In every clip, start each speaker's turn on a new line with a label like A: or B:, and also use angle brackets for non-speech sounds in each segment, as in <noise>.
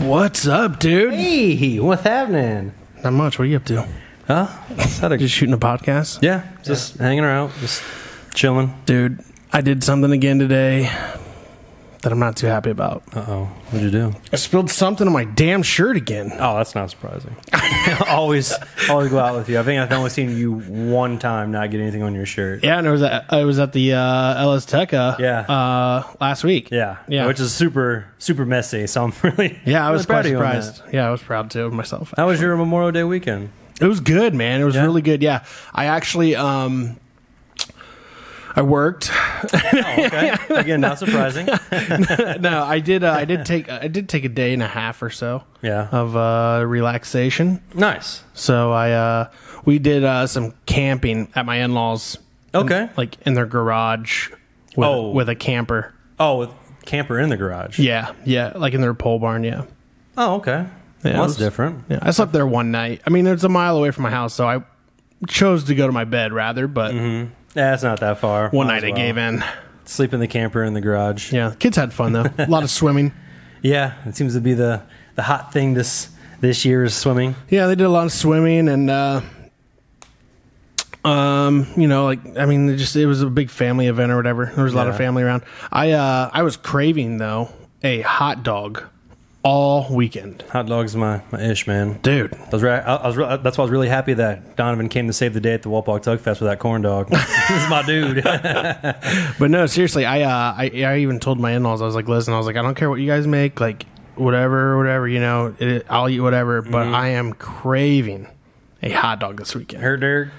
A: What's up, dude?
B: Hey, what's happening?
A: Not much. What are you up to?
B: Huh? Just had a-
A: Just shooting a podcast?
B: yeah, just hanging around, just chilling.
A: Dude, I did something again today that I'm not too happy about.
B: Uh oh, what'd you do?
A: I spilled something on my damn shirt again.
B: Oh, that's not surprising. <laughs> always, always go out with you. I think I've only seen you one time not get anything on your shirt.
A: Yeah, and it was at, I was at the uh, LS Teca
B: Yeah.
A: uh, last week.
B: Yeah,
A: Yeah.
B: which is super, super messy. So I'm <laughs> really,
A: Yeah, I was
B: really proud
A: quite
B: of you on that.
A: surprised. Yeah, I was proud too of myself.
B: How was your Memorial
A: <laughs>
B: Day weekend?
A: It was good, man. It was
B: Yeah?
A: really good. Yeah. I actually um I worked.
B: Oh, okay. Again, not
A: <laughs>
B: surprising.
A: no, I did uh, I did take I did take a day and a half or so
B: Yeah,
A: of uh relaxation.
B: nice.
A: So I uh we did uh some camping at my in-laws
B: Okay.
A: like in their garage with,
B: Oh.
A: with a camper.
B: Oh, with camper in the garage.
A: Yeah, yeah, like in their pole barn, yeah.
B: Oh, okay.
A: Yeah,
B: well,
A: it
B: that's
A: was-
B: different.
A: Yeah, I slept there one night. I mean, it's a mile away from my house, so I chose to go to my bed rather, but
B: Yeah, it's not that
A: one
B: far. Mm-hmm. Might
A: night
B: as
A: I
B: well.
A: gave in.
B: Sleep in the camper in the garage.
A: Yeah, kids had fun though. a lot of swimming.
B: Yeah, it seems to be the the hot thing this this year is swimming.
A: Yeah, they did a lot of swimming and uh um, you know, like I mean, it just it was a big family event or whatever. There was a lot of
B: Yeah.
A: family around. I uh I was craving though a hot dog all weekend.
B: Hot dogs, my, my ish, man.
A: Dude,
B: I was, re- I, I was re- that's why I was really happy that Donovan came to save the day at the Walpog Tug Fest with that corn dog. <laughs> this is my dude.
A: But no, seriously, I uh, I, I even told my in-laws, I was like, listen, I was like, I don't care what you guys make, like whatever, whatever, you know, it, I'll eat whatever, but I am craving a hot dog this weekend.
B: <laughs> Her derg.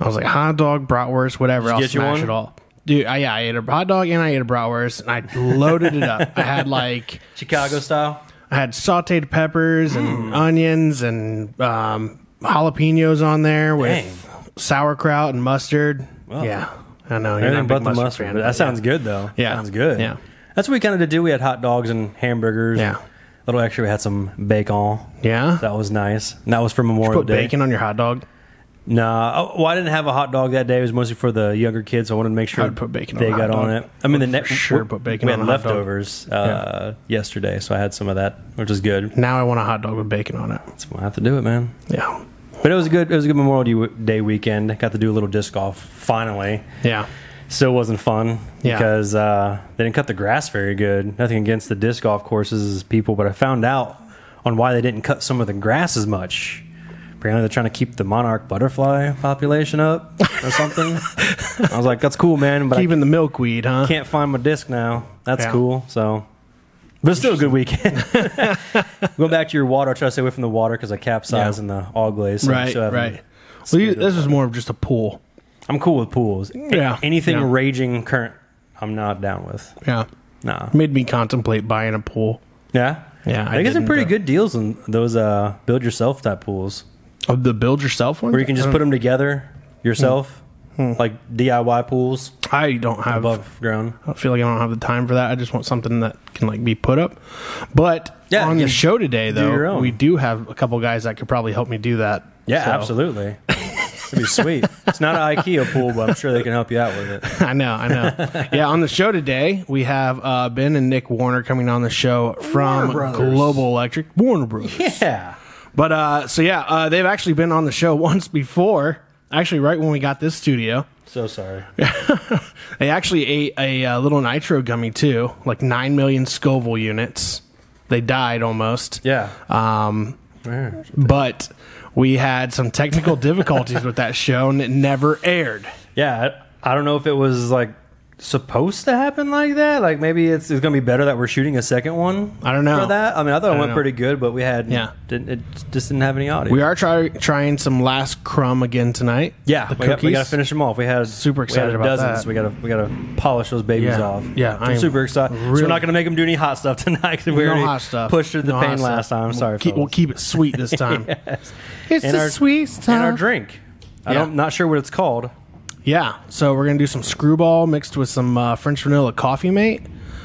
A: I was like, hot dog, bratwurst, whatever, I'll
B: get you
A: smash
B: one?
A: it all. Dude, I, yeah, I ate a hot dog and I ate a bratwurst and I loaded it up. I had like
B: Chicago style.
A: I had sautéed peppers
B: Mm.
A: and onions and um, jalapenos on there with sauerkraut and mustard.
B: Wow.
A: Yeah, I know. You're not a
B: Everything
A: big
B: but the
A: mustard
B: mustard.
A: fan,
B: but
A: but
B: that
A: yeah.
B: sounds good though.
A: Yeah.
B: Sounds good.
A: Yeah.
B: That's what we kind of did do. We had hot dogs and hamburgers.
A: Yeah.
B: Little extra. We had some bacon.
A: Yeah.
B: That was nice. And that was for Memorial
A: Put
B: Day.
A: bacon on your hot dog.
B: Nah, oh, well, I didn't have a hot dog that day. It was mostly for the younger kids. So I wanted to make sure
A: I would put bacon on
B: they
A: a hot
B: got on
A: dog.
B: it. I mean, the
A: Would
B: net
A: for sure
B: we-
A: put bacon
B: We
A: on
B: had
A: a hot dog.
B: leftovers uh, yesterday, so I had some of that, which was good.
A: Now I want a hot dog with bacon on it.
B: So I have to do it, man.
A: Yeah.
B: But it was a good. It was a good Memorial Day weekend. I got to do a little disc golf finally.
A: Yeah.
B: Still wasn't fun
A: Yeah.
B: because uh, they didn't cut the grass very good. Nothing against the disc golf courses people, but I found out on why they didn't cut some of the grass as much. Apparently, they're trying to keep the monarch butterfly population up or something.
A: <laughs>
B: I was like, "That's cool, man," but
A: Keeping the milkweed, huh?
B: I <laughs> can't find my disc now. That's
A: Yeah.
B: cool. So, but it's still a
A: <laughs>
B: good weekend. <laughs> Going back to your water, I try to stay away from the water because I capsize
A: Yeah.
B: in the all glaze. So I'm
A: right,
B: still having-
A: right. Well, you, this is more of just a pool.
B: I'm cool with pools. A-
A: Yeah.
B: anything
A: Yeah.
B: raging current, I'm not down with.
A: Yeah.
B: Nah.
A: Made me contemplate buying a pool.
B: Yeah.
A: Yeah,
B: I,
A: I
B: think it's some
A: didn't,
B: pretty
A: but-
B: good deals in those uh, build yourself type pools
A: Of the build yourself one?
B: where you can just put them together yourself,
A: Hmm.
B: like DIY pools
A: I don't have.
B: above ground.
A: I feel like I don't have the time for that. I just want something that can like be put up. But
B: Yeah,
A: on
B: you
A: the show today,
B: your
A: though,
B: own.
A: we do have a couple guys that could probably help me do that.
B: Yeah,
A: So-
B: absolutely. It'd be sweet. It's not an IKEA pool, but I'm sure they can help you out with
A: <laughs>
B: it.
A: I know, I know.
B: <laughs>
A: yeah, on the show today we have uh, Ben and Nick Warner coming on the show from
B: Warner Brothers.
A: Global Electric Warner Brothers.
B: Yeah.
A: But uh, so yeah, uh, they've actually been on the show <laughs> once before. Actually, right when we got this studio,
B: So sorry.
A: they actually ate a, uh little nitro gummy too, like nine million Scoville units. They died almost.
B: Yeah.
A: Um,
B: Yeah.
A: but we had some technical difficulties with that show, and it never aired.
B: Yeah. I I don't know if it was like supposed to happen like that. Like maybe it's, it's going to be better that we're shooting a second one.
A: I don't know.
B: For that. I mean, I thought it
A: don't
B: went
A: know.
B: pretty good, but we had,
A: Yeah.
B: Didn't, it just didn't have any audio.
A: We are try- trying some last crumb again tonight.
B: yeah,
A: the
B: we got, we
A: cookies.
B: got to finish them off. We had
A: Super
B: we had
A: excited about
B: dozens.
A: that.
B: We got to we got to polish those babies
A: Yeah.
B: off.
A: Yeah, I
B: I'm
A: am
B: super excited. so we're
A: really-
B: not going to make them do any hot stuff <laughs> tonight because we
A: no
B: already
A: hot stuff.
B: pushed through the
A: No
B: pain
A: hot
B: last
A: stuff.
B: time.
A: We'll
B: Sorry,
A: keep, we'll
B: fellas.
A: keep it sweet
B: <laughs>
A: this time. It's
B: And
A: the
B: our-
A: sweet stuff.
B: and our drink. I
A: Yeah.
B: don't not sure what it's called.
A: yeah, so we're gonna do some screwball mixed with some uh, French vanilla coffee mate.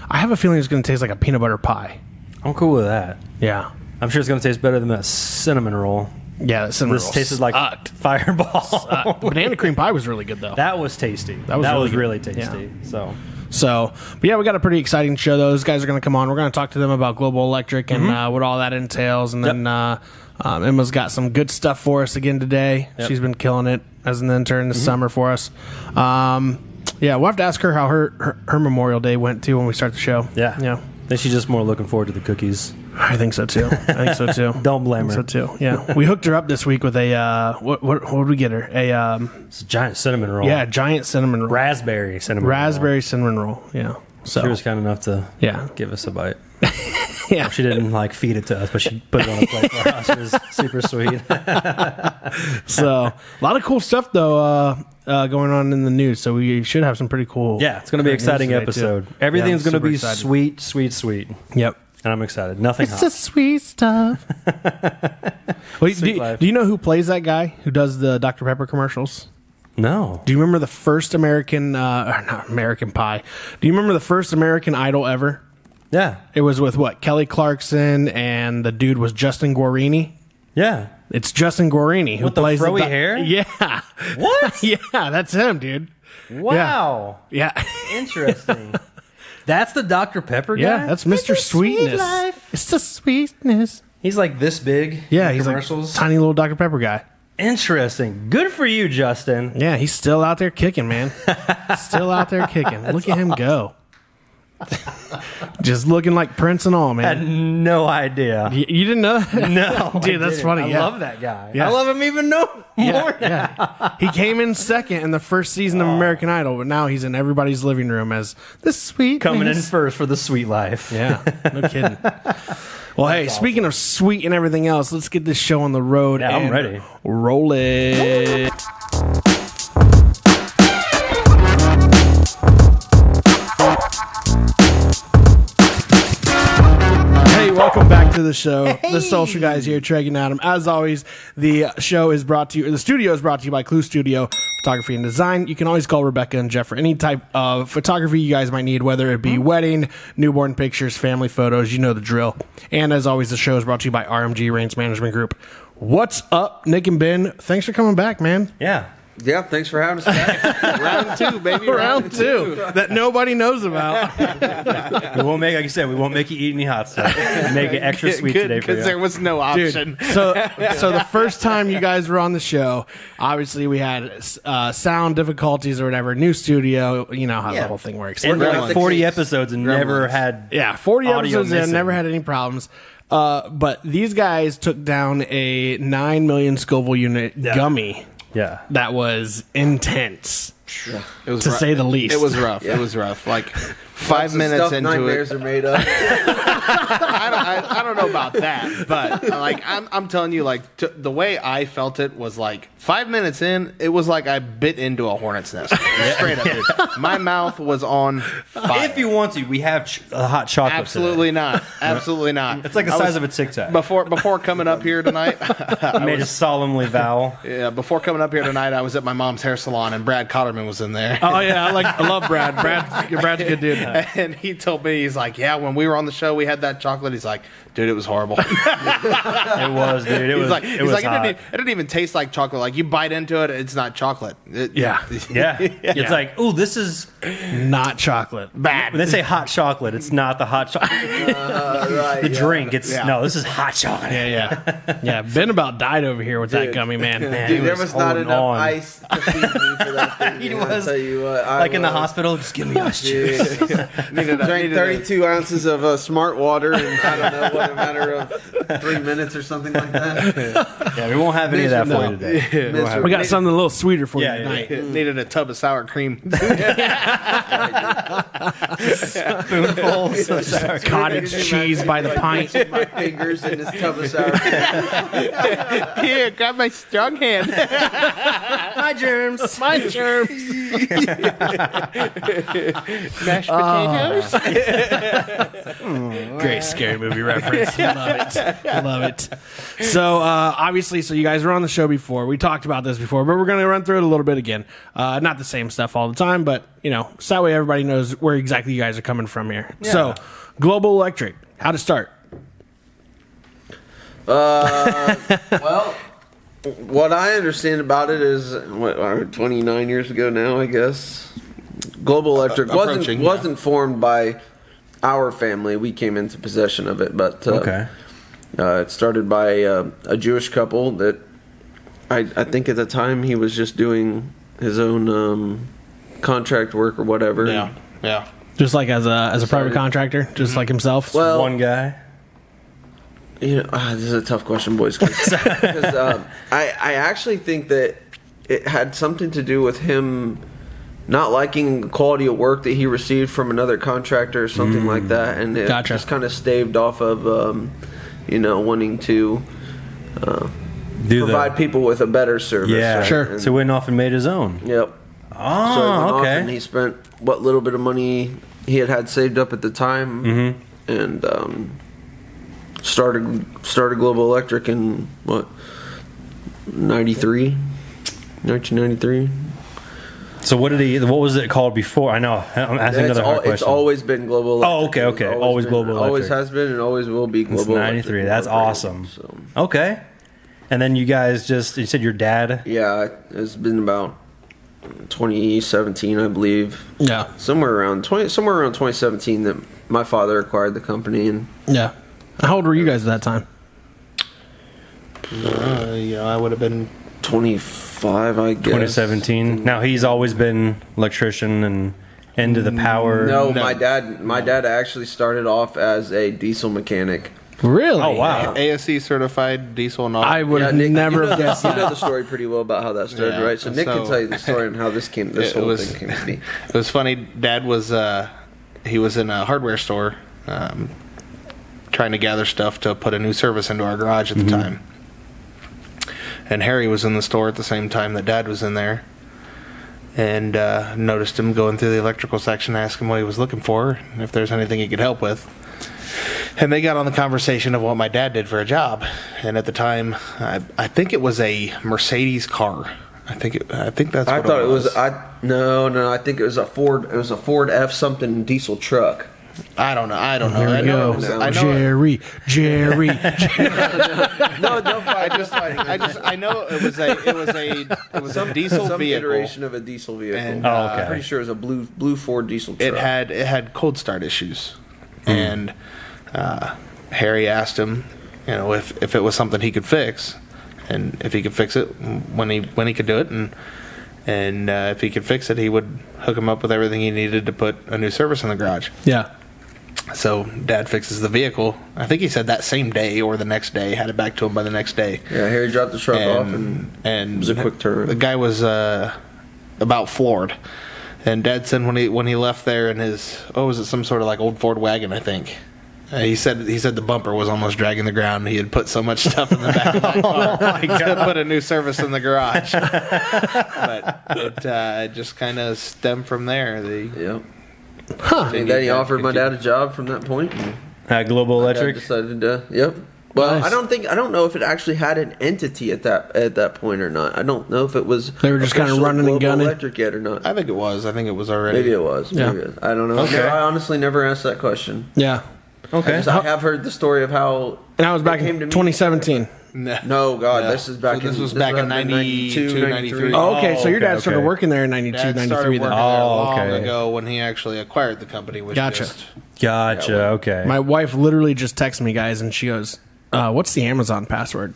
A: I have a feeling it's gonna taste like a peanut butter pie.
B: I'm cool with that.
A: Yeah,
B: I'm sure it's gonna taste better than that cinnamon roll.
A: yeah. That cinnamon
B: This
A: roll
B: tasted like
A: sucked.
B: fireball. <laughs>
A: Uh, banana uh, cream pie was really good though.
B: that was tasty. That
A: was
B: was
A: really
B: really,
A: good.
B: tasty. So
A: So, but yeah, we got a pretty exciting show. though. Those guys are going to come on. We're going to talk to them about Global Electric and
B: Mm-hmm.
A: uh, what all that entails. And then uh, um, Emma's got some good stuff for us again today. She's been killing it as an intern
B: Mm-hmm.
A: this summer for us. Um, yeah, we'll have to ask her how her, her her Memorial Day went too when we start the show.
B: Yeah.
A: yeah,
B: I think she's just more looking forward to the cookies.
A: I think so too. I think so <laughs> too.
B: Don't blame
A: So
B: her.
A: too. Yeah, we hooked her up this week with a uh, what what what did we get her? A um,
B: It's a giant cinnamon roll.
A: yeah, giant cinnamon roll,
B: Raspberry cinnamon
A: raspberry cinnamon roll. Yeah. So
B: Roll. She was kind enough to
A: yeah,
B: give us a <laughs> bite.
A: yeah.
B: She didn't like feed it to us, but she put it on a plate for us. It was super <laughs> sweet.
A: So a lot of cool stuff though uh, uh, going on in the news. So we should have some pretty cool.
B: Yeah, it's going to be an
A: current news
B: exciting
A: today, too.
B: episode.
A: Yeah,
B: Everything's
A: I'm
B: going to
A: super
B: be
A: excited.
B: sweet, sweet, sweet.
A: Yep.
B: And I'm excited. Nothing
A: It's
B: hot.
A: the sweet stuff. <laughs> Wait,
B: Sweet
A: do,
B: life.
A: do you know who plays that guy who does the Dr Pepper commercials?
B: no.
A: Do you remember the first American, uh, or not American Pie? Do you remember the first American Idol ever?
B: Yeah.
A: It was with what Kelly Clarkson and the dude was Justin Guarini.
B: Yeah.
A: It's Justin Guarini who
B: With the
A: plays
B: froey
A: doc- <laughs>
B: hair?
A: Yeah, <laughs>
B: What?
A: yeah, that's him, dude.
B: Wow.
A: Yeah. <laughs>
B: Interesting. <laughs> That's the Dr. Pepper guy?
A: Yeah, that's Mr.
B: a sweet
A: Sweetness.
B: life.
A: It's the sweetness.
B: He's like this big
A: Yeah,
B: in
A: he's like
B: commercials.
A: tiny little Dr. Pepper guy.
B: Interesting. Good for you, Justin.
A: Yeah, he's still out there kicking, man.
B: <laughs>
A: still out there kicking. Look at him go. <laughs> Just looking like Prince and all,
B: I
A: man.
B: had no idea.
A: Y- you didn't know? that?
B: <laughs> No. I
A: Dude, that's
B: didn't.
A: funny,
B: I
A: yeah.
B: love that guy.
A: Yeah.
B: I love him even no more. Oh.
A: Yeah, yeah. He came in second in the first season of American Idol, but now he's in everybody's living room as the sweet
B: Coming in first for the sweet life.
A: Yeah, no
B: <laughs>
A: kidding. Well, hey, speaking of sweet and everything else, let's get this show on the road.
B: Yeah, I'm
A: and
B: ready.
A: Roll it. Hey, welcome back to the show. The Social Guys here, Treg and Adam. As always, the show is brought to you, the studio is brought to you by Clue Studio Photography and Design. You can always call Rebecca and Jeff for any type of photography you guys might need, whether it be wedding, newborn pictures, family photos, you know the drill. And as always, the show is brought to you by RMG Range Management Group. What's up, Nick and Ben? Thanks for coming back, man.
B: Yeah.
C: Yeah, thanks for having us back. <laughs> round two, baby.
A: Round two that nobody knows about.
B: We won't make, like you said, we won't make you eat any hot
D: <laughs>
B: stuff. Make it extra sweet today for you.
C: because there was no option.
A: Dude,
C: <laughs>
A: so, so the first time you guys were on the show, obviously we had uh, sound difficulties or whatever, new studio. You know how the
C: Yeah.
A: whole thing works.
B: and
C: Gremlins.
B: like 40 episodes and never
C: Gremlins.
B: had
A: yeah, forty
B: Audio
A: episodes in,
B: missing.
A: never had any problems. Uh, but these guys took down a nine million Scoville unit gummy
B: yeah
A: that was intense,
C: It was
A: to
C: rough.
A: say the least.
D: It was rough. It was rough. Like five
C: Some
D: minutes
C: stuff
D: into
C: nightmares
D: it,
C: are made up.
D: <laughs> I don't, I, I don't know about that, but like I'm, I'm telling you, like t- the way I felt it was like five minutes in, it was like I bit into a
B: <laughs>
D: hornet's nest. Straight up, dude. my mouth was on fire.
B: if you want to we have ch- uh, hot chocolate
D: absolutely not, absolutely not.
B: it's like the size of a tic tac
D: Before before coming up here
B: <laughs>
D: tonight, <laughs>
B: i made a solemnly vow
D: yeah, before coming up here tonight, I was at my mom's hair salon and Brad Cotterman was in there.
A: <laughs> Oh yeah, I like I love Brad. Brad, Brad's a good dude.
D: <laughs> And he told me, he's like, yeah, when we were on the show, we had that chocolate. He's like, dude, it was horrible.
B: it was dude it
D: He's
B: was
D: like,
B: it
D: he's
B: was
D: like,
B: hot.
D: It, didn't, e- it didn't even taste like chocolate. Like you bite into it, it's not chocolate. It- <laughs>
A: Yeah.
B: yeah. it's like oh this is
A: Not chocolate.
B: when
D: bad.
B: they say hot chocolate it's not <laughs> the hot
D: <laughs>
B: chocolate the drink it's
D: Yeah.
B: no this is hot chocolate
A: Yeah, yeah, yeah. Ben about died over here with that gummy, man.
C: <laughs> Dude,
B: he
C: there
B: was
C: was, not
B: holding
C: enough
B: on.
C: ice to feed me for
B: <laughs>
C: that thing.
B: He
C: man.
B: was,
C: I tell you what,
B: <laughs>
C: I
B: like in the
C: was-
B: hospital just give me
D: Oh,
B: ice juice
C: Dude, <laughs> drank 32 ounces of uh, smart water in, I don't know, what, a
B: <laughs>
C: matter of three minutes or something like that.
B: yeah we won't have any of that for you today
A: We got something a little sweeter for
B: Yeah,
A: you
B: yeah,
A: tonight.
D: Needed a tub of sour cream.
B: spoonfuls
D: <laughs>
B: of sour
A: <laughs>
B: cream.
A: Cottage
B: <laughs>
A: cheese by the pint.
C: My fingers in this tub of sour cream.
D: <laughs> Here, grab my strong hand.
A: My germs. My germs.
D: Mashed potatoes.
A: Ah. Great scary movie
B: <laughs>
A: reference. Love it. Love it. So uh, obviously, so you guys were on the show before. We talked about this before, but we're going to run through it a little bit again. Uh, not the same stuff all the time, but you know, so that way everybody knows where exactly you guys are coming from here. So, Global Electric, how to start?
C: Well, what I understand about it is, what, 29 years ago now, I guess. Global Electric
D: Uh,
C: wasn't
D: approaching, yeah.
C: wasn't formed by our family. We came into possession of it, but uh,
B: Okay.
C: uh, it started by uh, a Jewish couple that I, I think at the time he was just doing his own um, contract work or whatever.
D: <laughs> Yeah, yeah.
A: Just like as a as a private
C: Sorry.
A: contractor, just like himself.
C: Well,
B: One guy.
C: You know, ah, this is a tough question,
B: <laughs>
C: boys. <laughs> Because um, I, I actually think that it had something to do with him not liking the quality of work that he received from another contractor or something
B: Mm.
C: like that, and it
A: Gotcha.
C: just kind of staved off of, um, you know, wanting to
B: Do
C: provide
B: the,
C: people with a better service.
B: Yeah,
C: right?
A: Sure.
C: And-
B: So he went off and made his own.
C: yep. So he
B: Oh,
C: went off and
B: okay.
C: he spent what little bit of money he had had saved up at the time,
B: Mhm.
C: and um, started started Global Electric in what 93? 1993.
B: So what did he? What was it called before? I know. I'm asking
C: It's,
B: another
C: al-
B: hard
C: it's
B: question.
C: always been Global Electric.
B: Oh, okay, okay.
C: It's
B: Always
C: been-
B: Global
C: Always
B: Electric.
C: has been and always will be Global
B: Since '93.
C: Electric
B: That's
C: Incorporated,
B: awesome.
C: So,
B: Okay. And then you guys just you said your dad.
C: yeah, it's been about 2017, I believe.
A: yeah,
C: Somewhere around 20, somewhere around 2017 that my father acquired the company and
A: yeah. How old were you guys at that time?
D: Uh, you know, I would have been
C: 25, I guess.
B: 2017. Now he's always been electrician and into the power.
C: No,
D: No.
C: my dad. My dad actually started off as a diesel mechanic.
A: Really?
B: Oh wow.
D: ASC certified diesel and all.
A: I would
C: Yeah,
A: have
C: Nick,
A: never
C: you know,
A: have guessed
C: You know
A: that.
C: the story pretty well about how that started,
D: Yeah,
C: right? So Nick can
D: so-
C: tell you the story and how this came. This
D: It
C: whole
D: was-
C: thing came to be.
D: It was funny. Dad was uh, he was in a hardware store, um, trying to gather stuff to put a new service into our garage at the time. And Harry was in the store at the same time that Dad was in there, and uh, noticed him going through the electrical section, asked him what he was looking for, and if there's anything he could help with. And they got on the conversation of what my dad did for a job, and at the time, I, I think it was a Mercedes car. I think it, I think that's.
C: I
D: what
C: thought it was. I no, no. I think it was a Ford. It was a Ford F something diesel truck.
D: I don't know. I don't know.
A: Here
D: I
A: we
D: know.
A: go,
D: it was- I know. it-
A: Jerry, Jerry. Jerry.
C: No, no.
D: I just, I just, I know it was a, it was a, it was a
C: <laughs>
D: diesel
C: Some
D: vehicle.
C: iteration of a diesel vehicle.
D: And,
B: Oh, okay.
C: I'm pretty sure it was a blue blue Ford diesel truck.
D: It had, it had cold start issues,
A: Hmm.
D: and uh, Harry asked him, you know, if if it was something he could fix, and if he could fix it when he when he could do it, and and uh, if he could fix it, he would hook him up with everything he needed to put a new service in the garage.
A: yeah.
D: So Dad fixes the vehicle. I think he said that same day or the next day. Had it back to him by the next day.
C: Yeah, Harry dropped the truck off and
D: and
C: it was a quick turn.
D: The guy was uh, about floored, and Dad said when he when he left there in his oh was it some sort of like old Ford wagon I think. Uh, he said he said the bumper was almost dragging the ground. He had put so much stuff in the back
C: <laughs>
D: of that car
C: Oh
D: to put a new service in the garage. but it uh, just kind of stemmed from there. The
C: Yep. And then he offered my dad a job from that point. and-
B: At Global
C: I
B: Electric.
C: decided to. Yep. Well,
A: Nice.
C: I don't think I don't know if it actually had an entity at that at that point or not. I don't know if it was.
A: They were just kinda
C: officially
A: running and
C: Global
A: gunning?
C: Electric yet or not?
D: I think it was. I think it was already.
C: Maybe it
D: <laughs>
C: was.
A: Yeah.
C: Maybe it was. I don't know.
B: Okay.
C: No, I honestly never asked that question.
A: Yeah.
B: Okay.
C: Because I have heard the story of how.
A: And I was
C: it
A: back in
C: came to me. <laughs>
A: 2017.
D: No.
C: No, God,
D: No.
C: this is back.
D: So this
C: in,
D: was back in
C: would've been
D: 92, 93.
A: Oh, okay. so your
B: okay,
A: dad started
B: okay.
A: working there in 92,
D: Dad started
A: 93
D: working
A: then.
D: there
B: Oh,
D: long
B: okay.
D: ago when he actually acquired the company. Which
A: Gotcha.
D: Just,
B: Gotcha. Okay.
A: My wife literally just texted me, guys, and she goes, uh, What's the Amazon password?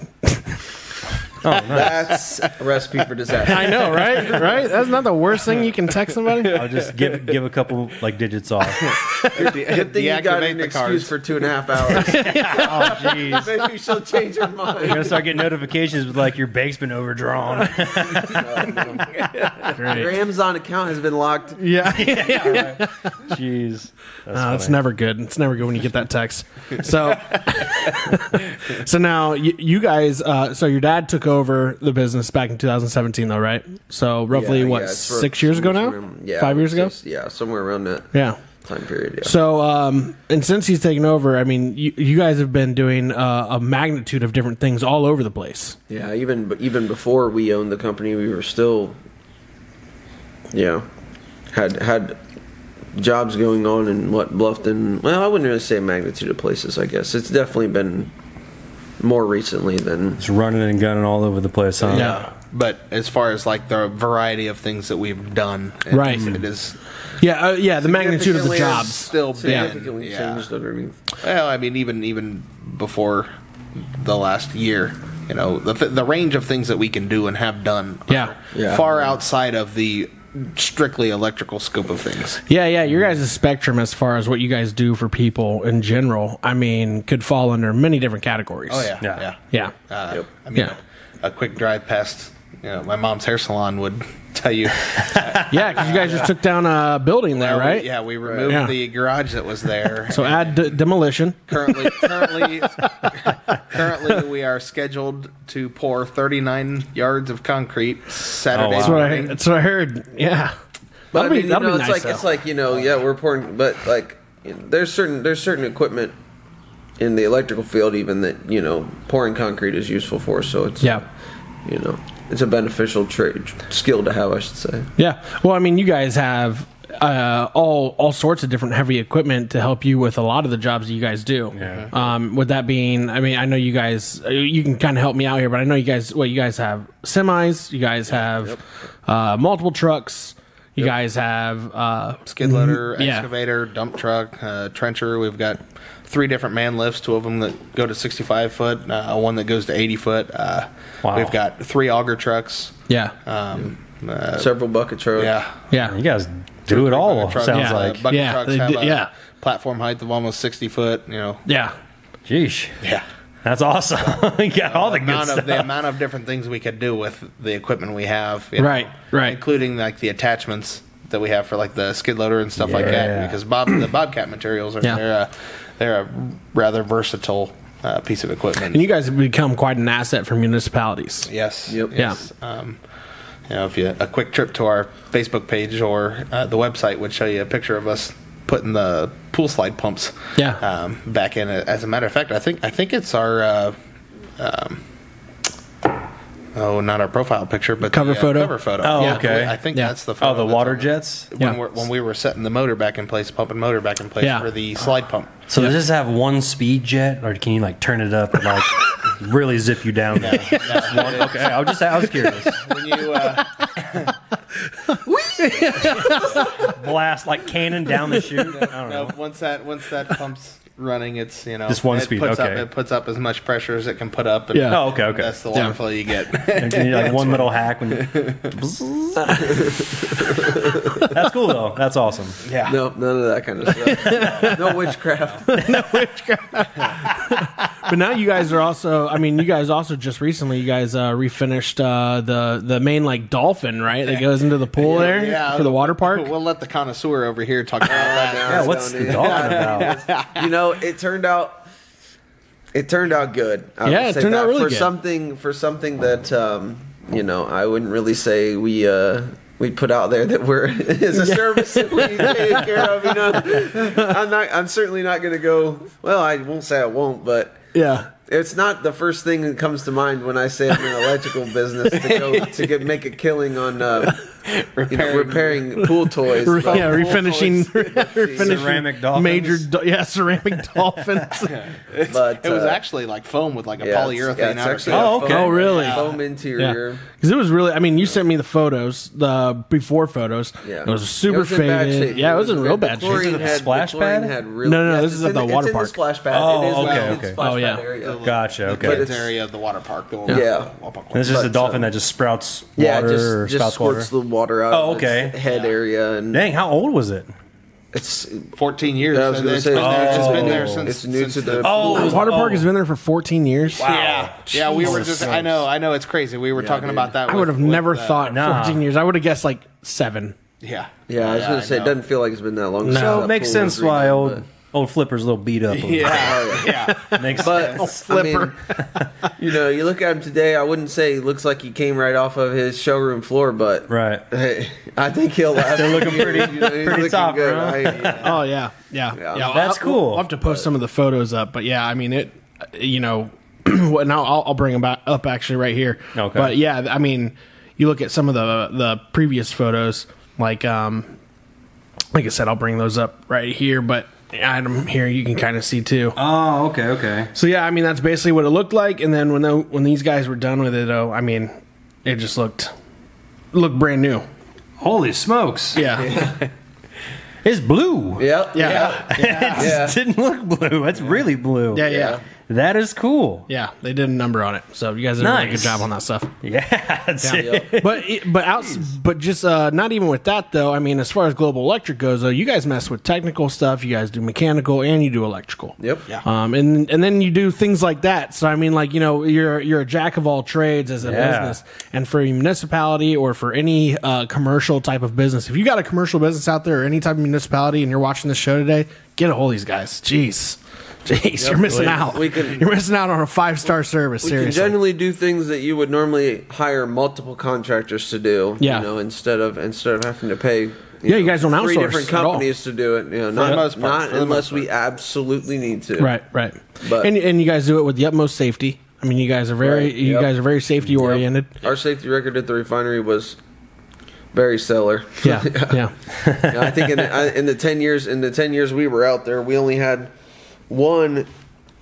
A: <laughs>
B: Oh,
C: That's a recipe for
D: <laughs>
C: disaster.
A: I know, <laughs> right? Right? That's not the worst thing you can text <laughs> somebody.
B: I'll just give give a couple like digits
C: <laughs>
B: off.
C: Good
D: <laughs>
C: thing you got
D: Deactivate
C: an
D: the
C: excuse
D: cards.
C: for two and a half
D: <laughs>
C: hours. <laughs>
B: oh jeez.
C: Maybe she'll change her mind.
B: You're gonna start getting notifications with like your bank's been
C: <laughs>
B: overdrawn.
C: Your Amazon account has been locked.
A: Yeah.
B: Jeez. That's
A: Uh, it's never good. It's never good when you get that text. So, <laughs> so now you, you guys, uh, so your dad took over the business back in 2017, though, right? So roughly
C: Yeah,
A: what
C: yeah, it's for-
A: six years ago now?
C: around- Yeah,
A: five years ago.
C: six- yeah, somewhere around that
A: Yeah.
C: time period. Yeah.
A: So, um, and since he's taken over, I mean, you, you guys have been doing uh, a magnitude of different things all over the place.
C: Yeah, even even before we owned the company, we were still, yeah, had had jobs going on in what Bluffton. Well, I wouldn't really say magnitude of places. I guess it's definitely been more recently than
B: It's running and gunning all over the place, huh?
A: Yeah.
D: But as far as like the variety of things that we've done, it-
A: Right.
D: it is
A: Yeah, uh, yeah, the magnitude of the
C: Significantly
A: jobs.
D: still been.
C: significantly
D: Yeah.
C: changed underneath.
D: Well, I mean, even even before the last year, you know, the th- the range of things that we can do and have done, are
A: Yeah.
C: Yeah.
D: far outside of the strictly electrical scope of things.
A: Yeah, yeah, your guys' spectrum as far as what you guys do for people in general, I mean, could fall under many different categories.
D: Oh yeah,
B: Yeah.
D: yeah.
A: Yeah.
D: Uh,
C: Yep.
D: I mean,
A: Yeah.
D: a, a quick drive past you know, my mom's hair salon would tell you.
A: Yeah, because you guys just took down a building there,
D: Uh, we-
A: right?
D: yeah, we removed
A: Yeah.
D: the garage that was there.
A: So add d- demolition.
D: currently,
A: <laughs>
D: currently, currently, we are scheduled to pour 39 yards of concrete Saturday
B: Oh, wow.
A: That's what, I,
D: morning.
A: that's what I heard. Yeah.
C: But
A: That'll
C: I mean,
A: be,
C: you
A: that'll
C: know,
A: be
C: it's
A: nice.
C: like
A: though.
C: it's like you know, yeah, we're pouring, but like there's certain there's certain equipment in the electrical field even that you know pouring concrete is useful for. So it's
A: Yeah.
C: you know, it's a beneficial trade skill to have, I should say.
A: Yeah. Well, I mean, you guys have uh, all all sorts of different heavy equipment to help you with a lot of the jobs that you guys do.
B: Yeah.
A: Um, with that being, I mean, I know you guys, uh, you can kind of help me out here, but I know you guys, well, you guys have semis, you guys have uh, multiple trucks, you guys have uh,
D: skid loader,
A: Mhm. Yeah.
D: excavator, dump truck, uh, trencher. We've got three different man lifts. Two of them that go to 65 foot, uh, one that goes to 80 foot. Uh,
B: Wow.
D: We've got three auger trucks.
A: yeah,
D: Um, uh,
C: Several bucket trucks.
D: yeah.
A: yeah,
B: You guys do it all.
D: Bucket trucks,
B: Sounds
A: Yeah.
D: uh,
B: like
D: bucket
A: Yeah,
D: trucks
A: they
D: have
A: do-
D: a
A: yeah.
D: platform height of almost 60 foot. You know,
A: yeah,
B: Jeesh.
D: yeah.
B: That's awesome. <laughs> you got all the good
D: amount
B: stuff.
A: <laughs>
D: of the amount of different things we could do with the equipment we have, you
A: Right, right.
D: including like the attachments that we have for like the skid loader and stuff like
B: Yeah.
D: that. Because Bob, the Bobcat materials are
A: Yeah.
D: they're a, they're a rather versatile uh, piece of equipment.
A: and you guys have become quite an asset for municipalities.
D: yes,
C: Yep.
D: yes. Um, you know, if you a quick trip to our Facebook page or uh, the website would show you a picture of us putting the pool slide pumps
A: Yeah.
D: um, back in. As a matter of fact, I think I think it's our. Uh, um, Oh, not our profile picture, but
A: Cover
D: the, uh,
A: photo?
D: cover photo.
B: Oh,
D: Yeah.
B: okay.
D: I think
A: Yeah.
D: that's the photo.
B: Oh, the
D: that's
B: water
D: on-
B: jets.
D: When,
A: Yeah.
D: we're, when we were setting the motor back in place, pumping motor back in place
A: Yeah.
D: for the slide pump.
B: So does this have one speed jet, or can you like turn it up and
D: <laughs>
B: like really zip you down? there? Just one- okay, I was just I was curious.
D: When you uh,
B: Blast like cannon down the
D: <laughs>
B: chute. I don't
D: No,
B: know.
D: once that once
C: <laughs>
D: that pump's running, it's you know
B: Just one
D: it
B: speed,
D: Puts
B: okay.
D: Up, it puts up as much pressure as it can put up. And
A: Yeah.
B: Oh, okay, okay.
D: That's the
A: Yeah.
D: water flow you
A: <laughs>
D: get.
B: You need, like one little hack
D: <laughs>
B: when. That's cool though. That's awesome.
D: yeah.
C: No, none of that kind of
A: <laughs>
C: stuff. no witchcraft.
A: But now you guys are also, I mean, you guys also just recently, you guys uh, refinished uh, the the main like dolphin, right? That goes into the pool there for the water park.
D: <laughs> We'll let the connoisseur over here talk
C: <laughs>
D: about that.
B: Yeah, what's the dog about?
C: you know, it turned out it turned out good. I
A: Yeah, it turned out really
C: for
A: good.
C: something for something that um, you know I wouldn't really say we uh, we put out there that we're <laughs> is a service that we take care of. You know, I'm not. I'm certainly not going to go. Well, I won't say I won't, but.
A: yeah.
C: It's not the first thing that comes to mind when I say I'm in the electrical business
A: <laughs>
C: to go to get, make a killing on uh, repairing, you know, repairing pool
A: <laughs>
C: toys. but-
A: yeah, refinishing, <laughs> refinishing
B: Ceramic dolphins?
A: major, do- yeah, ceramic dolphins.
C: but
D: It was
C: uh,
D: actually like foam with like a
C: yeah, it's-
D: polyurethane
C: yeah, it's
D: outer
C: actually
D: coat.
C: a
B: Oh, okay.
C: foam-
A: Oh, really?
C: Foam
A: yeah,
C: interior.
A: because it was really. I mean, you sent me the photos, the before photos.
C: Yeah,
A: it was super
C: It was in bad
A: faded.
C: shape.
A: Yeah, it was in real bad
C: The chlorine
A: shape.
B: it a
C: had-
B: splash
C: the chlorine
B: pad?
C: Had real,
A: No, no, no,
C: yes,
A: this
C: it's
A: is at
C: in
A: the water
C: it's
A: park.
C: In the splash pad.
B: Oh,
C: it is
B: okay,
C: well,
B: okay.
C: Splash
A: Oh, yeah.
C: Pad area.
B: Gotcha. Okay.
C: But
D: Kids
C: it's-
D: area of the water park. The
C: Yeah.
B: And it's just a
C: But,
B: dolphin
C: uh,
B: that just sprouts water
C: Yeah, it
B: or
C: just, just
B: spouts water.
C: squirts the water out.
B: Oh,
C: of its
B: okay.
C: Head area and
B: Dang, how old was it?
C: it's.
D: Fourteen years.
C: I was
D: so
C: going to
D: it's
C: say oh,
D: been there- it's
B: new
D: been
B: to
D: there
B: the-
D: since
C: it's new
D: since
C: to the. Oh,
D: the-
B: Oh, it was-
A: Water park
B: oh.
A: has been there for 14 years.
B: Wow.
D: Yeah, yeah, we were just. I know, I know, it's crazy. We were talking
C: dude.
D: about that.
A: I
D: with-
A: would have
D: with,
A: never
D: uh,
A: thought
B: nah.
A: 14 years. I would have guessed like seven.
D: Yeah,
C: Yeah, I was going
D: I
C: to say it
D: know.
C: doesn't feel like it's been that long. since
B: So
C: that
B: it makes
C: pool
B: sense
C: was redone,
B: why old
C: but-
B: old Flipper's a little beat up.
C: <laughs>
D: <laughs> Yeah, yeah.
B: Makes
C: But
B: sense.
A: <laughs> flipper.
C: I mean, you know, you look at him today. I wouldn't say he looks like he came right off of his showroom floor, but
B: Right.
C: hey, I think he'll last. They're
B: looking pretty- pretty top, huh?
A: Oh yeah, yeah, yeah. I'll-
B: That's
A: I'll-
B: cool.
A: I'll have to post some of the photos up, but yeah, I mean it. You know, <clears throat> and I'll, I'll bring them back up actually right here.
B: Okay.
A: But yeah, I mean, you look at some of the the previous photos, like um, like I said, I'll bring those up right here. But Adam here, you can kind of see too.
B: Oh, okay, okay.
A: So yeah, I mean that's basically what it looked like. And then when the, when these guys were done with it, though, I mean it just looked looked brand new.
B: Holy
A: <laughs>
B: smokes!
A: Yeah,
B: It's blue.
C: Yep.
A: Yeah.
B: it just didn't look blue. That's really blue.
A: yeah, yeah,
B: That is cool.
A: yeah. They did a number on it, so you guys did a really good
B: Nice.
A: job on that stuff.
B: Yeah. <laughs> That's
A: Yeah. <laughs>
B: it.
A: but it- but out but just uh, not even with that though. I mean, as far as Global Electric goes, though, you guys mess with technical stuff. You guys do mechanical and you do electrical.
C: Yep. Yeah.
A: Um, and and then you do things like that. So I mean, like you know, you're you're a jack of all trades as a
B: Yeah.
A: business, and for a municipality or for any uh, commercial type of business. If you got a commercial business out there or any type of municipality, and you're watching this show today, get a hold of these guys. Jeez. Jeez, you're missing
C: we-
A: out.
C: we can-
A: you're missing out on a five star service.
C: We
A: seriously,
C: can generally do things that you would normally hire multiple contractors to do.
A: Yeah.
C: You know, instead of instead of having to pay. You
A: Yeah, you
C: know,
A: guys don't
C: three
A: outsource
C: different
A: at all.
C: companies to do it. You know, not,
D: the most part,
C: not
D: for the
C: unless
D: most
C: we absolutely need to.
A: Right, right.
C: But-
A: and and you guys do it with the utmost safety. I mean, you guys are very
C: Right,
A: you
C: yep.
A: guys are very safety oriented.
C: <laughs> Our safety record at the refinery was very stellar.
A: Yeah,
C: <laughs>
A: yeah,
C: Yeah, I think in the, I- in the ten years in the ten years we were out there, we only had one,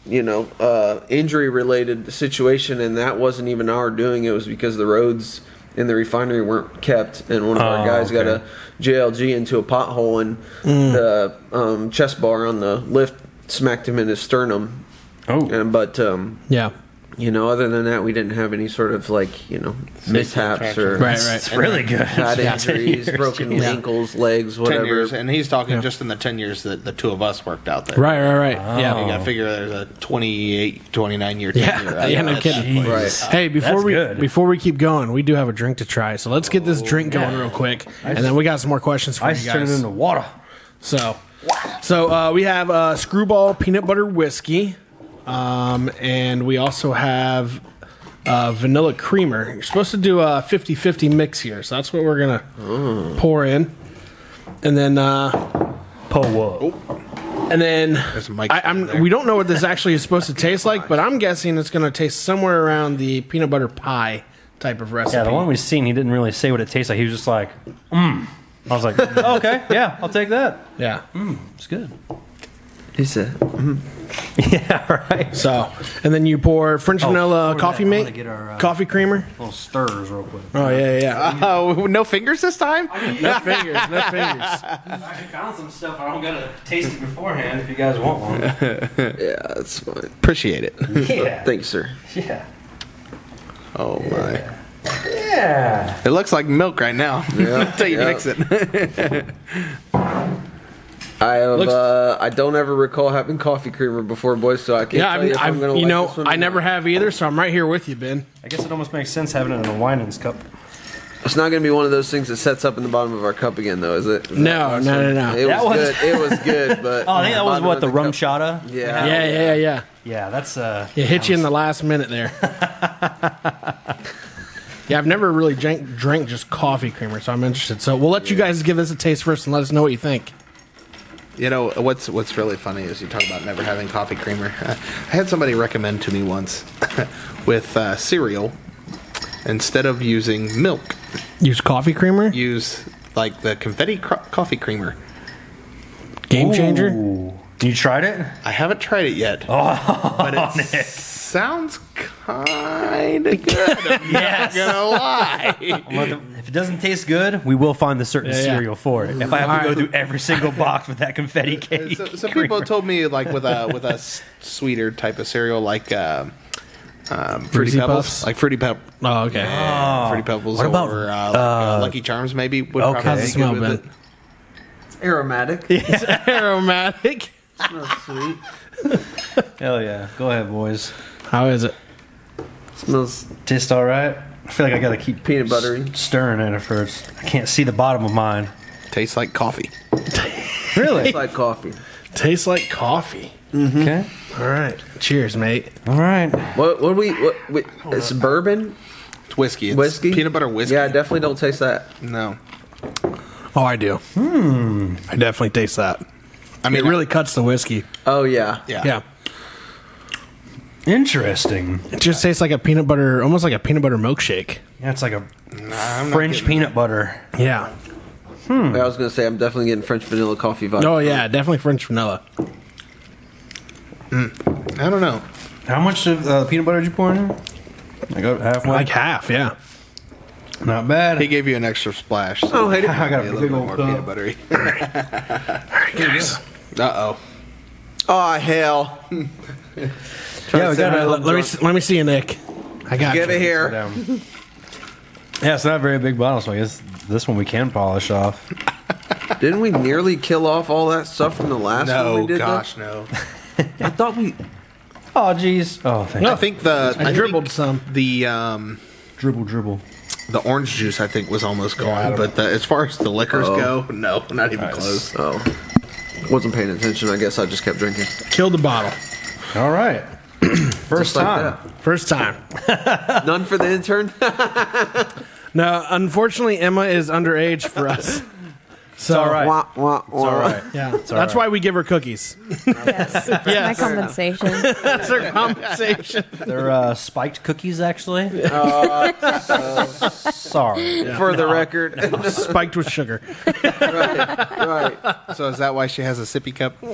C: you know, uh, injury related situation, and that wasn't even our doing. It was because the roads in the refinery weren't kept, and one of
B: Oh,
C: our guys got
B: okay. Mm.
C: a JLG into a pothole, and the um, chest bar on the lift smacked him in his sternum.
B: Oh.
C: And, but um,
A: yeah.
C: you know, other than that, we didn't have any sort of like you know mishaps or.
A: Right,
B: It's
A: right.
B: really good. <laughs>
C: Bad
B: Yeah.
C: injuries, broken
A: yeah.
C: ankles, legs,
D: ten
C: whatever.
D: years, and he's talking
A: Yeah.
D: just in the ten years that the two of us worked out there.
A: Right, right, right.
B: Oh.
D: You
A: Yeah.
D: got to figure there's a 28, 29 year
A: Yeah,
D: tenure.
A: <laughs>
D: out
A: yeah, no
D: of that
A: kidding.
D: place.
C: Right.
A: Hey, before
B: That's
A: we
B: good.
A: before we keep going, we do have a drink to try. So let's get this drink going
B: yeah.
A: real quick, and then we got some more questions for
B: I
A: you
B: just turned it
A: guys.
B: into water.
A: so, so uh, we have uh, Screwball Peanut Butter Whiskey, um, and we also have uh, Vanilla Creamer. You're supposed to do a 50-50 mix here, so that's what we're gonna pour in, and then. Uh,
B: Po up.
A: And then
D: There's a mic
A: I,
D: there.
A: I'm, we don't know what this actually is supposed to taste like, but I'm guessing it's going to taste somewhere around the peanut butter pie type of recipe.
B: Yeah, the one we seen, he didn't really say what it tastes like. He was just like, mmm. I was like, <laughs> "Oh, okay, yeah, I'll take that.
A: yeah.
B: It's good. <laughs>
C: He said,
B: Yeah, right.
A: So, and then you pour French
B: Oh,
A: vanilla
E: Oh, before
A: coffee
E: that, I wanna
A: mate,
E: get our, uh,
A: coffee creamer.
E: Little stirs
B: <laughs>
E: real quick.
A: Oh yeah, yeah.
D: Oh, no fingers this time?
A: no <laughs> fingers, no fingers.
B: I found some stuff. I don't gotta taste it beforehand if you guys
A: <laughs>
B: want one.
C: "Yeah, that's fine.
D: Appreciate it. <laughs>
B: Yeah.
C: Thanks, sir."
B: Yeah.
D: Oh, my.
B: Yeah.
D: It looks like milk right <laughs> now until you
C: yeah.
D: mix it. <laughs>
C: I have,
A: Looks-
C: uh, I don't ever recall having coffee creamer before, boys. So I can't.
A: Yeah,
C: tell you,
A: I've,
C: if I'm
A: I've,
C: gonna
A: you
C: like
A: know
C: this one or
A: I never
C: not.
A: have either, so I'm right here with you, Ben.
B: I guess it almost makes sense having it in a Winans cup.
C: It's not going to be one of those things that sets up in the bottom of our cup again, though, is it? Is
A: No,
C: that-
A: no, no, no.
C: It
B: That
C: was,
B: was-
C: good. It was
B: <laughs>
C: good, but
B: Oh, I think that was
C: bottom
B: what
C: of
B: the rum
C: cup-
B: shotta.
C: Yeah,
A: Yeah, yeah, yeah.
B: Yeah, that's uh.
A: It hit you in the last minute
C: <laughs>
A: there. yeah, I've never really drank, drank just coffee creamer, so I'm interested. So we'll let you guys give this a taste first and let us know what you think.
D: You know what's what's really funny is you talk about never having coffee creamer. <laughs> I had somebody recommend to me once <laughs> with uh, cereal instead of using milk,
A: Use coffee creamer?
D: use like the confetti cro- coffee creamer.
A: Game changer?
B: Ooh. You tried <laughs> it?
D: I haven't tried it yet, but it sounds kind of good. I'm
B: Yes.
D: not gonna lie.
B: <laughs> Well, the- if it doesn't taste good, we will find the certain
A: Yeah, yeah.
B: cereal for it. If I have to
A: All
B: go
A: right.
B: through every single box with
A: <laughs>
B: that confetti cake,
D: so, some
B: creamer.
D: people told me like with a with a s- sweeter type of cereal like uh, um, fruity
A: Fruity
D: pebbles,
A: Puffs?
D: like fruity pebbles.
A: Oh, okay.
C: <laughs>
D: Fruity Pebbles
B: What about,
D: or uh, like, uh, Lucky Charms maybe would
B: okay. How's
D: probably be
A: it
D: good
A: smell,
D: with
A: Ben?
D: it.
C: it's aromatic. Yeah.
A: Aromatic.
C: smells sweet.
B: <laughs> Hell yeah! Go ahead, boys.
A: How is it?
C: smells
B: Tastes all right. I feel like I gotta keep
C: peanut buttery.
B: stirring it at first. I can't see the bottom of mine.
D: Tastes like coffee.
B: Really?
C: It's like coffee.
A: Tastes like coffee.
B: okay.
A: All right. Cheers, mate.
B: All right.
C: What? What do we? What? Wait, it's bourbon
D: It's whiskey. It's
C: whiskey.
D: Peanut butter whiskey.
C: Yeah, I definitely don't taste that.
D: no.
A: Oh, I do. Hmm. I definitely taste that.
D: I
A: It
D: mean,
A: really cuts the whiskey.
C: Oh yeah.
D: Yeah.
A: Yeah.
B: Interesting.
A: It just tastes like a peanut butter, almost like a peanut butter milkshake.
B: Yeah, it's like a
D: I'm not
B: French
D: getting
B: peanut butter.
A: Yeah.
C: I was going to say I'm definitely getting French vanilla coffee vibe.
A: Oh, yeah. Definitely French vanilla.
D: I don't know.
B: How much of uh, peanut butter did you pour in? there? Like uh, halfway.
A: Like half, yeah. Not bad.
D: He gave you an extra splash. So
C: Oh, hey,
B: <laughs>
A: I got a
D: a
A: big
D: little
A: old
D: bit more
A: cup.
D: peanut buttery. <laughs>
A: Guys,
D: Uh oh.
C: oh <laughs> hell!
A: yeah, we got a, let, me see, let me see you, Nick. I got
C: Get
A: you.
C: it here.
B: Down. <laughs> yeah, it's not a very big bottle, so I guess this one we can polish off.
C: Didn't we nearly kill off all that stuff from the last one
D: No,
C: we did? though?
D: gosh, no.
C: I thought we.
B: Oh, jeez. Oh, thank
D: I think the
A: I
D: I
A: dribbled
D: think
A: some.
D: The um
B: Dribble, dribble.
D: the orange juice I think was almost gone, but the, as far as the liquors go, no, not even close.
C: Oh, wasn't paying attention. I guess I just kept drinking.
A: Killed the bottle.
B: All right. First
C: Just like
B: time.
A: First time.
C: that. None for the intern.
A: No, unfortunately, Emma is underage for
B: <laughs>
A: us. So,
B: all right.
C: Wah, wah, wah.
B: All right.
A: Yeah,
B: It's all
A: that's
B: right.
A: why we give her cookies.
E: Yes. My
A: Yes.
E: compensation.
A: <laughs> That's her compensation.
B: They're uh, spiked cookies, actually.
D: <laughs> Uh,
B: Sorry.
C: For the record.
A: <laughs> Spiked with sugar.
C: right. Right.
D: So is that why she has a sippy cup?
A: Her,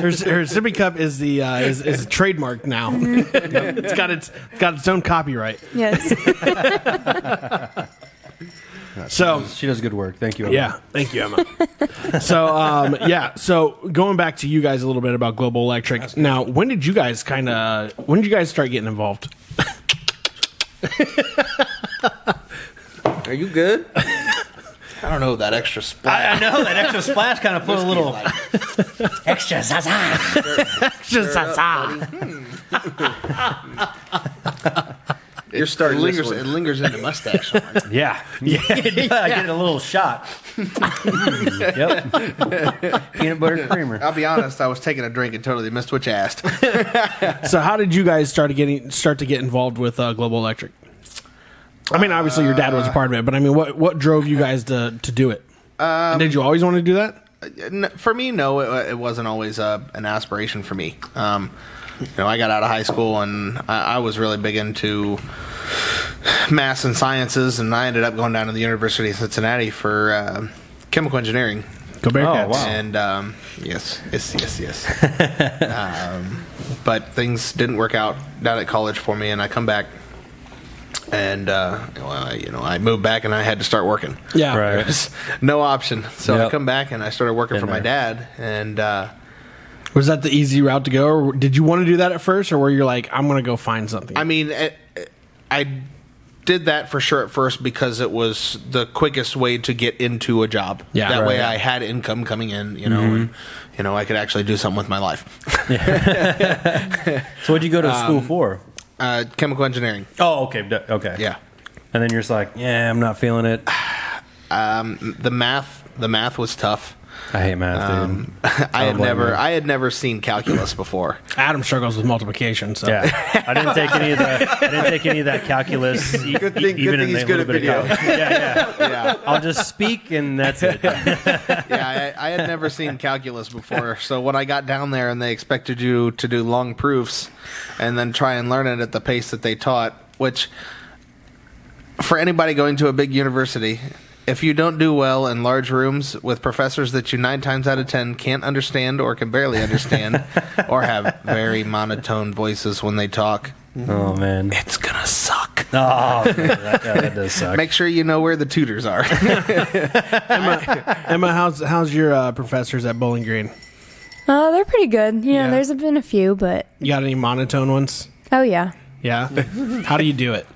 A: her sippy cup is the uh, is, is trademarked
B: <laughs>
A: now. <laughs> it's got its got its own copyright.
E: <laughs> Yes.
A: So
B: She does good work. Thank you. Emma.
A: Yeah, thank you, Emma. so, um, yeah, so going back to you guys a little bit about Global Electric. Now, when did you guys kind of when did you guys start getting involved?
C: Are you good?
D: <laughs> I don't know that extra splash.
B: I know Oh, that extra splash kind of put a little <laughs> extra zaza.
A: Just huzzah.
C: You're starting
D: it
C: this
D: lingers.
C: one.
D: It lingers in the <laughs> mustache.
B: Yeah, <laughs> yeah, I get a little shot. <laughs> yep, peanut butter creamer.
D: I'll be honest. I was taking a drink and totally missed what you asked.
A: So, how did you guys start getting start to get involved with uh, Global Electric? I mean, obviously your dad was a part of it, but I mean, what what drove you guys to to do it?
B: Um,
A: And did you always want to do that?
D: N- for me, no, it, it wasn't always uh, an aspiration for me. Um, you know, I got out of high school and I, I was really big into math and sciences, and I ended up going down to the University of Cincinnati for uh, chemical engineering.
A: Go Bearcats!
B: Oh, wow.
D: And um, yes, yes, yes, yes. um, but things didn't work out down at college for me, and I come back, and uh, well, I, you know, I moved back, and I had to start working.
A: Yeah,
B: Right.
D: There was no option. So I
B: Yep.
D: come back and I started working
B: Been
D: for my
B: there.
D: dad, and uh,
A: Was that the easy route to go, or did you want to do that at first, or were you like, I'm gonna go find something?
D: I mean, it, it- I did that for sure at first because it was the quickest way to get into a job.
A: Yeah.
D: that
A: Right.
D: way I had income coming in. You
B: Mm-hmm.
D: know, and, you know, I could actually do something with my life. <laughs>
B: So, what'd you go to school for?
D: Uh, chemical engineering.
B: Um, Oh, okay, d- okay,
D: Yeah.
B: And then you're just like, yeah, I'm not feeling
D: <sighs>
B: it.
D: the math the math was tough.
B: I hate math, dude.
D: Um, <laughs> I
B: don't
D: had
B: blame
D: never
B: you.
D: I had never seen calculus before.
A: Adam struggles with multiplication, so
B: Yeah, I didn't take any of the. I didn't take any of that calculus. e-
C: Good
B: e-
C: thing- good
B: even in
C: thing he's
B: a
C: good
B: little
C: at
B: bit of college. yeah, yeah.
D: Yeah,
B: I'll just speak and that's it.
D: yeah. I, I had never seen calculus before. So when I got down there and they expected you to do long proofs, and then try and learn it at the pace that they taught, which for anybody going to a big university. If you don't do well in large rooms with professors that you nine times out of ten can't understand or can barely understand, or have very monotone voices when they talk,
B: Oh man.
D: it's gonna suck.
B: Oh, man, that, yeah, that does suck.
D: Make sure you know where the tutors are.
A: Emma, how's how's your uh, professors at Bowling Green?
E: Oh, they're pretty good. You know,
A: Yeah.
E: there's been a few, but
A: You got any monotone ones?
E: oh yeah,
A: Yeah. How do you do it?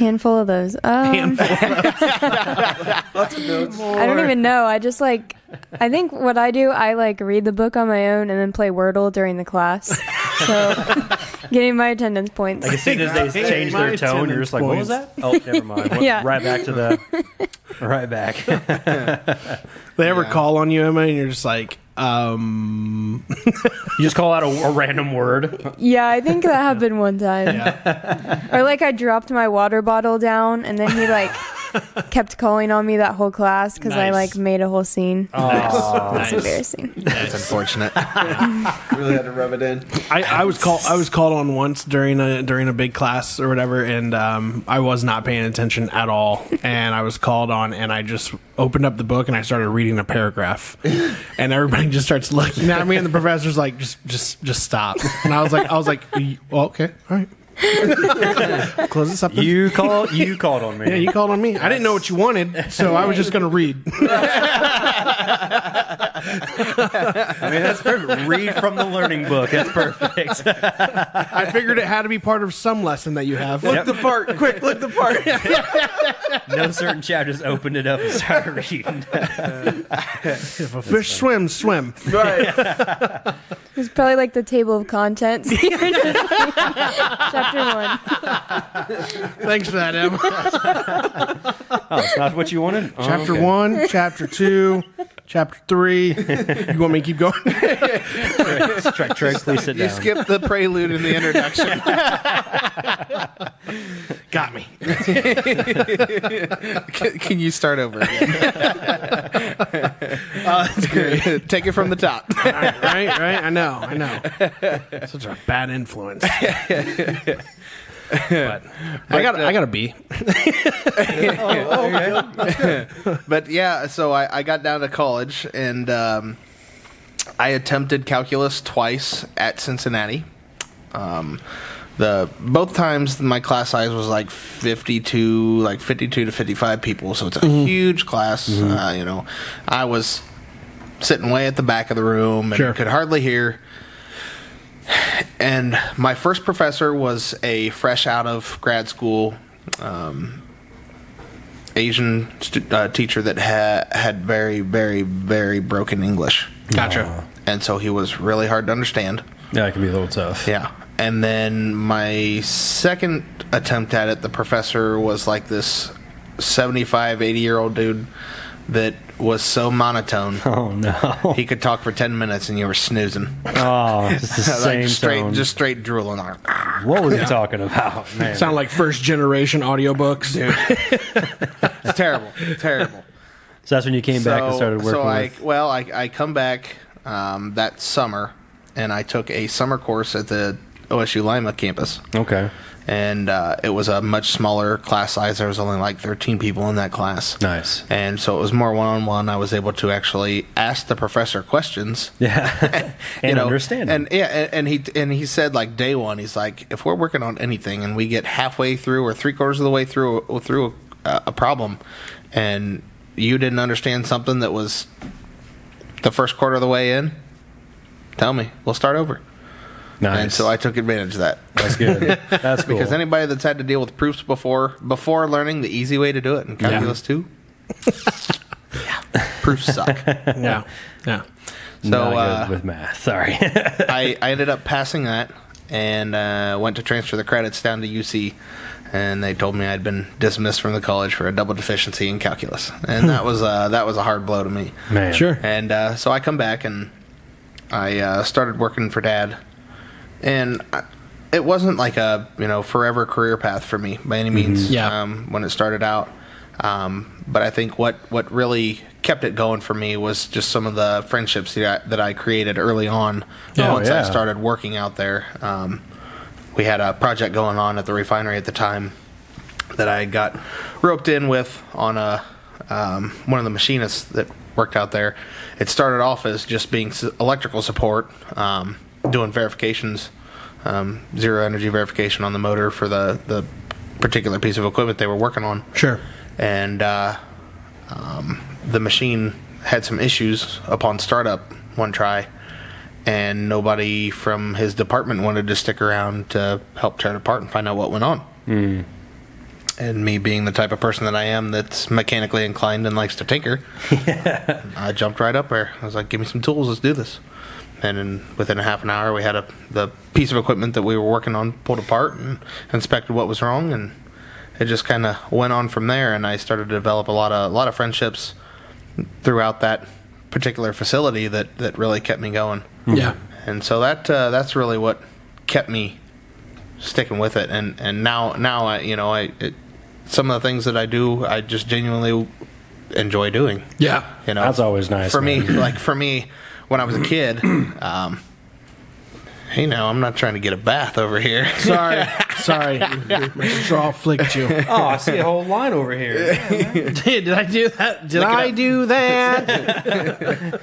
E: handful of those. Um, <laughs> I don't even know. I just like. I think what I do, I like read the book on my own and then play Wordle during the class. So, <laughs> getting my attendance points.
B: As soon as they change
A: My
B: their tone, you're just like, what was that?
A: attendance
B: Oh, never mind. Went
E: Yeah.
B: Right back to the. <laughs> Right back.
A: They ever call on you, Emma, and you're just like, um,
B: You just call out a, a random word.
E: Yeah, I think that happened one time. Or like I dropped my water bottle down and then he like kept calling on me that whole class because I
A: Nice.
E: like made a whole scene.
A: nice.
E: It's embarrassing.
D: That's unfortunate.
C: <laughs> really had to rub it in.
A: I, I was called I was called on once during a during a big class or whatever, and um, I was not paying attention at all, and I was called on, and I just opened up the book and I started reading a paragraph, and everybody just starts looking at me, and the professor's like, just just just stop, and I was like I was like, "Y- well, okay, all right. Close this up. then.
B: You called. You called on me.
A: yeah, you called on me. I didn't know what you wanted, so I was just going to read.
B: I mean, that's perfect. Read from the learning book. That's perfect.
A: I figured it had to be part of some lesson that you have.
C: Look the part, quick! Look the part.
B: no certain chapter. Just opened it up and started reading.
A: If a fish swims, swim.
C: right.
E: It's probably like the table
A: <laughs>
E: of contents. Chapter one.
A: Thanks for that, Em.
B: Oh, it's not what you wanted. Oh,
A: chapter
B: okay.
A: one, chapter two, chapter three. You want me to keep going?
B: Trey, Trey, please sit
D: You
B: down.
D: skipped the prelude in the introduction.
A: Got me.
D: can, can you start over? <laughs> Again? Uh, <laughs> Take it from the top.
A: right, right, right. I know, I know. Such a bad influence. but I got, I got a B.
D: but yeah, so I, I got down to college and um, I attempted calculus twice at Cincinnati. Um, the both times my class size was like fifty two, like fifty two to fifty five people, so it's a huge class. Uh, you know, I was sitting way at the back of the room and
A: Sure.
D: could hardly hear. And my first professor was a fresh out of grad school um, Asian stu- uh, teacher that ha- had very, very, very broken English.
A: Gotcha.
D: And so he was really hard to understand.
B: Yeah, it can be a little tough.
D: Yeah. And then my second attempt at it, the professor was like this 75, 80 year old dude that was so monotone.
B: <laughs> Oh
D: <laughs>
B: no.
D: He could talk for 10 minutes and you were snoozing. <laughs>
B: Oh, it's the same
D: like straight,
B: tone.
D: just straight drooling on.
B: what
D: <laughs>
B: was he talking about, man?
A: Sound like first generation audiobooks.
B: <laughs>
D: It's terrible. terrible.
B: So that's when you came back and started working
D: So I,
B: with.
D: well, I, I come back um, that summer, and I took a summer course at the OSU Lima campus, <laughs>
B: Okay.
D: and uh, it was a much smaller class size. There was only like 13 people in that class.
B: Nice.
D: And so it was more one on one. I was able to actually ask the professor questions.
B: Yeah.
D: you
B: and
D: know,
B: understanding.
D: And yeah, and, and he and he said like day one, he's like, if we're working on anything and we get halfway through or three quarters of the way through or through a, a problem, and you didn't understand something that was the first quarter of the way in, tell me. We'll start over.
B: nice.
D: And so I took advantage of that.
B: that's good. That's cool.
D: <laughs> Because anybody that's had to deal with proofs before before learning the easy way to do it in calculus two, yeah, proofs suck.
B: <laughs>
A: Yeah, yeah.
D: So
B: Not good
D: uh,
B: with math.
D: <laughs>
B: Sorry.
D: I, I ended up passing that and uh, went to transfer the credits down to UC. And they told me I'd been dismissed from the college for a double deficiency in calculus,
B: <laughs>
D: and that was uh, that was a hard blow to me.
B: man.
A: Sure.
D: And uh, so I come back and I uh, started working for Dad, and I, it wasn't like a you know forever career path for me by any means.
A: Mm-hmm. Yeah.
D: Um, when it started out, um, but I think what what really kept it going for me was just some of the friendships that I, that I created early on.
B: Yeah.
D: once
B: Oh, yeah.
D: I started working out there, um, we had a project going on at the refinery at the time that I got roped in with on a um, one of the machinists that worked out there. It started off as just being s- electrical support, um, doing verifications, um, zero energy verification on the motor for the the particular piece of equipment they were working on.
A: Sure.
D: And uh, um, the machine had some issues upon startup one try. And nobody from his department wanted to stick around to help tear it apart and find out what went on and me being the type of person that I am that's mechanically inclined and likes to tinker, I jumped right up there. I was like, give me some tools, let's do this. And in, within a half an hour, we had a, the piece of equipment that we were working on pulled apart and inspected what was wrong. And it just kind of went on from there. And I started to develop a lot of, a lot of friendships throughout that particular facility that, that really kept me going
A: Yeah.
D: and so that uh, that's really what kept me sticking with it and and now now I you know I it, some of the things that I do I just genuinely enjoy doing
A: Yeah.
D: you know
B: That's always nice,
D: for me
B: man.
D: <laughs> like for me when I was a
B: <clears throat>
D: kid um hey now I'm not trying to get a bath
B: <laughs>
D: over here
A: Sorry. Sorry. My straw flicked you.
B: Oh, I see a whole line over here.
A: <laughs> Did, did I do that? Did I do that?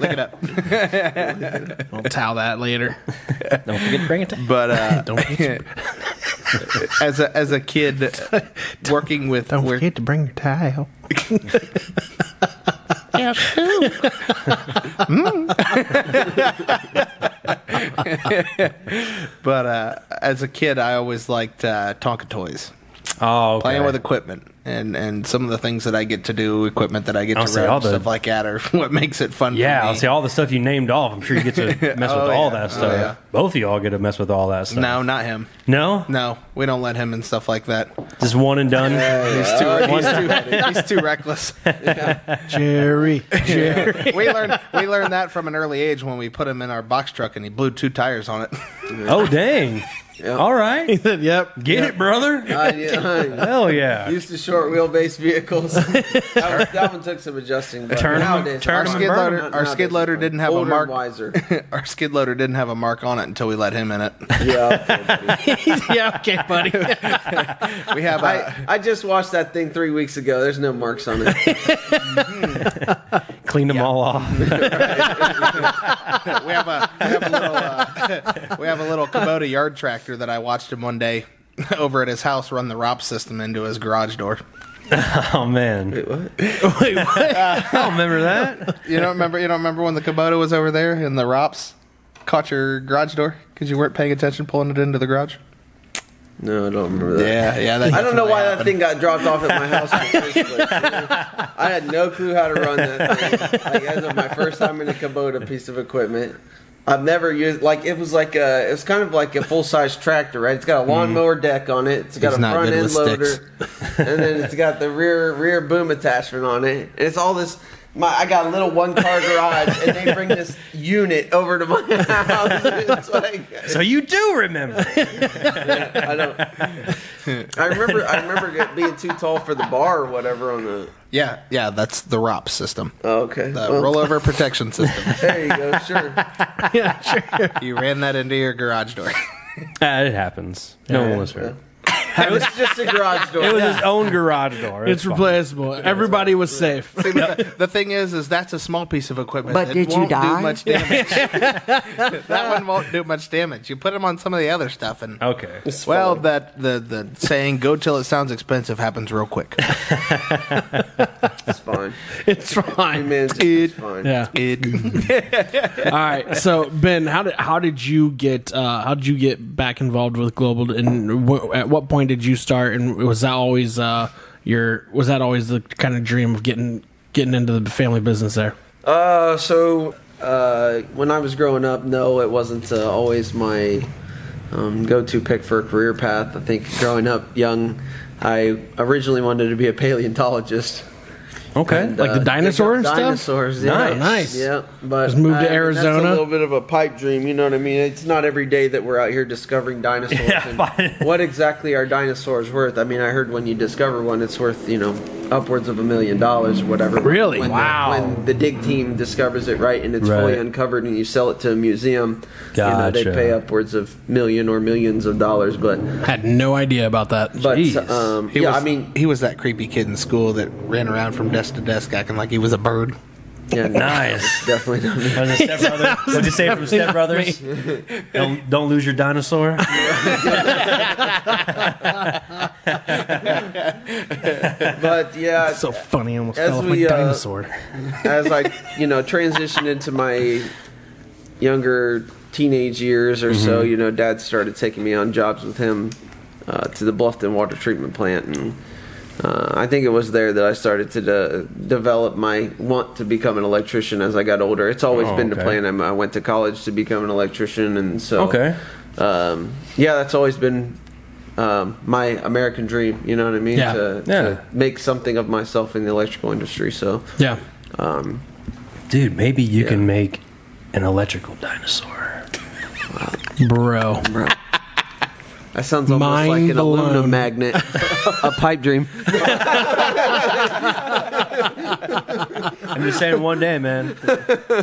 D: <laughs> look it up
A: I'll towel that later.
B: <laughs> Don't forget to bring it. To-
D: but uh
A: Don't.
D: <laughs> as a as
B: <laughs>
D: a kid working with
A: Don't
D: where-
A: forget to bring your towel.
D: <laughs> but uh, as a kid I always liked uh, Tonka toys.
B: Oh, okay.
D: Playing <laughs> with equipment and and some of the things that I get to do, equipment that I get
B: I'll see
D: to
B: all
D: run,
B: the-
D: stuff like that, are <laughs> what makes it fun.
B: Yeah,
D: for
B: I'll
D: me.
B: see all the stuff you named off. I'm sure you
D: <laughs>
B: get to mess
D: Oh,
B: with all
D: yeah.
B: that
D: Oh,
B: stuff.
D: yeah.
B: Both of y'all get to mess with all that stuff.
D: No, not him.
B: No?
D: No, we don't let him and stuff like that.
B: Just one and done?
D: He's too, he's
B: <laughs>
D: too, he's too reckless.
A: Jerry. Jerry.
D: We learned we learned that from an early age when we put him in our box truck and he blew two tires on it. <laughs>
B: Oh, dang. All right.
A: <laughs> yep. <laughs>
B: Get it, brother.
C: I, yeah,
B: Hell
C: I
B: yeah.
C: used to short
B: <laughs>
C: wheelbase vehicles. that, was, that one took some adjusting. But
B: Turn 'em-
C: nowadays,
B: turn
D: Our
B: 'em and
D: skid
B: burn 'em.
D: loader,
C: Not
D: our
C: nowadays,
D: skid loader
C: it's
D: didn't have a
C: older
D: mark.
C: and <laughs> wiser.
D: our skid loader didn't have a mark on it until we let him in it.
C: yeah.
A: yeah, okay, buddy.
D: We have a,
C: I, I just watched that thing three weeks ago. There's no marks on
B: <laughs>
C: it.
B: Clean them all off.
D: we have a we have a little
C: <laughs>
D: uh, we have a little Kubota yard tractor that I watched him one day <laughs> over at his house run the ROP system into his garage door.
B: <laughs> Oh, man.
C: Wait,
B: <laughs>
C: what?
A: Wait, what?
B: I don't remember that.
D: You don't remember? You don't remember when the Kubota was over there and the ROPS caught your garage door because you weren't paying attention pulling it into the garage?
C: No, I don't remember that.
D: Yeah, yeah. That
C: I don't know
D: definitely
C: why
D: happened.
C: that thing
D: <laughs>
C: got dropped off at my house. on Facebook. <laughs> I had no clue how to run that thing. Like, that was my first time in a Kubota piece of equipment. I've never used like it was like a it was kind of like a full size tractor, right? It's got a lawnmower deck on it. It's got
D: He's
C: a
D: Mm-hmm. not
C: front
D: good
C: end
D: with
C: loader, and then it's got the rear rear boom attachment on it. And it's all this. My I got a little one car garage, and they bring this unit over to my <laughs> house. It's like
B: So you do <laughs> remember.
C: I don't. <laughs> I remember. I remember it being too tall for the bar or whatever on the.
D: Yeah, yeah. That's the ROPS system,
C: Oh, okay.
D: the
C: Well,
D: rollover protection system.
C: There you go. Sure.
D: you ran that into your garage
C: <laughs>
D: door.
B: Ah, it happens. No one was hurt.
C: it was just a garage door.
B: It was his own garage door.
A: It's
B: fine.
A: replaceable. Everybody was safe. <laughs>
D: See, but the, the thing is, is that's a small piece of equipment.
F: But
D: It
F: did you
D: won't
F: die?
D: Do much damage.
F: <laughs>
D: that one won't do much damage. You put them on some of the other stuff, and
B: Okay.
D: well, that the the saying "go till it sounds expensive" happens real quick.
C: It's fine.
A: It's fine.
C: Man, it's, it's fine.
A: Yeah.
C: <laughs>
D: It-
A: All right. So Ben, how did how did you get uh, how did you get back involved with Global? And wh- at what point did you start? And was that always uh, your was that always the kind of dream of getting getting into the family business there?
C: Uh, so uh, when I was growing up, no, it wasn't uh, always my um, go-to pick for a career path. I think growing up young, I originally wanted to be a paleontologist.
B: Okay.
A: Like the
C: pick up
A: dinosaur and stuff?
C: Uh, Dinosaurs, yeah.
A: Nice. Nice.
C: Yeah, but
A: Just moved to
C: I mean, that's
A: Arizona.
C: a little bit of a pipe dream, you know what I mean? It's not every day that we're out here discovering dinosaurs.
B: Yeah,
C: and
B: fine.
C: what exactly are dinosaurs worth? I mean, I heard when you discover one, it's worth you know upwards of a million dollars or whatever.
A: Really?
C: When the-
A: Wow.
C: when the dig team discovers it right and it's fully
B: Right.
C: uncovered and you sell it to a museum, you
B: Gotcha.
C: know, they pay upwards of million or millions of dollars. But
A: Had no idea about that.
C: but
B: Jeez.
C: um,
D: he
C: yeah,
D: was-
C: I mean,
D: he was that creepy kid in school that ran around from desk to desk acting like he was a bird.
A: <laughs>
C: yeah, <laughs>
B: Nice.
C: definitely not me.
B: That was a Step Brother. What'd you say from Step Brothers? Don't, don't lose your dinosaur.
A: <laughs>
C: But yeah,
A: so funny. I almost
C: As
A: fell off
C: we,
A: my
C: uh,
A: dinosaur.
C: <laughs> as I, you know, transitioned into my younger teenage years or so,
A: Mm-hmm.
C: you know, dad started taking me on jobs with him uh, to the Bluffton water treatment plant. And uh, I think it was there that I started to de- develop my want to become an electrician as I got older. It's always
B: Oh,
C: been the
B: okay.
C: plan. I'm, I went to college to become an electrician. And so,
B: Okay.
C: um, yeah, that's always been. Um, my American dream, you know what I mean?
A: Yeah.
C: To,
B: Yeah.
C: to make something of myself in the electrical industry. So,
A: yeah.
C: um,
B: Dude, maybe you can make an electrical dinosaur.
A: Bro.
C: That sounds almost
A: Mind
C: like an
A: blown.
C: aluminum magnet, a pipe dream.
B: I'm just saying one day,
C: <laughs>
B: man.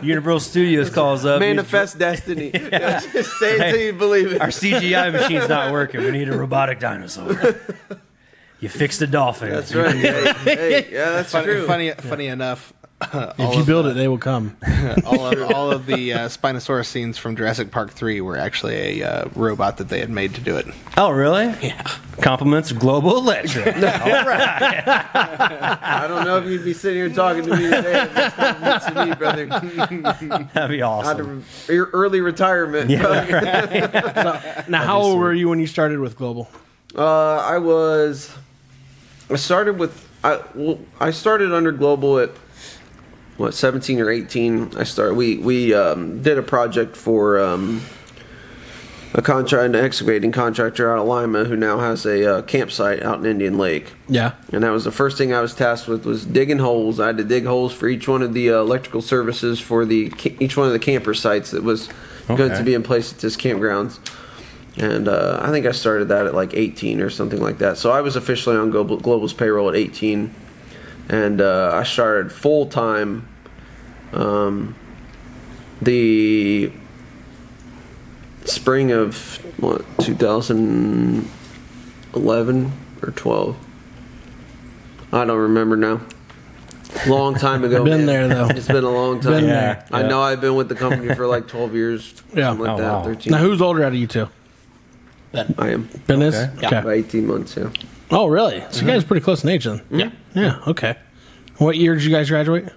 B: Universal Studios calls up.
C: Manifest destiny. <laughs> Just say it till you believe
B: Our
C: it. <laughs>
B: CGI machine's not working. We need a robotic dinosaur. You fixed a dolphin.
C: That's right. Hey, hey, yeah, that's
D: Funny,
C: true.
D: funny,
C: <laughs>
D: funny enough, all
A: if you
D: of
A: build
D: the-
A: it, they will come.
D: all of, all of the uh, Spinosaurus scenes from Jurassic Park 3 were actually a uh, robot that they had made to
C: <laughs>
D: do it.
B: Oh, really? Yeah. Compliments of Global Electric. <laughs>
C: I don't know if you'd be sitting here talking to me today. If this happened to me, brother.
B: <laughs> That'd be
C: Out of
B: awesome.
C: re- your early retirement. <laughs> brother.
A: Now, how old were you when you started with Global?
C: Uh, I was. I started with. I well, I started under Global at what seventeen or eighteen. I started. We we um, did a project for um, a contract an excavating contractor out of Lima who now has a uh, campsite out in Indian Lake.
A: Yeah.
C: And that was the first thing I was tasked with was digging holes. I had to dig holes for each one of the uh, electrical services for the ca- each one of the camper sites that was going
B: Okay.
C: to be in place at this campgrounds. And uh, I think I started that at like 18 or something like that. So I was officially on Global, Global's payroll at 18, and uh, I started full time. Um, the spring of what 2011 or 12. I don't remember now.
A: <laughs>
C: Long time ago.
A: Been
C: man.
A: there, though.
C: It's been a long time.
A: Been
B: there.
C: I
B: Yeah.
C: know I've been with the company for like
A: <laughs>
C: 12 years.
A: Yeah.
C: something like
B: Oh,
C: that.
B: wow.
C: 13.
A: Now, who's older out of you two?
C: I am
A: Ben is?
B: Okay.
A: Okay.
C: about 18 months. Yeah.
A: Oh, really? So you guys are pretty close in age then.
D: Yeah.
A: Yeah. Okay. What year did you guys graduate?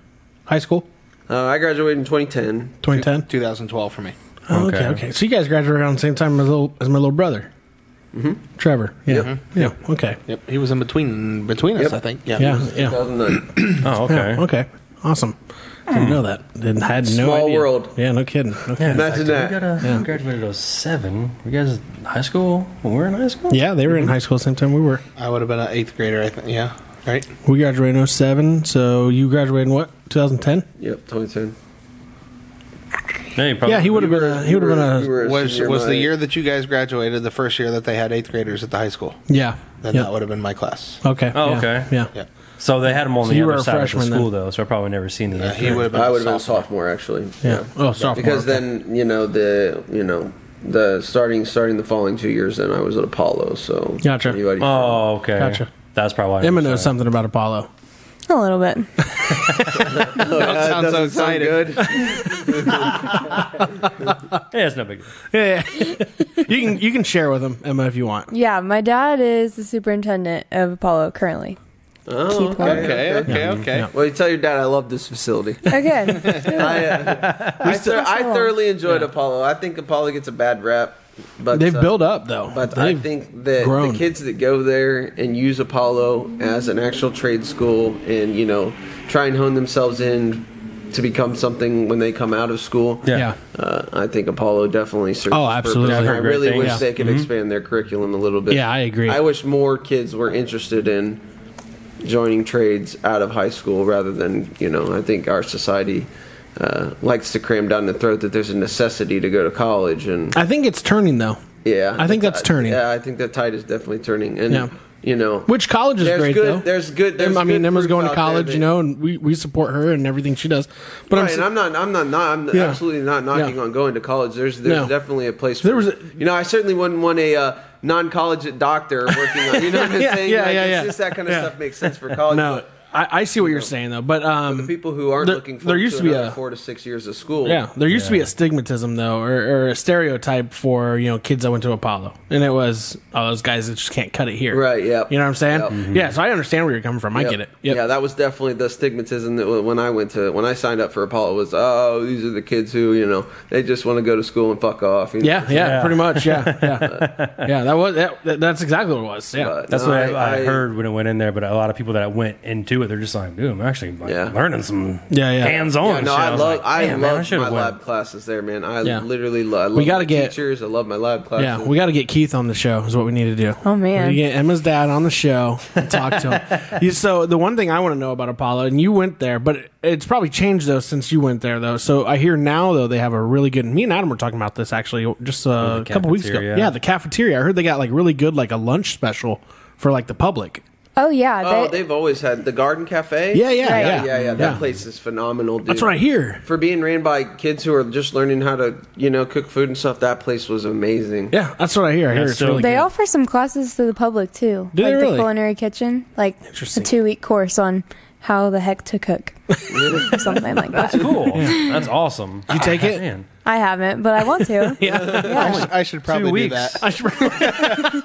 A: High school?
C: Uh, I graduated in 2010.
A: 2010.
D: 2012 for me.
A: Oh, okay.
B: Okay.
A: Okay. So you guys graduated around the same time as, little, as my little brother, mm-hmm. Trevor. Yeah.
C: Yep.
A: Yeah. Okay.
D: Yep. He was in between between us,
C: Yep.
D: I think. Yeah.
A: Yeah. Yeah.
C: 2009.
B: Oh, okay.
A: Yeah, Okay. Awesome. Didn't know that. Didn't had no
C: Small
A: idea.
C: world.
A: Yeah. No kidding. Okay.
B: Yeah,
C: Imagine
B: it's like, We
C: that.
B: got a, we graduated in 07. Were you guys in high school when we were in high school?
A: Yeah, they were in high school same time we were.
D: I would have been an eighth grader, I think. Yeah. Right?
A: We graduated in 07, so you graduated in what? 2010?
C: Yep, 2010.
B: Yeah, you probably,
A: Yeah, he would have
C: You
A: been
C: were-
A: a, he
C: you
A: would have been
C: were- you were
A: a
C: a
D: Was
C: senior
D: was
C: my-
D: the year that you guys graduated the first year that they had eighth graders at the high school?
A: yeah.
D: Then
A: yeah.
D: that would have been my class.
A: Okay.
B: Oh,
A: yeah,
B: okay.
A: Yeah.
D: Yeah.
B: So they had him on
A: So
B: the
A: you
B: other
A: were a
B: side
A: freshman
B: of the school,
A: then.
B: though, so I probably never seen the
D: Yeah,
B: next
D: he would have been.
C: I
D: a
C: would have been a
D: sophomore.
C: sophomore, actually.
A: Yeah. Oh, sophomore.
C: Because
A: okay.
C: then, you know, the, you know, the starting starting the following two years, then I was at Apollo, so.
A: Gotcha.
C: anybody-
B: Oh, okay.
A: Gotcha.
B: That's probably why. I
A: Emma
B: was
A: knows
B: saying.
A: something about
C: <laughs>
A: Apollo.
E: A little bit.
D: That sounds so
C: Doesn't sound
D: exciting.
C: good.
B: Yeah, it's no big deal.
A: Yeah. yeah. you can you can share with him Emma if you want.
E: Yeah, my dad is the superintendent of Apollo currently.
C: Oh,
E: Keep going.
C: okay.
D: Okay,
C: okay.
D: okay, okay.
A: Yeah.
C: Well, you tell your dad I love this facility. <laughs>
E: Okay.
C: I, uh, <laughs> I, thor- I
E: still-
C: thoroughly enjoyed Apollo. I think Apollo gets a bad rap, but
A: They've
C: uh,
A: built up though.
C: But I
A: They've
C: think that
A: grown.
C: the kids that go there and use Apollo as an actual trade school and you know try and hone themselves in to become something when they come out of school.
A: yeah.
C: Uh, I think Apollo definitely serves.
A: Oh,
C: its purpose,
A: absolutely.
C: and
A: I've
C: I
A: heard
B: great
C: really wish
A: things. Mm-hmm.
C: they could expand their curriculum a little bit.
A: Yeah, I agree.
C: I wish more kids were interested in joining trades out of high school rather than you know. I think our society uh, likes to cram down the throat that there's a necessity to go to college, and
A: I think it's turning though.
C: yeah, uh,
A: I think that's turning.
C: Yeah, I think that tide is definitely turning, and
A: Yeah.
C: you know,
A: Which college is
C: there's
A: great
C: good,
A: though.
C: There's good. There's
A: Emma- I mean,
C: good
A: Emma's
C: proof
A: going to
C: out there
A: college,
C: that-
A: you know, and we, we support her and everything she does. But I'm,
C: Right, and I'm not, I'm not, not I'm
A: Yeah.
C: absolutely not knocking
A: Yeah.
C: on going to college. There's, there's
A: No.
C: definitely a place. For,
A: There was a-
C: you know, I certainly wouldn't want a uh, non-college doctor working on. You know what
A: <laughs>
C: I'm
A: Yeah,
C: saying?
A: yeah,
C: like,
A: yeah,
C: it's
A: yeah.
C: just that kind of
A: Yeah.
C: stuff makes sense for college.
A: no.
C: but
A: I, I see what you're saying though, but um,
C: the people who aren't
A: there-
C: looking forward
A: there used
C: to,
A: to be
C: another
A: a
C: four to six years of school.
A: Yeah, there used to be a stigmatism though, or, or a stereotype for you know kids that went to Apollo, and it was oh those guys that just can't cut it here,
C: Right, yep.
A: You know what I'm saying?
C: Yep.
A: Yeah, so I understand where you're coming from. I
C: Yep.
A: get it. Yep.
C: Yeah, that was definitely the stigmatism that when I went to when I signed up for Apollo was oh these are the kids who you know they just want to go to school and fuck off. you know?
A: yeah, yeah,
B: Yeah.
A: pretty much. Yeah,
C: <laughs>
A: yeah, yeah. That was that, that's exactly what it was. Yeah,
C: But
B: That's
C: no,
B: what I, I, heard when it went in there, but a lot of people that went into it, they're just like, dude, I'm actually like,
C: Yeah.
B: learning some
A: Yeah, yeah.
B: hands-on
C: Yeah, no,
B: Oh, shit.
C: I,
B: was
C: love
B: like,
C: I
B: "Damn, man,
C: love
B: should've
C: my
B: went."
C: lab classes there, man. I
A: Yeah.
C: literally love. I love
A: We gotta
C: my
A: get-
C: teachers. I love my lab classes.
A: yeah. We got to get Keith on the show. Is what we need to do.
E: Oh, man.
A: we get Emma's dad on the show and talk to him. You- so the one thing I want to know about Apollo, and you went there, but it's probably changed though since you went there though. So I hear now though they have a really good. Me and Adam were talking about this actually just uh, a couple weeks ago.
B: cafeteria.
A: Yeah, the cafeteria. I heard they got like really good like a lunch special for like the public.
E: Oh yeah,
C: Oh,
E: they,
C: they've always had the Garden Cafe.
A: Yeah, yeah,
E: Right.
A: yeah,
C: yeah, yeah. That place is phenomenal, dude.
A: That's right here.
C: For being ran by kids who are just learning how to, you know, cook food and stuff, that place was amazing.
A: Yeah, that's what I hear. I hear
B: That's
A: it's
B: so-
A: really
E: they
A: good. <laughs>
E: offer some classes to the public too,
A: Do
E: like
A: they really?
E: the culinary kitchen, like a two-week course on how the heck to cook, or something like
A: <laughs>
E: that.
B: Cool. That's awesome.
A: you take it?
B: Man.
E: I haven't, but I
A: <laughs>
E: want to.
D: I should, I should
B: Two
D: probably do
B: weeks.
D: that.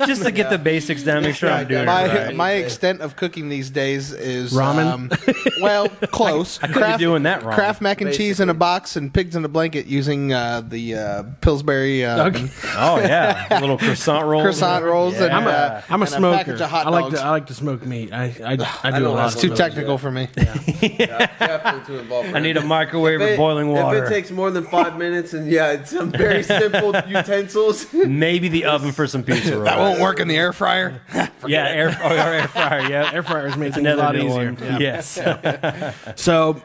B: Just to get the basics down, make sure I'm doing
D: my
B: it right.
D: my extent of cooking these days is
A: Ramen?
D: Um, well, close.
B: be doing that wrong,
D: Kraft mac and cheese in a box and pigs in a blanket using uh, the uh, Pillsbury uh,
B: oh yeah, <laughs> little croissant rolls.
D: croissant rolls. And,
A: I'm
D: uh,
A: a, I'm a
D: and
A: smoker.
D: package of hot
A: I like
D: dogs.
A: to I like to smoke meat. I I, I do a
C: don't
A: lot.
C: have
A: of
D: it's too
A: smoking.
D: technical for me.
C: Definitely too involved.
B: I need a microwave
C: If
B: with
C: it-
B: boiling water.
C: If it takes more than five minutes, and yeah, it's some very simple utensils.
B: Maybe the oven for some
A: <laughs>
B: pizza rolls.
D: That won't work in the air fryer.
B: yeah, air, oh, our air fryer. Yeah,
A: Air fryers make things a
B: another
A: lot
B: new
A: easier.
B: one. Yes.
A: So,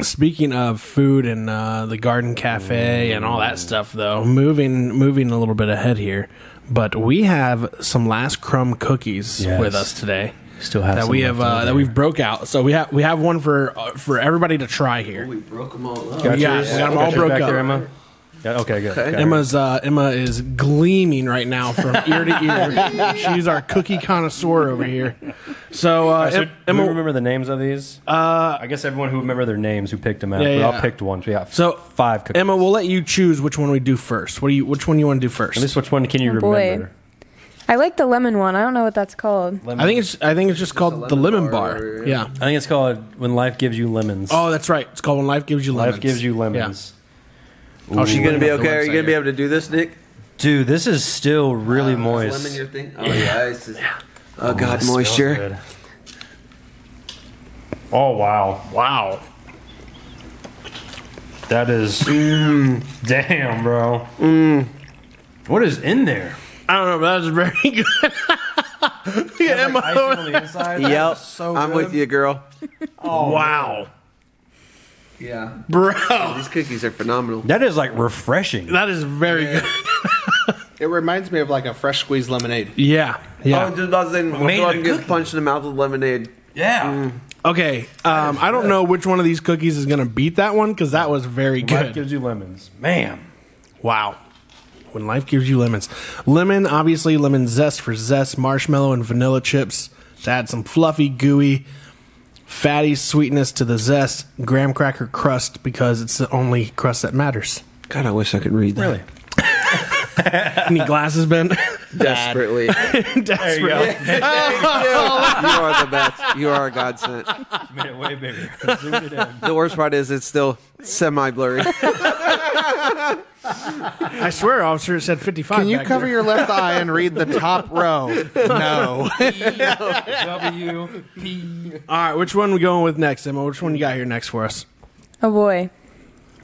A: speaking of food and uh, the garden cafe and all that stuff, though, moving moving a little bit ahead here, but we have some last crumb cookies
B: Yes.
A: with us today
B: Still have
A: that
B: some
A: we have
B: left
A: uh,
B: over.
A: that we've broke out. So we have we have one for uh, for everybody to try here.
C: we broke them all up.
B: Got
A: Yeah,
B: yours?
A: we got 'em all
B: yours
A: broke
B: back
A: up.
B: There, Emma? Yeah, okay, good. Got yours.
A: Emma's uh, Emma is gleaming right now
B: <laughs>
A: from ear to ear. She's our cookie connoisseur over here. So, uh,
B: So,
A: Em-
B: do we
A: Emma,
B: remember the names of these? Uh, I guess everyone who remember their names who picked them out.
A: Yeah,
B: we all
A: yeah.
B: picked one. So we got
A: So,
B: five cookies.
A: Emma, we'll let you choose which one we do first. What do you? Which one you want to do first?
B: At least which one can you
E: Oh, boy.
B: remember?
E: I like the lemon one. I don't know what that's called.
A: I think it's I think it's just called the
C: lemon
A: lemon
C: bar
A: bar.
C: or-
A: Yeah.
B: I think it's called When Life Gives You Lemons.
A: Oh, that's right. It's called When Life Gives You
B: Life
A: Lemons.
B: Gives You Lemons.
A: Yeah. Oh, she's
C: You gonna be okay? Are you gonna be able to do this, Nick?
B: Dude, this is still really
C: Uh,
B: moist.
C: Lemon, your thing. Oh yeah. it's just- Oh
B: That
C: god,
B: smells
C: moisture.
B: good. Oh wow, wow. That is Mm. damn, bro. Mm. What is in there?
A: I don't know, but that was very good. <laughs> yeah, Emma.
B: <laughs>
C: <laughs> Yep.
A: so
C: I'm with
A: good.
C: you, <laughs> girl.
A: wow,
C: Oh, Yeah.
A: bro,
C: These cookies are phenomenal.
B: That is like refreshing.
A: that is very good.
D: <laughs> It reminds me of like a fresh squeezed lemonade.
A: Yeah,
B: Oh,
C: I
A: yeah.
C: was just about to say, we'll
B: Made
C: go out
B: a
C: and get
B: cookie.
C: punched in the mouth with lemonade.
B: Yeah.
A: Okay, um, I don't know which one of these cookies is gonna beat that one because that was very
B: Life
A: good.
B: gives you lemons. Man.
A: Wow. When life gives you lemons, lemon obviously lemon zest for zest, marshmallow and vanilla chips to add some fluffy, gooey, fatty sweetness to the zest. Graham cracker crust because it's the only crust that matters.
C: God, I wish I could read that.
B: Really?
A: Any glasses, Ben?
C: <laughs> <laughs> Desperately. Thank
B: There you go.
C: you. you are the best. You are a godsend.
B: <laughs> Made it way bigger. Zoomed it in.
C: The worst part is it's still semi blurry.
A: I swear, officer, it said 55.
D: Can you
A: back
D: cover
A: there.
D: your left eye and read the
A: <laughs>
D: top row? No.
B: W P.
A: All right, which one we going with next, Emma? Which one you got here next for us?
E: Oh boy,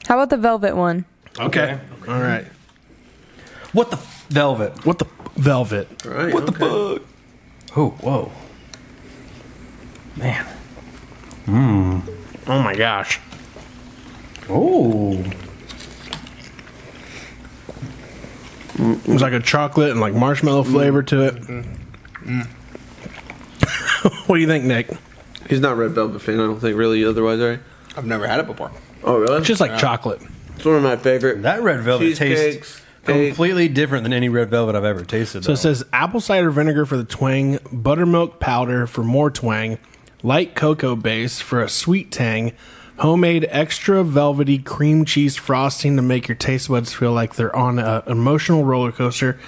E: how about the velvet one?
A: Okay. All right.
B: What the f- velvet?
A: What the f- velvet?
C: <laughs> Right,
B: What the
C: okay.
B: fuck? Oh, whoa. Man.
A: Oh my gosh.
B: Oh.
A: It was like a chocolate and like marshmallow flavor to it. <laughs> what do you think, Nick?
C: He's not Red Velvet fan, I don't think, really, otherwise, right?
D: I've never had it before.
C: Oh, really?
A: It's just like chocolate.
C: it's one of my favorite.
B: That red velvet tastes
C: Cheesecakes, cake.
B: completely different than any red velvet I've ever tasted.
A: So
B: though.
A: it says apple cider vinegar for the twang, buttermilk powder for more twang, light cocoa base for a sweet tang, homemade extra velvety cream cheese frosting to make your taste buds feel like they're on an emotional roller coaster.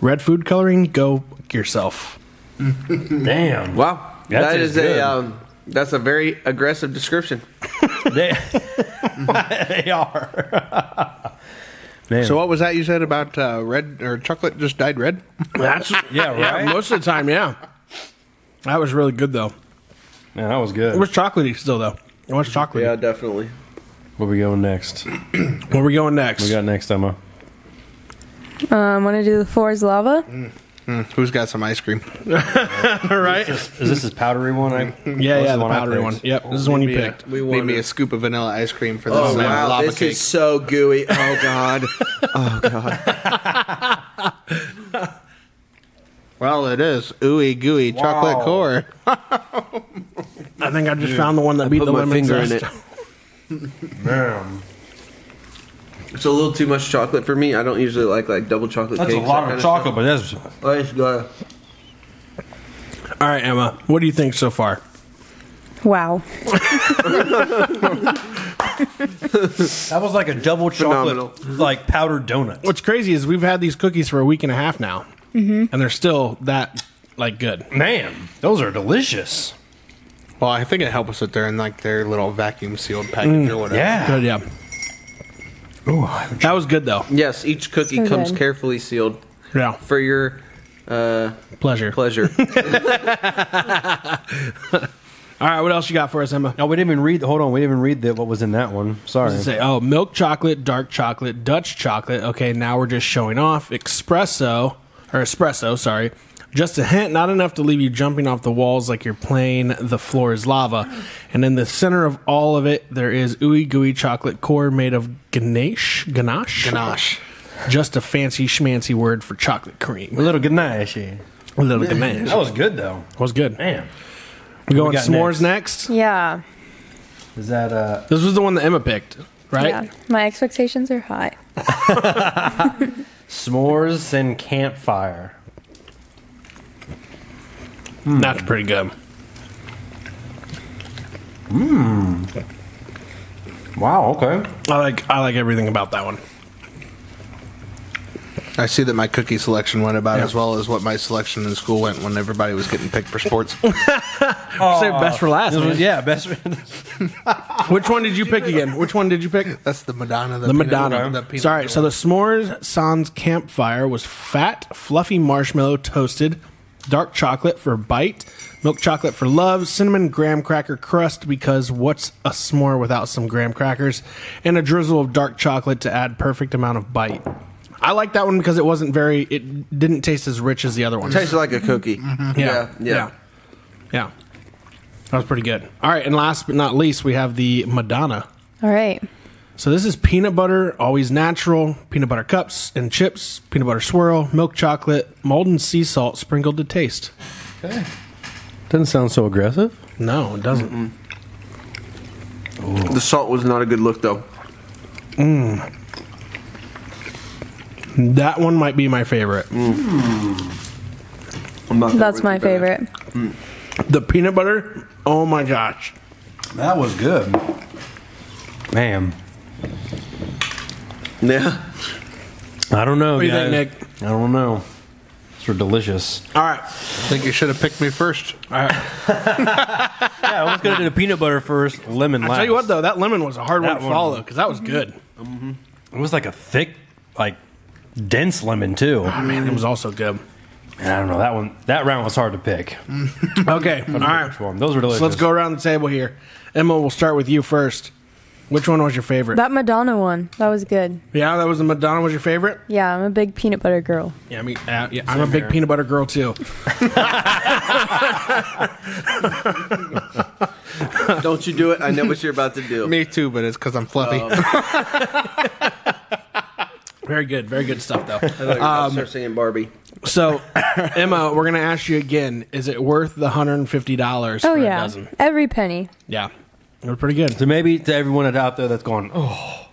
A: Red food coloring, go yourself.
B: damn.
C: Wow.
B: That
C: that
B: tastes
C: is
B: good.
C: a. Um, that's a very aggressive description.
A: <laughs>
B: They, <laughs> they are. <laughs> Man.
D: So what was that you said about uh, red or chocolate just dyed red?
A: That's
B: Yeah, right?
A: most of the time, yeah. That was really good though.
B: Man, that was good.
A: It was chocolatey still though. It was chocolatey.
C: Yeah, definitely.
B: Where we going next?
A: Where we going next?
B: We got next, Emma.
E: Um, want to do the fours lava?
D: <laughs>
A: Mm.
D: Who's got some ice cream?
A: All right.
B: Is this his powdery one?
A: <laughs>
B: I,
A: Yeah,
B: this
A: yeah,
B: is
A: the
B: I
A: powdery one.
B: picked.
A: Yep, this is the one you
D: Maybe
A: picked.
C: We
D: Made
C: want
D: me a scoop of vanilla ice cream for this
C: Oh
D: uh,
C: wow,
D: lava
C: this
D: cake.
C: is so gooey.
E: <laughs>
C: Oh god. oh god.
D: Well, it is ooey gooey chocolate core.
A: I think I just found the one that beat
C: Put
A: the
C: my
A: lemon
C: finger in
A: zest.
C: it. It's a little too much chocolate for me. I don't usually like like double chocolate
B: That's
C: cakes.
B: a lot of chocolate, but that's
A: All right, Emma, what do you think so far?
E: Wow.
B: that was like a double chocolate
C: Phenomenal.
B: like powdered donut.
A: What's crazy is we've had these cookies for a week and a half now, and they're still that like good.
B: Man, those are delicious.
D: Well, I think it helps that they're in like their little vacuum sealed package or whatever.
A: Good, Mm, yeah.
B: Ooh, I haven't Mm.
A: That was good though.
C: Yes, each cookie
E: So
C: comes
E: good.
C: carefully sealed
A: Yeah,
C: for your uh,
A: pleasure.
C: pleasure.
A: All right, what else you got for us, Emma?
B: No, we didn't even read. Hold on, we didn't even read that. What was in that one? Sorry.
A: Say, oh, milk chocolate, dark chocolate, Dutch chocolate. Okay, now we're just showing off. Espresso, or espresso, sorry. Just a hint, not enough to leave you jumping off the walls like you're playing the floor is lava. And in the center of all of it, there is ooey gooey chocolate core made of ganache. Ganache?
D: Ganache.
A: Just a fancy schmancy word for chocolate cream.
B: A little good night, actually.
A: A little ganache.
B: That was good though.
A: was good.
B: Oh. Man,
A: We're going
B: we got
A: s'mores next.
E: Yeah.
B: is that uh?
A: This was the one that Emma picked, right?
E: Yeah. My expectations are high.
B: S'mores and campfire. Hmm.
A: That's pretty good.
B: Wow. Okay.
A: I like I like everything about that one.
D: I see that my cookie selection went about
A: Yeah.
D: as well as what my selection in school went when everybody was getting picked for <laughs> sports.
A: Save best for last.
B: Uh, This
A: man.
B: was, yeah, best. <laughs>
A: Which one did you pick again? Which one did you pick?
D: That's the Madonna.
A: The Madonna. Sorry, so the S'mores Sans Campfire was fat, fluffy marshmallow toasted, dark chocolate for bite, milk chocolate for love, cinnamon graham cracker crust because what's a s'more without some graham crackers, and a drizzle of dark chocolate to add perfect amount of bite. I like that one because it wasn't very. It didn't taste as rich as the other one.
C: Tastes like a cookie.
A: Yeah.
C: yeah. yeah.
A: Yeah. That was pretty good. All right. And last but not least, we have the Madonna.
E: All right.
A: So this is peanut butter, always natural, peanut butter cups and chips, peanut butter swirl, milk chocolate, molten sea salt sprinkled to taste.
B: Doesn't sound so aggressive.
A: No, it doesn't.
C: The salt was not a good look though.
A: That one might be my favorite.
C: I'm not gonna
E: That's
C: rate
E: my
C: it better.
E: favorite.
A: The peanut butter, oh my gosh.
B: That was good. Man,
C: Yeah. <laughs>
B: I don't know.
A: What do you
B: guys.
A: think, Nick?
B: I don't know. These were delicious.
A: All right.
D: I think you should have picked me first.
B: Yeah, I was gonna do the peanut butter first, lemon
A: I tell you what though, that lemon was a hard
B: That
A: one to
B: one.
A: follow because that was good.
B: It was like a thick, like dense lemon too.
A: Oh, man, it was also good.
B: Man, I don't know that one. That round was hard to pick.
A: Okay. Mm-hmm. All right.
B: Which one? Those were delicious.
A: So let's go around the table here. Emma, we'll start with you first. Which one was your favorite?
E: That Madonna one. That was good.
A: yeah, that was the Madonna was your favorite.
E: Yeah, I'm a big peanut butter girl.
A: Yeah, I mean, uh, yeah, I'm a big peanut butter girl too.
C: Don't you do it. I know what you're about to do.
D: <laughs> Me too, but it's because I'm fluffy.
A: Um,
D: <laughs>
A: Very good, very good stuff
C: I
A: though.
C: thought you were about to start singing Barbie.
A: So, <coughs> Emma, we're gonna ask you again: Is it worth the hundred and fifty dollars
E: Oh
A: for a
E: yeah.
A: dozen?
E: Every penny.
A: Yeah, they're pretty good.
B: So maybe to everyone out there that's going, oh,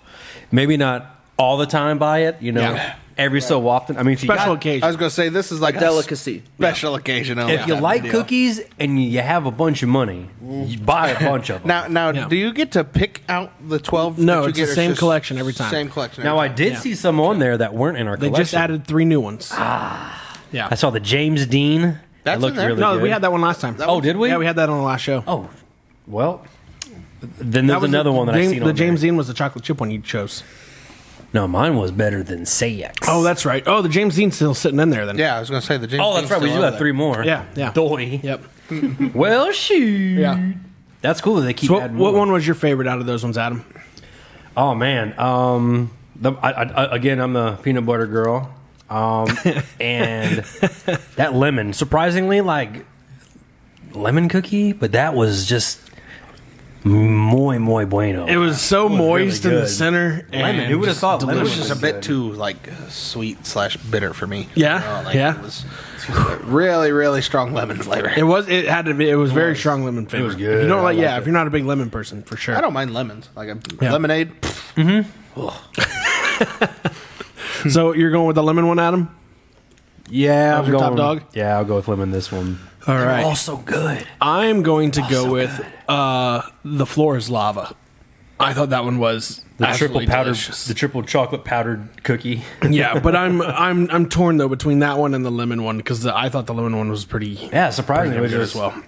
B: maybe not all the time buy it. You know,
A: Yeah.
B: every so often. I mean, if
A: Special
B: you got-
A: occasion.
D: I was going to say this is like a
C: Delicacy.
D: special occasion. only
B: if you
D: type of
B: like
D: deal.
B: cookies and you have a bunch of money, you buy a bunch
A: <laughs>
B: of them.
D: Now, now,
A: Yeah.
D: do you get to pick out the twelve?
A: No,
D: that you
A: it's
D: get,
A: the
D: or
A: same
D: just
A: collection every time.
D: Same collection.
B: Now I
D: every
B: did
A: Yeah.
B: see some on there that weren't in our
A: They
B: collection.
A: just added three new ones. Ah, yeah.
B: I saw the James Dean. That
D: That's in
B: looked
D: there.
B: really
A: no,
B: good.
A: we had that one last time.
B: Oh, did we?
A: Yeah, we had that on the last show.
B: Oh, well, then there's
A: that was
B: another
A: the,
B: one that
A: James,
B: I seen.
A: The
B: on
A: James
B: there.
A: Dean was the chocolate chip one you chose.
B: No, mine was better than Sayx.
A: Oh, that's right. Oh, the James Dean's still sitting in there then.
D: time. yeah, I was going to say the. James
B: oh, that's
D: Dean's
B: right. We
D: still
B: do
D: on
B: have
D: there.
B: three more.
A: Yeah, yeah.
B: Doy.
A: Yep.
B: Well, shoot.
A: Yeah.
B: That's cool that they keep
A: So what,
B: adding
A: what
B: more.
A: one was your favorite out of those ones, Adam?
B: Oh man. Um. The, I, I, I- again, I'm the peanut butter girl.
A: <laughs>
B: Um. and that lemon, surprisingly, like lemon cookie, but that was just muy muy bueno.
A: It was so
B: really
A: moist in the
B: good.
A: center.
B: Lemon.
A: and
B: Who would've
A: just
B: thought lemon
D: It
A: delicious.
D: was just a bit too like sweet uh, slash bitter for me.
A: Yeah,
D: You know, like,
A: yeah.
D: It was, Really, really strong lemon flavor.
A: It was. It had to be. It was very strong lemon flavor.
D: was
A: If
D: good.
A: you don't
D: I
A: like, yeah,
D: liked
A: if you're not a big lemon person, for sure.
D: I don't mind lemons. Like a
A: Yeah.
D: lemonade.
A: So you're going with the lemon one, Adam?
B: Yeah,
A: was your top dog?
B: Yeah, I'll go with lemon this one.
A: All right.
B: Also good.
A: I'm going to go with uh, the floor is lava. I thought that one was
B: The
A: absolutely
B: triple powdered,
A: delicious.
B: <laughs> the triple chocolate powdered cookie.
A: yeah, but I'm I'm I'm torn though between that one and the lemon one because I thought the lemon one was pretty.
B: Yeah, surprisingly,
A: pretty
B: it was
A: good
B: just
A: as well.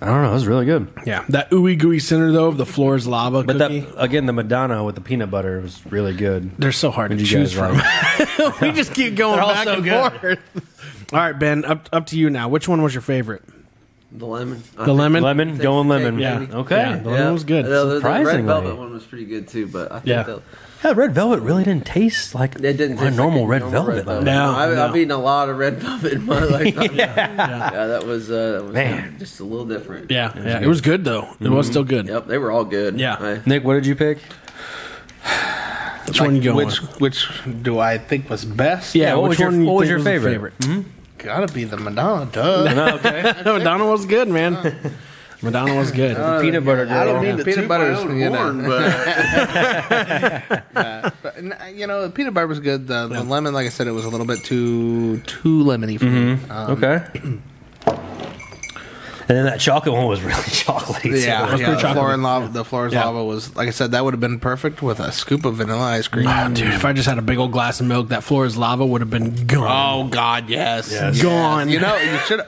B: I don't know. It was really good.
A: Yeah, that ooey gooey center though of the floor is lava
B: But
A: cookie. <laughs>
B: that again, the Madonna with the peanut butter was really good.
A: they're so hard to
B: You
A: choose
B: guys
A: from.
B: like-
A: we just keep going
B: They're all
A: back
B: so
A: and
B: good.
A: forth. All right, Ben, up up to you now. Which one was your favorite?
C: The lemon.
A: The lemon.
B: lemon, going lemon.
A: Yeah.
B: Okay.
A: Yeah, the lemon was good.
C: The, the
B: Surprisingly.
C: red velvet one was pretty good too, but I think
A: Yeah.
C: the,
B: Yeah, red velvet really didn't taste like
C: it didn't.
B: a
C: taste
B: normal
C: like a
B: red
C: normal
B: velvet. like
A: velvet.
B: that.
A: No,
C: I've,
A: no.
C: I've eaten a lot of red <laughs> velvet
A: <laughs>
C: in my lifetime. yeah.
A: Yeah.
C: that was, uh, that was
B: Man.
C: just a little different.
A: Yeah, yeah, it was good though. It was
B: Mm-hmm.
A: still good.
C: Yep, they were all good.
A: Yeah.
C: I-
B: Nick, what did you pick?
A: Which one you going?
D: which
A: with?
D: which do I think was best?
A: Yeah,
B: what
A: which
B: was your-
A: one you
B: what was
A: think
B: your
A: the
B: favorite?
D: gotta be the Madonna. Duh.
C: <laughs>
B: okay.
A: No, <laughs> Madonna was good, man. <laughs> Uh, Madonna was good.
B: peanut butter girl.
D: I don't mean the
C: Peanut
D: peanut butter.
C: butter's
D: You know,
C: horn, <laughs>
D: <laughs>
C: but
D: but, n- you know, the peanut butter was good. The, the lemon, like I said, it was a little bit too too lemony for
A: Mm-hmm.
D: me. Um,
B: okay. And then that chocolate one was really <laughs> chocolatey.
D: Yeah,
B: too.
D: yeah, the
A: chocolatey.
D: floor and lava. The floor and
A: Yeah.
D: lava was like I said. That would have been perfect with a scoop of vanilla ice cream.
A: Oh, dude, if I just had a big old glass of milk, that floor is lava would have been gone.
D: Oh God, yes,
B: Yes.
A: Gone.
D: You know, you should.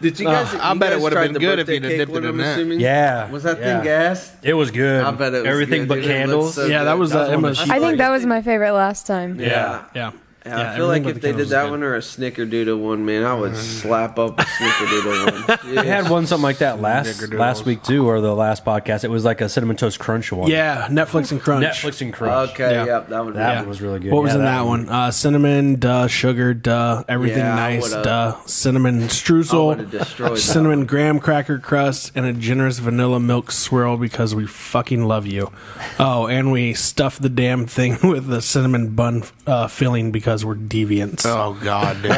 C: did you guys?
D: Uh, I
C: you
D: bet it
C: guys
D: would've
C: tried
D: been
C: the
D: good if
C: birthday
D: you'd have
C: cake
D: dipped it
C: one,
D: in
C: I'm
D: that.
C: assuming?
B: Yeah.
C: Was that
B: yeah.
C: thing gas?
B: It was good.
C: I bet it was
B: Everything
C: good,
B: but
C: dude. It looked
B: candles.
C: so
A: Yeah, that was,
C: good.
A: uh, Emma.
C: one of
A: she-
C: my
E: I think that was my favorite last time.
A: yeah, yeah.
C: Yeah, I
A: Yeah,
C: feel
A: everything
C: like
A: but
C: if
A: the
C: they
A: candles
C: did
A: is
C: that
A: good. Mm.
C: one or a snickerdoodle one, man, I would slap up a snickerdoodle
A: <laughs>
C: one.
B: I had one something like that last last week too, or the last podcast. It was like a cinnamon toast crunch one.
A: yeah, Netflix and Crunch.
B: Netflix and crunch.
C: Okay,
A: Yeah.
C: yep, that would be
B: That
A: Yeah.
B: one was really good.
A: What was
B: Yeah,
A: in
B: that
A: that, one?
B: one.
A: Uh, cinnamon, duh, sugar, duh, everything
C: Yeah, I
A: nice,
C: would've-
A: duh, cinnamon
C: I would've destroyed
A: streusel,
C: that
A: cinnamon graham cracker crust, and a generous vanilla milk swirl because we fucking love you. Oh, and we stuffed the damn thing <laughs> with the cinnamon bun uh, filling because we're deviants.
D: Oh God, dude.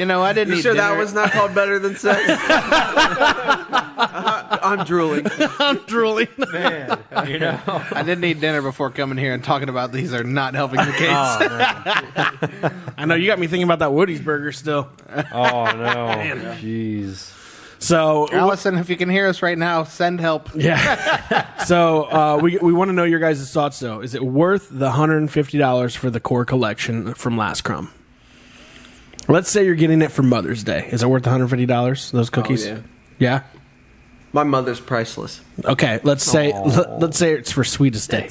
D: <laughs> you know, I didn't.
C: You
D: eat
C: sure that
D: dinner.
C: was not called better than sex? Uh-huh. I'm drooling.
A: drooling.
B: You know?
D: I didn't eat dinner before coming here and talking about these are not helping the case.
A: I know you got me thinking about that Woody's burger still.
B: Oh
C: <laughs>
B: no. Jeez.
A: So
D: Allison, if you can hear us right now, send help.
A: Yeah. so uh, we we want to know your guys' thoughts though. Is it worth the hundred and fifty dollars for the core collection from Last Crumb? Let's say you're getting it for Mother's Day. Is it worth one hundred fifty dollars? Those cookies?
C: Oh, yeah.
A: yeah.
C: My mother's priceless.
A: Okay. Let's say l- let's say it's for Sweetest
C: <laughs>
A: Day.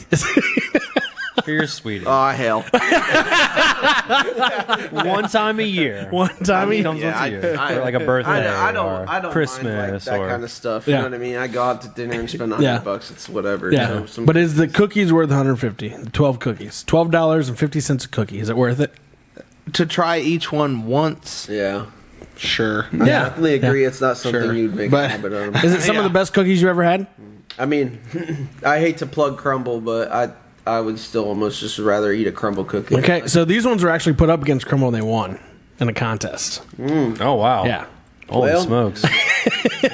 B: You're sweetie.
C: Oh hell!
B: one time a year.
A: One time a
B: It
A: year.
B: comes once
C: I-
B: a year.
C: I-
B: or like a birthday.
C: I, I
B: or
C: don't. I don't mind like,
B: Christmas
C: that
B: or
C: kind of stuff. You
A: Yeah.
C: know what I mean? I go out to dinner and spend a hundred
A: Yeah.
C: bucks. It's whatever. you
A: Yeah.
C: know, some-
A: but is the cookies worth one hundred fifty? The twelve cookies, twelve dollars and fifty cents a cookie. Is it worth it?
D: To try each one once,
C: yeah,
D: sure.
C: I definitely agree. It's not something
D: Sure.
C: you'd make
D: But-
C: a habit out of.
A: Is it some of the best cookies you ever had?
C: I mean, <clears throat> I hate to plug Crumble, but I I would still almost just rather eat a Crumble cookie.
A: Okay. So these ones were actually put up against Crumble and they won in a contest.
B: Oh wow.
A: Yeah.
B: Holy
C: Well- <laughs>
B: smokes.
C: <laughs>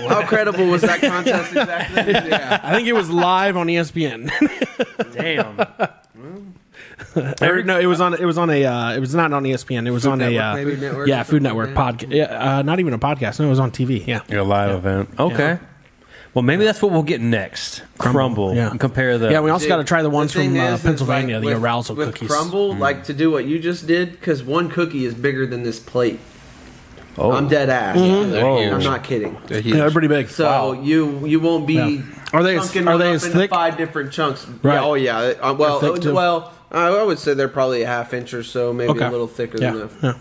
C: How credible was that contest exactly? yeah.
A: I think it was live on E <laughs> ESPN.
B: Damn.
A: Or, no, it was on. It was on a. Uh, it was not on ESPN. It was on
C: Network,
A: a. Uh,
C: maybe? Network
A: yeah,
C: or
A: Food
C: something
A: Network
C: like
A: podcast. Yeah, uh, not even a podcast. No, it was on TV. Yeah,
B: <laughs> Your live event. Okay. Well, maybe that's what we'll get next. Crumble.
A: Yeah,
B: And compare the.
A: Yeah, we also got to try the ones
C: thing
A: from
C: is,
A: uh,
C: is,
A: Pennsylvania,
C: like,
A: the
C: with-
A: arousal
C: with
A: cookies.
C: Crumble, like to do what you just did, because one cookie is bigger than this plate.
B: Oh.
C: I'm dead ass.
B: Whoa.
C: I'm not kidding.
A: Yeah, they're pretty Mm-hmm. big.
C: So you you won't be.
A: Yeah. Are they as-
C: chunking
A: are
C: one
A: they
C: up
A: as
C: into
A: thick?
C: Five different chunks.
A: Right.
C: Yeah, oh yeah. Uh, well,
A: They're thick, too.
C: well, I would say they're probably a half inch or so, maybe
A: Okay.
C: a little thicker
A: yeah.
C: than that.
A: yeah.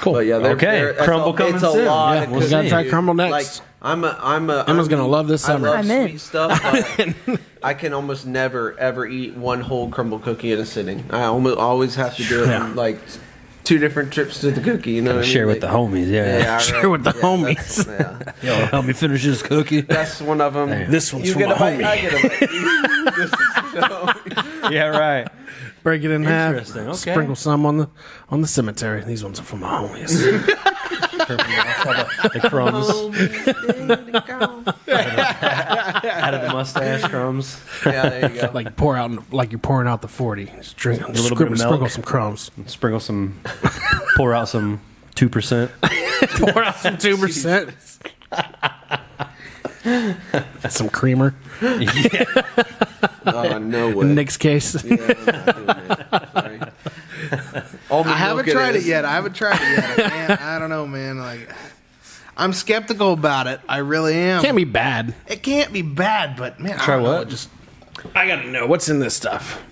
A: Cool.
C: But yeah, they're,
B: Okay,
C: they're, that's
B: crumble
C: a,
B: coming
C: it's a
B: soon.
C: Lot
B: Yeah,
C: of
A: we're gonna
C: cookies.
A: try crumble next.
C: Like, I'm a, I'm a,
A: Emma's
C: I'm-
A: gonna love this summer.
C: I love
E: I'm
C: sweet
E: in.
C: stuff.
A: <laughs>
C: But I can almost never ever eat one whole crumble cookie in a sitting. I almost always have to do it
A: Yeah.
C: on, like two different trips to the cookie. You know, what I mean?
B: Share with
C: Like,
B: the homies. Yeah. <laughs>
C: Yeah,
A: Share
C: right.
A: with the
C: Yeah,
A: homies.
C: that's- Yeah.
B: Yo, help me finish this
A: <laughs>
B: cookie.
C: That's one of them.
A: This one's
C: you
A: from
C: get
A: a
C: a bite,
A: homie.
C: I get a bite. This is- no.
B: yeah, right.
A: break it in half,
B: Interesting, okay.
A: sprinkle some on the on the cemetery. These ones are for my homies.
B: the crumbs out of the mustache crumbs.
C: yeah, there you go.
A: <laughs> like pour out, like you're pouring out the forty. Just drink, a
B: little bit of
A: sprinkle
B: milk.
A: some
C: <laughs>
A: crumbs.
B: Sprinkle some, pour out some two percent.
A: pour out some two percent. some creamer.
C: Oh no way.
A: In <laughs> Nick's case,
C: Yeah, I'm not doing it. Sorry. Almond
D: I haven't
C: milk
D: tried it
C: is.
D: yet. I haven't tried it yet. Man, I don't know, man. Like, I'm skeptical about it. I really am.
A: can't be bad.
D: it can't be bad, but man,
B: Try
D: I don't know.
B: what?
D: It Just
A: I gotta know what's in this stuff.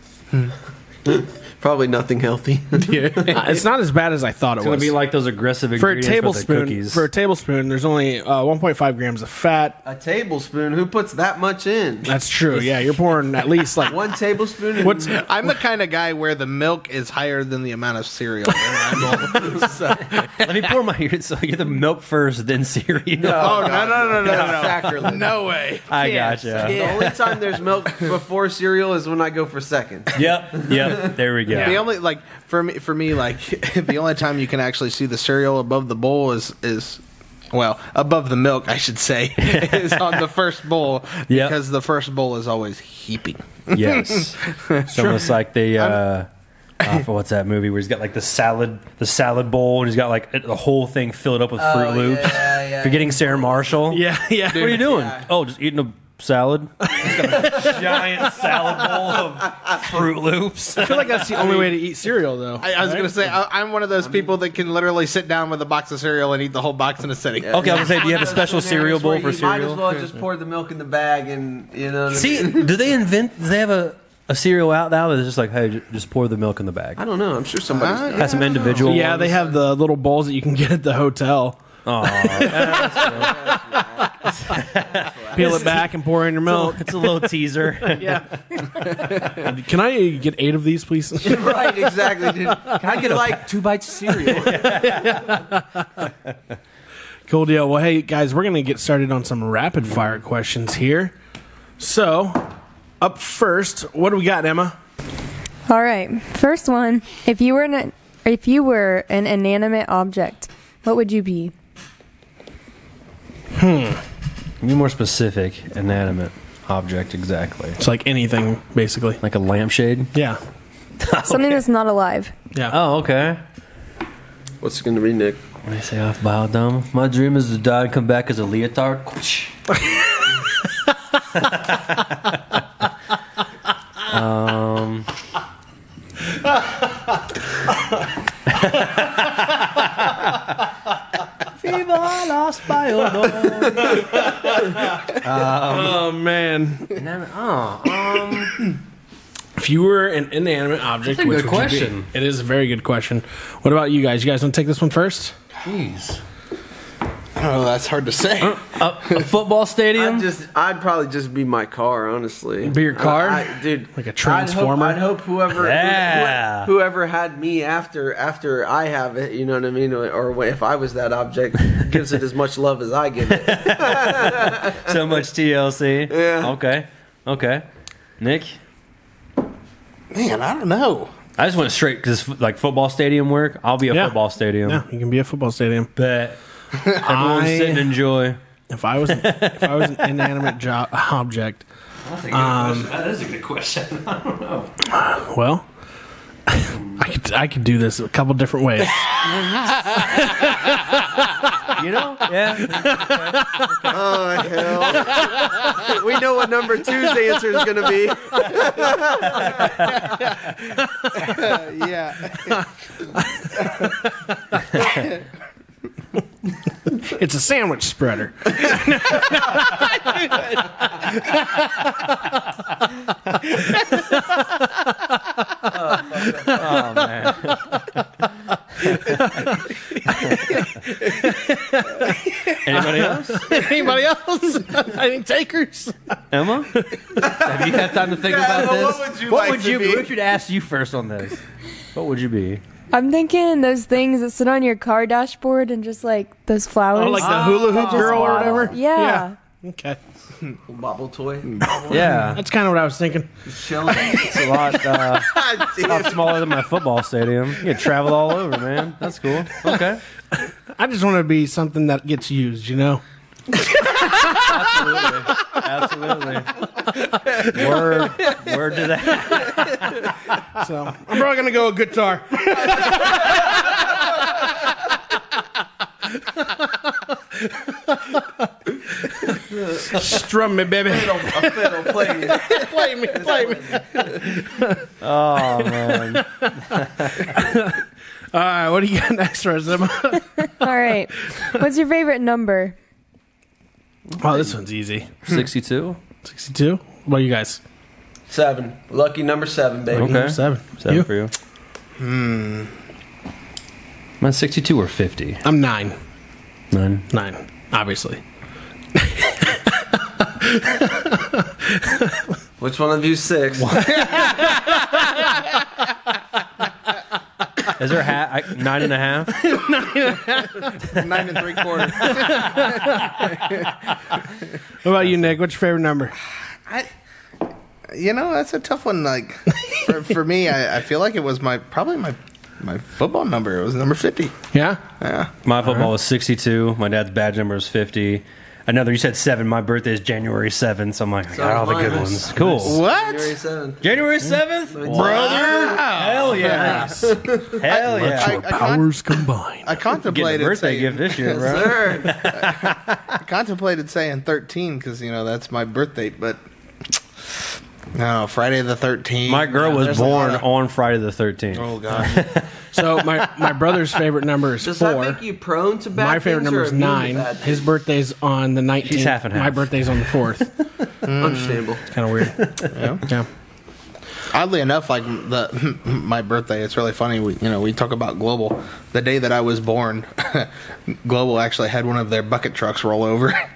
C: Probably
B: <laughs>
C: nothing healthy. <laughs>
A: Uh, it's not as bad as I thought it
B: It's gonna
A: was.
B: be like those aggressive
A: for a
B: ingredients with the
A: tablespoon,
B: cookies.
A: for a tablespoon, there's only uh, 1.5 grams of fat.
C: a tablespoon. Who puts that much in?
A: That's true. Yeah, you're pouring at least <laughs> like
C: One tablespoon.
A: <laughs>
C: And <laughs>
A: what's
D: I'm the kind of guy where the milk is higher than the amount of <laughs> cereal. Oh, in my bowl. So-
B: Let me pour my. <laughs> So you get the milk first, then cereal.
D: oh no no no no no!
C: Factor.
D: No way.
B: I
D: Can't.
B: gotcha.
C: The only time there's milk before cereal is when I go for seconds.
B: Yep, yep. There we go.
D: The only like for me for me like <laughs> the only time you can actually see the cereal above the bowl is is well above the milk I should say <laughs> is on the first bowl <laughs>
B: Yeah.
D: because the first bowl is always heaping.
B: <laughs> Yes. It's almost like the uh, uh, for what's that movie where he's got like the salad, the salad bowl, and he's got like the whole thing filled up with Fruit
C: Oh, yeah,
B: Loops.
C: yeah, yeah.
B: Forgetting Sarah Marshall.
A: yeah yeah.
B: What are you doing? Oh, just eating a salad. <laughs> He's got a giant salad bowl of Fruit Loops.
A: I feel like that's the only way to eat cereal though.
D: I, I was gonna say I, I'm one of those people that can literally sit down with a box of cereal and eat the whole box in a sitting.
B: Okay, I was gonna say, do you have a special cereal bowl for
C: you Might as
B: cereal?
C: well just pour the milk in the bag and you know. what I
B: See,
C: mean?
B: do they invent? Do they have a, a cereal out now that's just like, hey, ju- just pour the milk in the bag?
C: I don't know. I'm sure somebody's.
D: Uh,
C: done.
B: Has some individual.
A: yeah, they have the little bowls that you can <laughs> get at the hotel. <laughs> Peel it back and pour in your milk.
B: It's a little teaser.
A: <laughs> Can I get eight of these, <laughs> please?
C: <laughs> right, exactly, dude. Can I get like two bites of cereal?
A: Cool deal. Well, hey guys, we're gonna get started on some rapid fire questions here. So, up first, what do we got, Emma?
E: All right. First one. If you were an if you were an inanimate object, what would
A: <laughs>
E: you be?
B: Be more specific, inanimate object exactly.
A: It's like anything, basically.
B: Like a lampshade?
A: Yeah,
E: Something that's not alive.
A: yeah.
B: Oh, okay.
C: What's it gonna be, Nick?
B: What do you say off biodome? My dream is to die and come back as a leotard. <laughs> um. Fever lost biodome.
A: Oh man,
B: Oh,
A: if you were an inanimate object,
B: That's a
A: which
B: good
A: would you be?
B: question.
A: It is a very good question. What about you guys? You guys want to take this one first?
B: jeez.
D: Oh, that's hard to say.
B: A, a football stadium?
C: I'd just, I'd probably just be my car, honestly.
A: Be your car?
C: I, I- dude.
A: Like a transformer?
C: I'd hope, I'd hope whoever,
B: Yeah.
C: who- whoever had me after, after I have it, you know what I mean, or, or if I was that object, gives it as much love as I give it.
A: <laughs>
B: so much TLC.
C: Yeah.
B: Okay. Okay. Nick,
D: Man, I don't know.
B: I just went straight because like football stadium work. I'll be a
A: Yeah.
B: football stadium.
A: Yeah, you can be a football stadium. <laughs>
B: But everyone sit and
A: I,
B: enjoy.
A: if I was, an, if I was an inanimate jo- object,
B: that is a good question.
A: well, <laughs> I could, I could do this a couple different ways.
B: You know? Yeah.
C: Oh hell! we know what number two's answer is gonna be.
D: <laughs> Yeah,
A: It's a sandwich spreader.
B: Oh man. Anybody <laughs> else?
A: Anybody
B: <laughs>
A: else? Any takers?
B: Emma? <laughs> Have you had time to think
C: Uh,
B: about
D: but
B: this?
D: what would you like to be?
B: We should ask you first on this. What would you be?
E: I'm thinking those things that sit on your car dashboard and just like those flowers.
A: <laughs>
E: Ah.
A: Oh, like the hula hoop
E: Just
A: girl or
E: waddle.
A: whatever?
E: Yeah.
A: Okay.
C: Bobble toy.
B: Yeah,
A: That's kind of what I was thinking.
C: Shelly.
B: it's a lot, uh,
C: God
B: lot
C: damn.
B: smaller than my football stadium. You can travel all over, man. That's cool. Okay.
A: I just want to be something that gets used, you know?
B: Absolutely. Absolutely. <laughs> Word, word to that.
A: So I'm probably going to go with guitar. Strum me, baby.
C: A fiddle playing.
A: Play me, play me.
B: Oh, man.
A: All right, what do you got next, Resume?
E: All
A: <laughs>
E: right. What's your favorite number?
A: Oh, this one's easy.
B: 62?
A: 62? What about you guys?
C: Seven. Lucky number seven, baby.
B: Okay.
A: Seven.
B: Seven
A: You?
B: for you. Hmm. Mine's 62 or 50?
A: I'm nine.
B: None.
A: Nine, obviously.
C: Which one of you six?
B: Is there a half? I, nine and a half?
D: Nine and three quarters.
A: What about you, Nick? What's your favorite number?
D: I, you know, that's a tough one. Like for, for me, I, I feel like it was my probably my my football number. It was number fifty.
A: Yeah?
D: Yeah.
B: My football was 62. My dad's badge number is 50. Another, you said seven. My birthday is January 7th, so I'm like, I got all the good
C: mine.
B: ones. Cool.
C: January
D: What?
C: seventh.
B: January 7th?
A: Oh,
B: Hell yeah. Hell yeah.
D: I- I con-
A: combined.
D: I
B: Getting a
D: contemplated
B: birthday
D: saying,
B: gift this year, bro.
C: Sir.
D: I contemplated saying thirteen because you know that's my birthday, but no, Friday the thirteenth.
B: My girl was
D: There's a
B: born
D: lot of-
B: on Friday the 13th.
D: Oh god.
A: So my, my brother's favorite number is
C: Does that
A: four.
C: make you prone to bad
A: My favorite
C: things or
A: number is
C: immune to
A: nine.
C: bad things?
A: His birthday's on the nineteenth.
B: half and half.
A: My birthday's on the fourth.
B: <laughs>
A: Mm.
C: Understandable.
A: kind of weird.
D: Yeah.
A: Yeah.
D: Oddly enough, like the <laughs> my birthday, it's really funny. We you know we talk about global. The day that I was born, <laughs> global actually had one of their bucket trucks roll over. <laughs>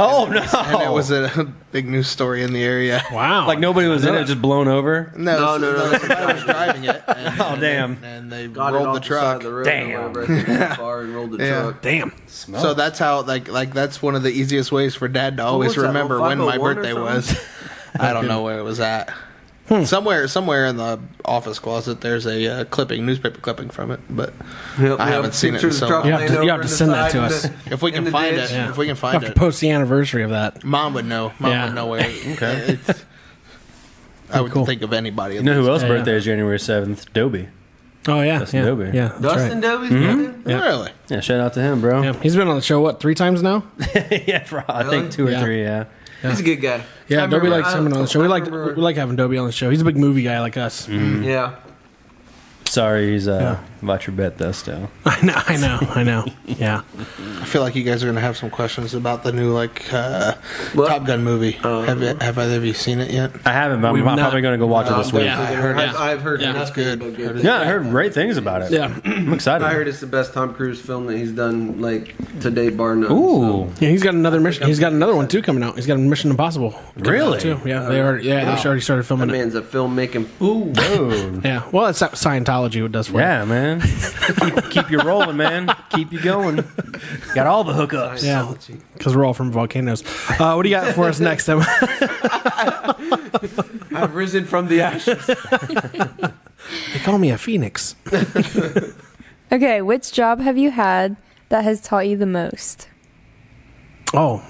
B: Oh, no.
D: And that was a big news story in the area.
A: Wow.
B: like nobody was in it, just blown over.
D: <laughs> No,
C: No, no, no, that's
D: I was driving it.
B: <laughs>
D: And,
B: Oh, damn.
D: and they
C: Got it
D: rolled
C: off
D: the
C: the side
D: truck.
C: of the road
B: Damn.
C: or whatever. hit
D: <laughs>
C: the car and rolled the
D: Yeah.
C: truck.
A: Damn.
D: So that's how like like that's one of the easiest ways for Dad to always
C: was that,
D: remember when my
C: 501 or
D: birthday
C: something?
D: was. <laughs> I don't know where it was at.
B: Hmm.
D: Somewhere, somewhere in the office closet, there's a uh, clipping, newspaper clipping from it. But
C: Yep,
D: I
C: yep.
D: haven't seen it
C: Picture
D: in
C: the
D: so
C: truck
D: long.
A: You have to-
C: laying
A: you have
C: over
A: to
C: in the
A: send that
C: side
A: to
C: of
A: us.
C: the-
D: if we
C: in
D: can
C: the
D: find
C: ditch.
D: it, if we can
A: I
D: find
A: have to
D: it,
A: post the anniversary of that.
D: Mom would know. Mom
A: Yeah.
D: would know where. <laughs> okay. I would
A: Cool.
D: think of anybody.
B: You know who else's
A: Yeah, yeah.
B: birthday is January 7th? Doby.
A: Oh yeah.
B: That's
A: yeah.
B: Adobe.
A: Yeah. that's
C: Dustin
A: right. Mm-hmm.
C: Doby's birthday?
A: Yeah.
D: Really?
B: Yeah, shout out to him, bro.
A: Yeah. He's been on the show what three times
C: <laughs>
A: now?
B: <laughs> yeah, bro. I
C: Really?
B: think two or
A: Yeah.
B: three, yeah.
C: He's a good guy.
A: Yeah,
C: I
A: Dobie
C: remember-
A: likes
C: I-
A: having him on the show. We
C: I
A: like
C: remember-
A: we like having Dobie on the show. He's a big movie guy like us.
B: Mm-hmm.
C: Yeah.
B: Sorry, he's uh, about your bet, though, still.
A: <laughs> I know, I know, I know. Yeah.
D: I feel like you guys are going to have some questions about the new like uh,
C: What?
D: Top Gun movie. have you, have either of you seen it yet?
B: I haven't, but I'm
A: We've
B: I'm
A: not-
B: probably going to go watch it this
C: I'm
B: week. Yeah.
C: definitely gonna-
A: heard
C: I've,
A: it.
C: I've heard
A: Yeah.
C: nothing
D: It's good.
C: but
D: Heard it's
C: things.
B: I heard great things about it.
A: Yeah.
B: <clears throat> I'm excited.
C: I heard it's the best Tom Cruise film that he's done, like to date, bar none.
B: Ooh.
A: Yeah, he's got another mission. He's got another one too coming out. He's got a Mission Impossible. coming out,
B: Really?
A: Too. Yeah, they already yeah, they already started
C: So,
A: filming
C: that
A: it.
C: man's a
A: <laughs>
C: filmmaking. Ooh,
B: Dude.
A: Yeah. Well, it's Scientology what it does for you.
B: Yeah, man. keep, keep you rolling, man. Keep you going. Got all the hookups.
A: Yeah, because we're all from volcanoes. Uh, what do you got
C: <laughs>
A: for us next time?
C: I've risen from the ashes.
A: they call me a phoenix.
E: Okay, which job have you had that has taught you the most?
A: Oh,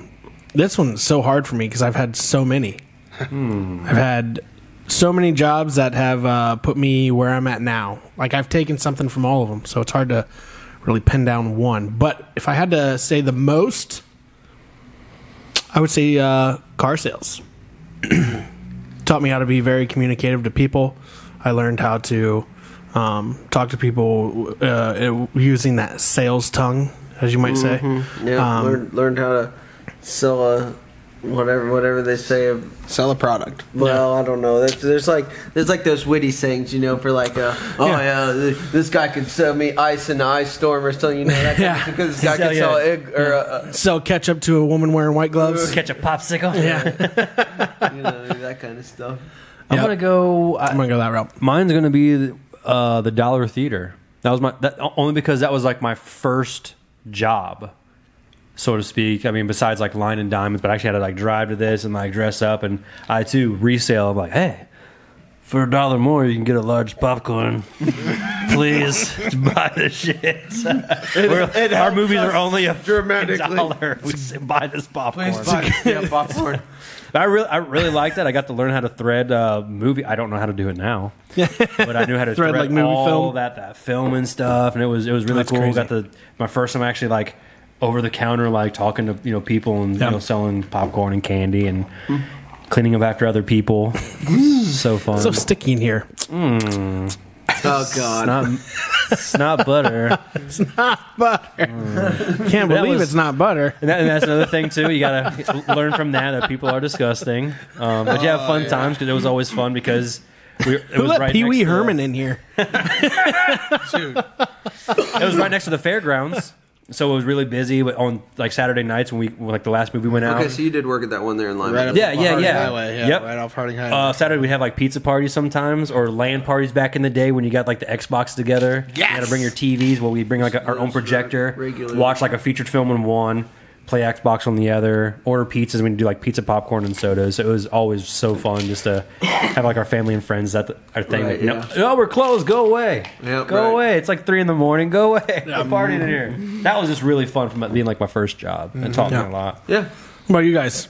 A: this one's so hard for me because I've had so many. I've had so many jobs that have uh, put me where I'm at now. Like I've taken something from all of them, so it's hard to really pin down one. But if I had to say the most, I would say uh, car sales. <clears throat> Taught me how to be very communicative to people. I learned how to um, talk to people uh, using that sales tongue, as you might say.
C: Yeah,
A: Um,
C: learned learned how to sell a whatever whatever they say. of-
D: Sell a product.
C: Well, I don't know. That's, there's like there's like those witty sayings, you know, for like, uh, oh yeah, th- this guy could sell me ice in the ice storm or something, you know, that
A: Yeah.
C: <laughs> because this guy
B: Sell
C: could
B: you-
C: sell egg or uh,
A: sell ketchup to a woman wearing white gloves.
B: Catch a popsicle. <laughs>
A: Yeah,
C: uh, you know <laughs> that kind of stuff.
B: I'm
A: Yep.
B: going to go. I-
A: I'm gonna go that route.
B: Mine's gonna be uh, the Dollar Theater. That was my that only because that was like my first job so to speak. I mean, besides like line and diamonds, but I actually had to like drive to this and like dress up. And I too resale. I'm like, hey, for a dollar more, you can get a large popcorn. <laughs> Please <laughs> buy this shit. We're-
C: it
B: our
C: helps
B: movies
C: us
B: are only a
C: dramatically.
B: dollar. We say, buy this popcorn.
C: damn popcorn.
B: I really, I really liked that. I got to learn how to thread uh, movie. I don't know how to do
A: <laughs>
B: it now, but I knew how to
A: Thread,
B: thread,
A: like, movie
B: all
A: film?
B: that that film and stuff, and it was it was really
A: That's
B: cool.
A: crazy.
B: Got the my first time actually like over the counter, like talking to you know people and
A: Yeah. Hmm.
B: you know selling popcorn and candy and cleaning up after
A: <laughs>
B: other people. so fun.
A: So sticky in
B: <laughs>
A: here.
C: Oh god.
B: not, it's not butter.
A: Can't
B: That
A: believe
B: was-
A: it's not butter.
B: And, that, and that's another thing too. You gotta learn from that that people are disgusting. Um, but you have fun times 'cause times because it was always fun because we, it
A: Who
B: was
A: let
B: right
A: Pee
B: next
A: Wee
B: to the-
A: Herman in here?
B: it was right next to the fairgrounds. So it was really busy but on like Saturday nights when we when, like the last movie went out.
C: Okay, so you did work at that one there in Lima.
D: Right up
B: Yeah,
D: off
B: yeah,
D: Harding
B: yeah.
D: Highway, yeah.
B: Yep.
D: Right off Harding Highway.
B: uh, Saturday we have like pizza parties sometimes or LAN parties back in the day when you got like the Xbox together. Yeah, You had to bring your TVs. Well, we bring like our own projector,
C: regular.
B: watch like a featured film on one, play Xbox on the other, order pizzas. We do like pizza, popcorn, and sodas. So it was always so fun just to have like our family and friends. That our thing.
C: Right,
B: no, no, we're closed. Go away.
C: Yep,
B: go
C: right.
B: away. It's like three in the morning. Go away. We're partying in here. That was just really fun from being like my first job. It taught
A: Yeah.
B: me a lot.
C: Yeah.
A: What about you guys?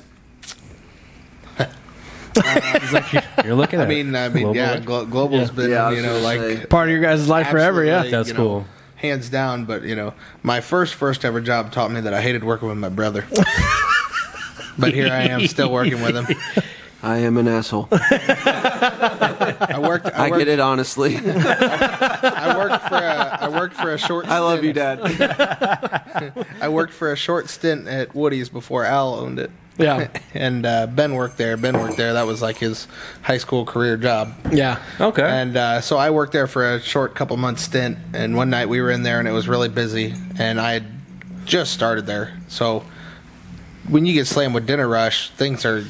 B: You're looking. At
D: I mean, I mean,
B: global
D: yeah,
B: ed-
D: glo- global's been,
C: Yeah, I was
D: you know,
C: gonna
D: like
C: say.
A: Part of your guys' life forever, yeah.
D: absolutely,
B: That's
D: you know,
B: cool.
D: hands down. But you know, my first first ever job taught me that I hated working with
A: <laughs>
D: my brother. but here I am, still working with him.
C: I am an asshole.
D: I worked. I,
C: I
D: worked,
C: get it honestly. <laughs>
D: I worked for. A, I worked for a short.
C: I love
D: stint-
C: you, Dad.
D: I worked for a short stint at Woody's before Al owned it.
A: Yeah.
D: <laughs> and uh, Ben worked there. Ben worked there. That was like his high school career job.
A: Yeah.
B: Okay.
D: And uh, so I worked there for a short couple months stint, and one night we were in there, and it was really busy, and I had just started there. So when you get slammed with dinner rush, things are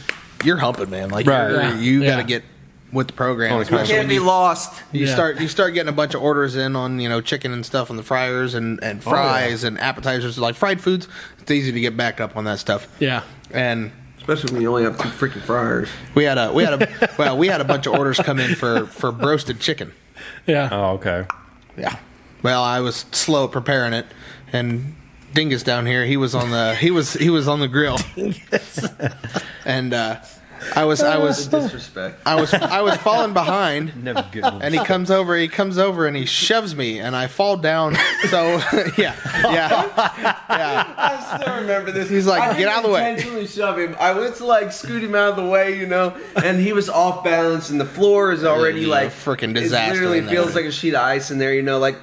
D: you're humping, man. Like
B: Right.
D: you're,
A: Yeah.
D: you got
A: Yeah.
D: to get with the program.
B: Totally.
D: especially
C: Can't
D: when
C: be
D: you-
C: lost.
D: you
A: Yeah.
D: start you start getting a bunch of orders in on you know chicken and stuff on the fryers and
B: Oh,
D: and fries and appetizers like fried foods. It's easy to get backed up on that stuff.
A: Yeah.
D: And
C: Especially when you only have two freaking fryers.
D: we had a we had a <laughs> well we had a bunch of orders come in for for roasted chicken.
A: Yeah.
C: Uh,
B: oh, okay.
D: Yeah. Well, I was slow at preparing it, and Dingus down here, he was on the he was he was on the grill. and uh, I was I was
C: Disrespect.
D: I was I was falling
B: <laughs>
D: behind.
B: Never good.
D: And he comes over, he comes over and he shoves me, and I fall down. So, <laughs> yeah, yeah.
C: I still remember this.
D: He's like,
C: I
D: "Get out of the way."
C: Intentionally shove him. I went to like scoot him out of the way, you know, and he was off balance, and the floor is already
D: Yeah,
C: like
D: frickin'
C: It
D: disaster
C: literally
D: in there.
C: feels like a sheet of ice in there, you know. Like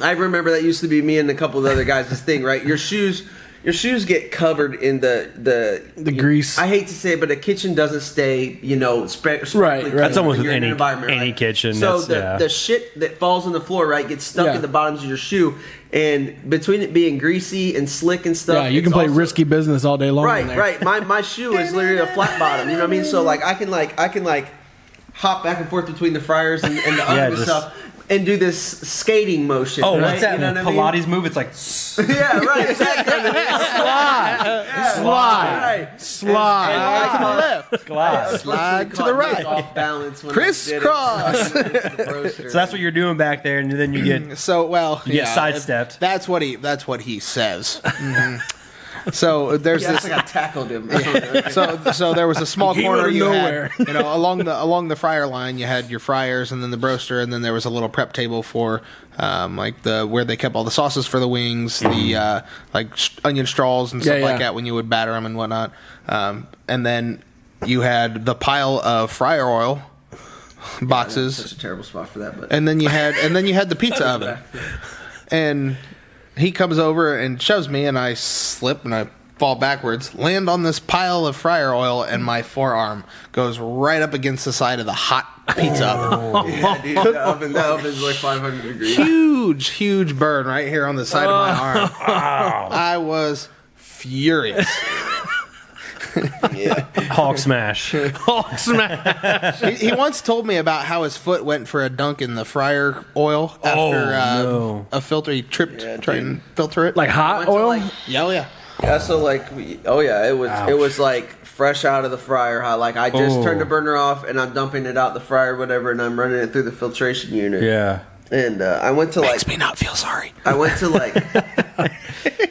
C: I remember that used to be me and a couple of the other guys. This thing, right? Your shoes, your shoes get covered in the the
A: The grease.
C: I hate to say it, but a kitchen doesn't stay, you know, spread.
A: Right, right.
B: That's almost with any- any kitchen,
C: So
B: that's-
C: the,
B: yeah.
C: the shit that falls on the floor, right, gets stuck
A: Yeah.
C: in the bottoms of your shoe, and between it being greasy and slick and stuff,
A: yeah, you
C: it's
A: can play
C: also-
A: risky business all day long. in
C: Right,
A: there.
C: right. My my shoe is literally a flat bottom. You know what I mean? So like I can like I can like hop back and forth between the fryers and, and the oven
B: <laughs> Yeah,
C: and
B: just-
C: stuff, and do this skating motion.
B: Oh,
C: right?
B: what's that?
C: You know what I mean?
B: Pilates move? It's like <laughs> s-
C: <laughs> Yeah, right. Exactly.
A: Slide.
C: Right.
A: Slide. <laughs>
C: And- and I caught-
B: glass.
D: Slide to the
C: caught Nick
D: right.
C: Off balance when I did it. <laughs>
D: Crisscross.
B: So that's what you're doing back there, and then you
D: <laughs>
B: get
D: So well,
B: get
D: yeah,
B: sidestepped.
D: That's what he. That's what he says. Mhm. So there's
C: Yeah, I
D: this.
C: think I tackled him.
D: <laughs> so so there was a small
A: Came out
D: corner
A: of
D: you
A: nowhere.
D: had, you know, along the along the fryer line. You had your fryers, and then the broaster, and then there was a little prep table for, um, like the where they kept all the sauces for the wings, the uh, like sh- onion straws and stuff
A: Yeah, yeah.
D: like that when you would batter them and whatnot. Um, and then you had the pile of fryer oil boxes,
C: Such a terrible spot for that, but
D: and then you had and then you had the pizza oven, and he comes over and shoves me, and I slip and I fall backwards, land on this pile of fryer oil, and my forearm goes right up against the side of the hot pizza oven.
C: yeah,
D: <laughs>
C: dude, the oven, the oven's like 500 degrees.
D: Huge, huge burn right here on the side of my arm. I was furious.
C: Yeah.
B: Hawk smash.
D: he, he once told me about how his foot went for a dunk in the fryer oil after uh,
B: no.
D: a filter. He tripped
C: Yeah,
D: trying to filter it.
A: Like hot
C: Went to,
A: oil.
C: like,
D: yeah, oh yeah.
C: Yeah, so like, we, oh yeah, it was it was like fresh out of the fryer. How like I just
B: Oh.
C: turned the burner off and I'm dumping it out the fryer, whatever, and I'm running it through the filtration unit.
B: Yeah.
C: And uh, I went to like
A: me not feel sorry.
C: I went
A: <laughs>
C: to like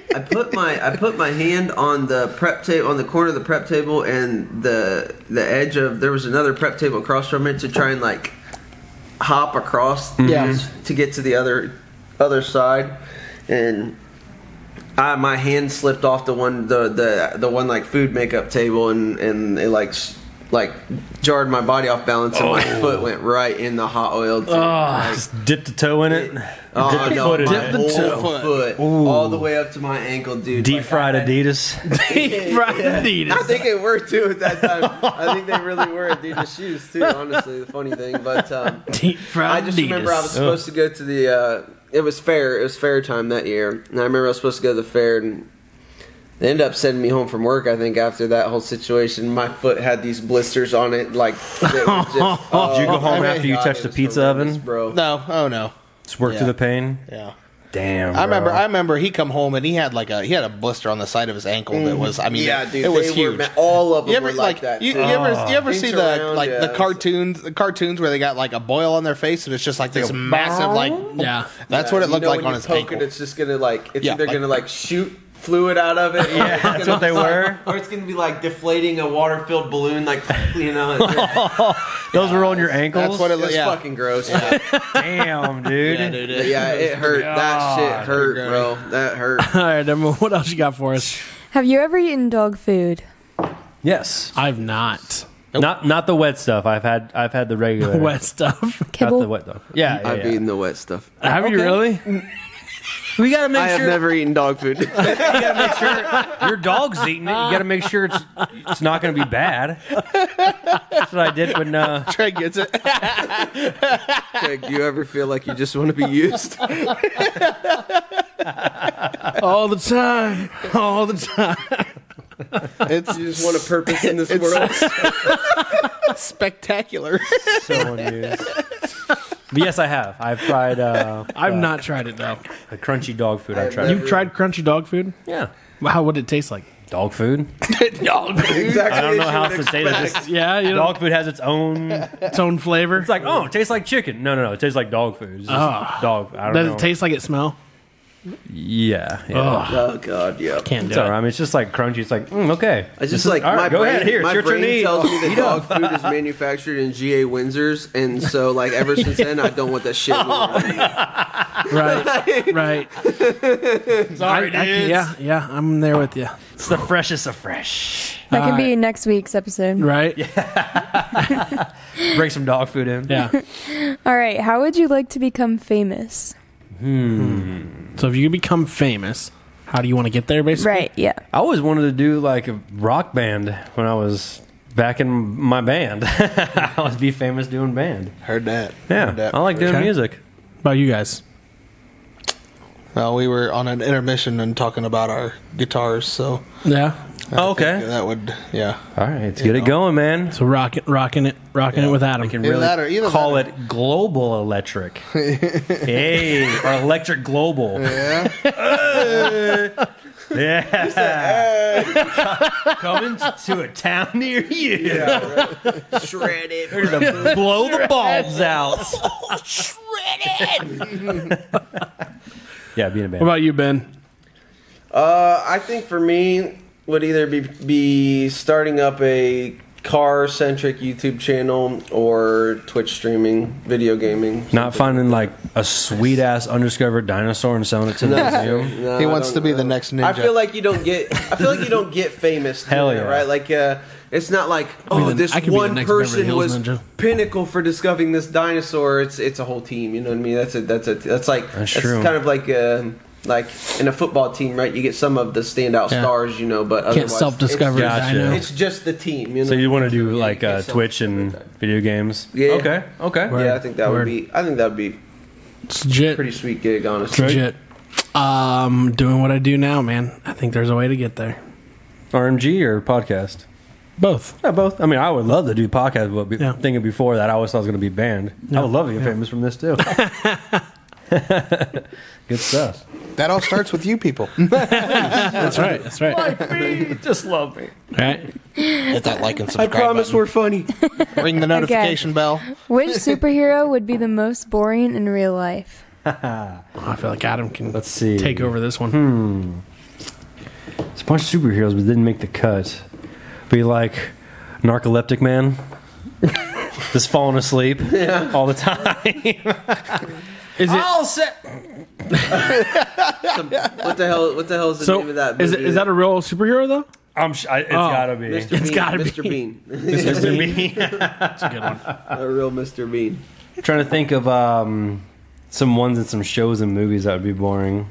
C: I put my I put my hand on the prep table on the corner of the prep table and the the edge of there was another prep table across from it to try and like hop across
A: Yeah.
C: to get to the other other side and I, my hand slipped off the one the the the one like food makeup table and and it like s- like jarred my body off balance and my
A: Oh.
C: foot went right in the hot oil. tube.
B: Ah. Just dipped a toe in it.
C: Oh,
B: dipped a
C: no,
B: foot in
C: my
B: it.
A: Dip the
C: whole
A: toe.
C: foot all the way up to my ankle, dude.
B: Deep
C: Like,
B: fried
C: I-
B: Adidas.
C: I think they were too at that time. I think they really were Adidas shoes too. Honestly, the funny thing, but
B: <laughs>
C: um,
A: Deep
C: I
A: fried
C: just remember I was
A: Adidas.
C: supposed to go to the. Uh, it was fair. It was fair time that year, and I remember I was supposed to go to the fair, and they ended up sending me home from work. I think after that whole situation, my foot had these blisters on it. Like, they were just,
B: <laughs> Did you go
C: oh,
B: home
C: my
B: after you
C: God,
B: touched
C: it
B: the
C: was
B: pizza
C: horrendous,
B: oven?
C: bro?
D: No, oh no,
B: Just work
D: Yeah.
B: through the pain.
D: yeah.
B: Damn.
D: I remember.
B: bro.
D: I remember. He come home and he had like a he had a blister on the side of his ankle
B: Mm.
D: that was. I mean,
C: yeah,
D: it,
C: dude,
D: it was
C: they
D: huge.
C: Were, ma- all of them
D: you ever
C: were
D: like,
C: like, that.
D: You,
C: too.
D: you ever you ever
C: Pinch
D: see the
C: around,
D: like
C: yeah.
D: the cartoons the cartoons where they got like a boil on their face and it's just like this massive like
A: Yeah.
D: <laughs> that's
C: Yeah,
D: what it
C: you
D: looked
C: know
D: like
C: when
D: on
C: you
D: his
C: poke
D: ankle.
C: It, it's just gonna like it's
D: Yeah,
C: either
D: like-
C: gonna like shoot fluid out
B: <laughs>
C: of it. Yeah,
B: that's what they were.
C: Or it's gonna be like deflating a water filled balloon, like <laughs> you know.
B: Those were on your ankles.
D: That's what it
C: It was
D: looked. Yeah.
C: fucking gross. Yeah,
B: Damn, dude.
D: yeah, dude,
C: But
D: it-
C: yeah, it hurt. That shit hurt, bro. That
D: <laughs>
C: hurt.
A: All right, everyone, what else you got for us?
E: Have you ever eaten dog food?
B: Yes.
A: I've not.
B: Not not the wet stuff. I've had I've had the regular
A: <laughs> Wet stuff.
B: Not
E: Kibble?
B: the wet stuff. Yeah, yeah,
C: I've
B: yeah.
C: eaten the wet stuff.
A: Have you
B: Okay.
A: really?
B: We gotta make
C: I have
B: sure
C: never eaten dog <laughs> food.
B: your dog's eating it. You gotta make sure it's it's not gonna be bad. That's what I did when uh,
D: Trey gets it.
C: Craig, do you ever feel like you just want to be used?
A: All the time. All the time.
D: It's
C: You just want a purpose in this
D: <laughs>
C: world.
D: <laughs>
C: <laughs>
D: spectacular.
B: someone used. But yes, I have. I've tried uh,
A: I've not tried it, though.
B: the crunchy dog food. I've
C: I've
B: tried.
C: never-
A: You've tried crunchy dog food?
B: yeah,
A: How would it taste like?
B: dog food.
A: dog food.
C: Exactly.
B: I don't
C: as
B: know
C: you
B: how
C: would
B: to say
C: expect.
B: <laughs> that. Just,
A: Yeah, you know,
B: dog food has its own.
A: its own flavor.
B: It's like oh, it tastes like chicken. No, no, no. It tastes like dog food. It's just
A: Ah.
B: dog. I don't
A: Does
B: know.
A: it taste like it smell?
B: Yeah. yeah.
A: Ugh.
C: Oh god, yeah.
A: Can't do
B: It's all
A: it.
B: right. I mean, it's just like crunchy. It's like mm, okay.
C: I
B: This
C: just
B: is-
C: like
B: all right,
C: my
B: go
C: brain,
B: ahead here.
C: my
B: It's your turn
C: brain
B: to eat.
C: tells me that dog food
B: <laughs>
C: is manufactured in GA Windsor's, and so like ever since then, I don't want
B: <laughs>
C: that shit. anymore.
A: Right, right.
B: Sorry,
A: I- I- yeah, yeah, I'm there with you.
B: It's the freshest of fresh.
E: That could be
A: Alright.
E: next week's episode.
A: Right? Yeah.
B: Bring some dog food in.
E: All right. How would you like to
B: <laughs>
E: become famous?
A: so if you become famous, how do you want to get there, basically?
E: Right. Yeah.
B: I always wanted to do like a rock band when I was back in my band. <laughs> I always be famous doing band.
D: Heard that.
B: Yeah,
D: Heard that.
B: I like doing
A: Okay.
B: music.
A: What about you guys?
D: Well, we were on an intermission and talking about our guitars, so
A: Yeah.
D: I
B: Oh, okay.
D: think that would yeah.
B: All right, let's get it going, man.
A: So rocking, rocking it, rocking it with Adam.
B: Can
D: Either that or-
B: really
D: either
B: call
D: that
B: it global <laughs> electric. hey, or electric global. Yeah. <laughs> yeah. Coming to a town near you.
C: Shred it.
B: We're gonna blow the bulbs out. <laughs> yeah, being a
A: What
B: band.
A: about you, Ben?
C: Uh, I think for me would either be be starting up a car centric YouTube channel or Twitch streaming, video gaming.
B: Not finding like a sweet ass undiscovered dinosaur and selling it to the <laughs> museum.
C: No,
D: he
C: I
D: wants
C: don't
D: to be
C: know.
D: the next ninja.
C: I feel like you don't get. I feel like you don't get famous.
B: <laughs>
C: doing
B: Hell
C: it,
B: yeah.
C: right? Like, uh, it's not like
A: be
C: oh,
A: the-
C: this
A: I could be the
C: one
A: next Beverly
C: person
A: Hills
C: was
A: Ninja.
C: pinnacle for discovering this dinosaur. It's it's a whole team. You know what I mean? That's a that's a that's like
B: That's
C: it's
B: true.
C: kind of like um like in a football team, right? You get some of the standout
A: Yeah.
C: stars, you know, but
A: Can't
C: otherwise
A: self-discover.
C: It's,
A: as I
B: Gotcha.
A: know.
C: it's just the team. You know.
B: So you want to do
C: Yeah,
B: like
C: you can't
B: uh,
C: sell
B: Twitch
C: it
B: and
C: like that.
B: video games?
C: Yeah.
B: Okay. Okay.
A: Right.
C: Yeah, I think that
A: Word.
C: would be. I think that would be
A: It's legit.
C: pretty sweet gig, honestly. <laughs>
A: legit. Um, doing what I do now, man. I think there's a way to get there.
B: RMG or podcast?
A: Both.
B: Yeah, both. I mean, I would love to do podcast, but be-
A: Yeah.
B: thinking before that, I always thought I was going to be banned. I would love to get famous from this too. Good stuff.
F: That all starts with
B: <laughs>
F: you people.
A: That's right. That's right.
C: Just love me.
A: right.
F: Hit that like and
C: I
F: subscribe.
C: promise
F: button.
C: we're funny.
D: Ring the notification bell.
B: <laughs>
E: Which superhero would be the most boring in real life?
A: I feel like Adam can
B: Let's see.
A: take over this one.
B: It's a bunch of superheroes, but didn't make the cut. Be like narcoleptic man, just falling asleep all the time. <laughs>
A: Is it
B: all set.
C: What the hell? What the hell is the
A: so?
C: name of that?
A: is it,
C: movie?
A: is that a real superhero
C: <laughs>
A: though?
B: I'm. Sh- I, it's gotta be.
C: Mr.
B: <laughs>
A: It's
C: Bean,
A: gotta be.
C: Mr.
A: <laughs>
C: Bean. <laughs>
B: Mr. Bean.
A: That's a good
B: <laughs>
A: one.
C: a real Mr. Bean.
B: trying to think of um, some ones and some shows and movies that would be boring.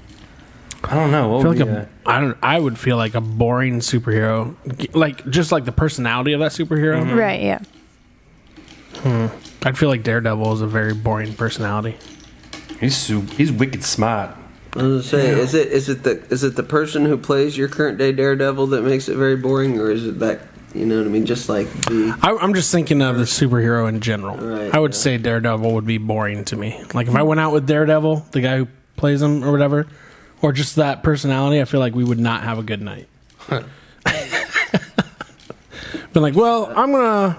B: I don't know. What
A: I feel
B: would
A: like
B: be
A: a, I don't. I would feel like a boring superhero, like just like the personality of that superhero.
B: Hmm.
E: Right, yeah.
B: Mm-hmm.
A: I'd feel like Daredevil is a very boring personality.
B: a- he's su- he's wicked smart.
C: I was gonna say, is it is it the is it the person who plays your current day Daredevil that makes it very boring, or is it that you know what I mean? Just like the
A: I, I'm just thinking of the superhero in general.
C: Right,
A: I would
C: yeah.
A: say Daredevil would be boring to me. Like if I went out with Daredevil, the guy who plays him or whatever, or just that personality, I feel like we would not have a good night. <laughs> Been like, well, I'm gonna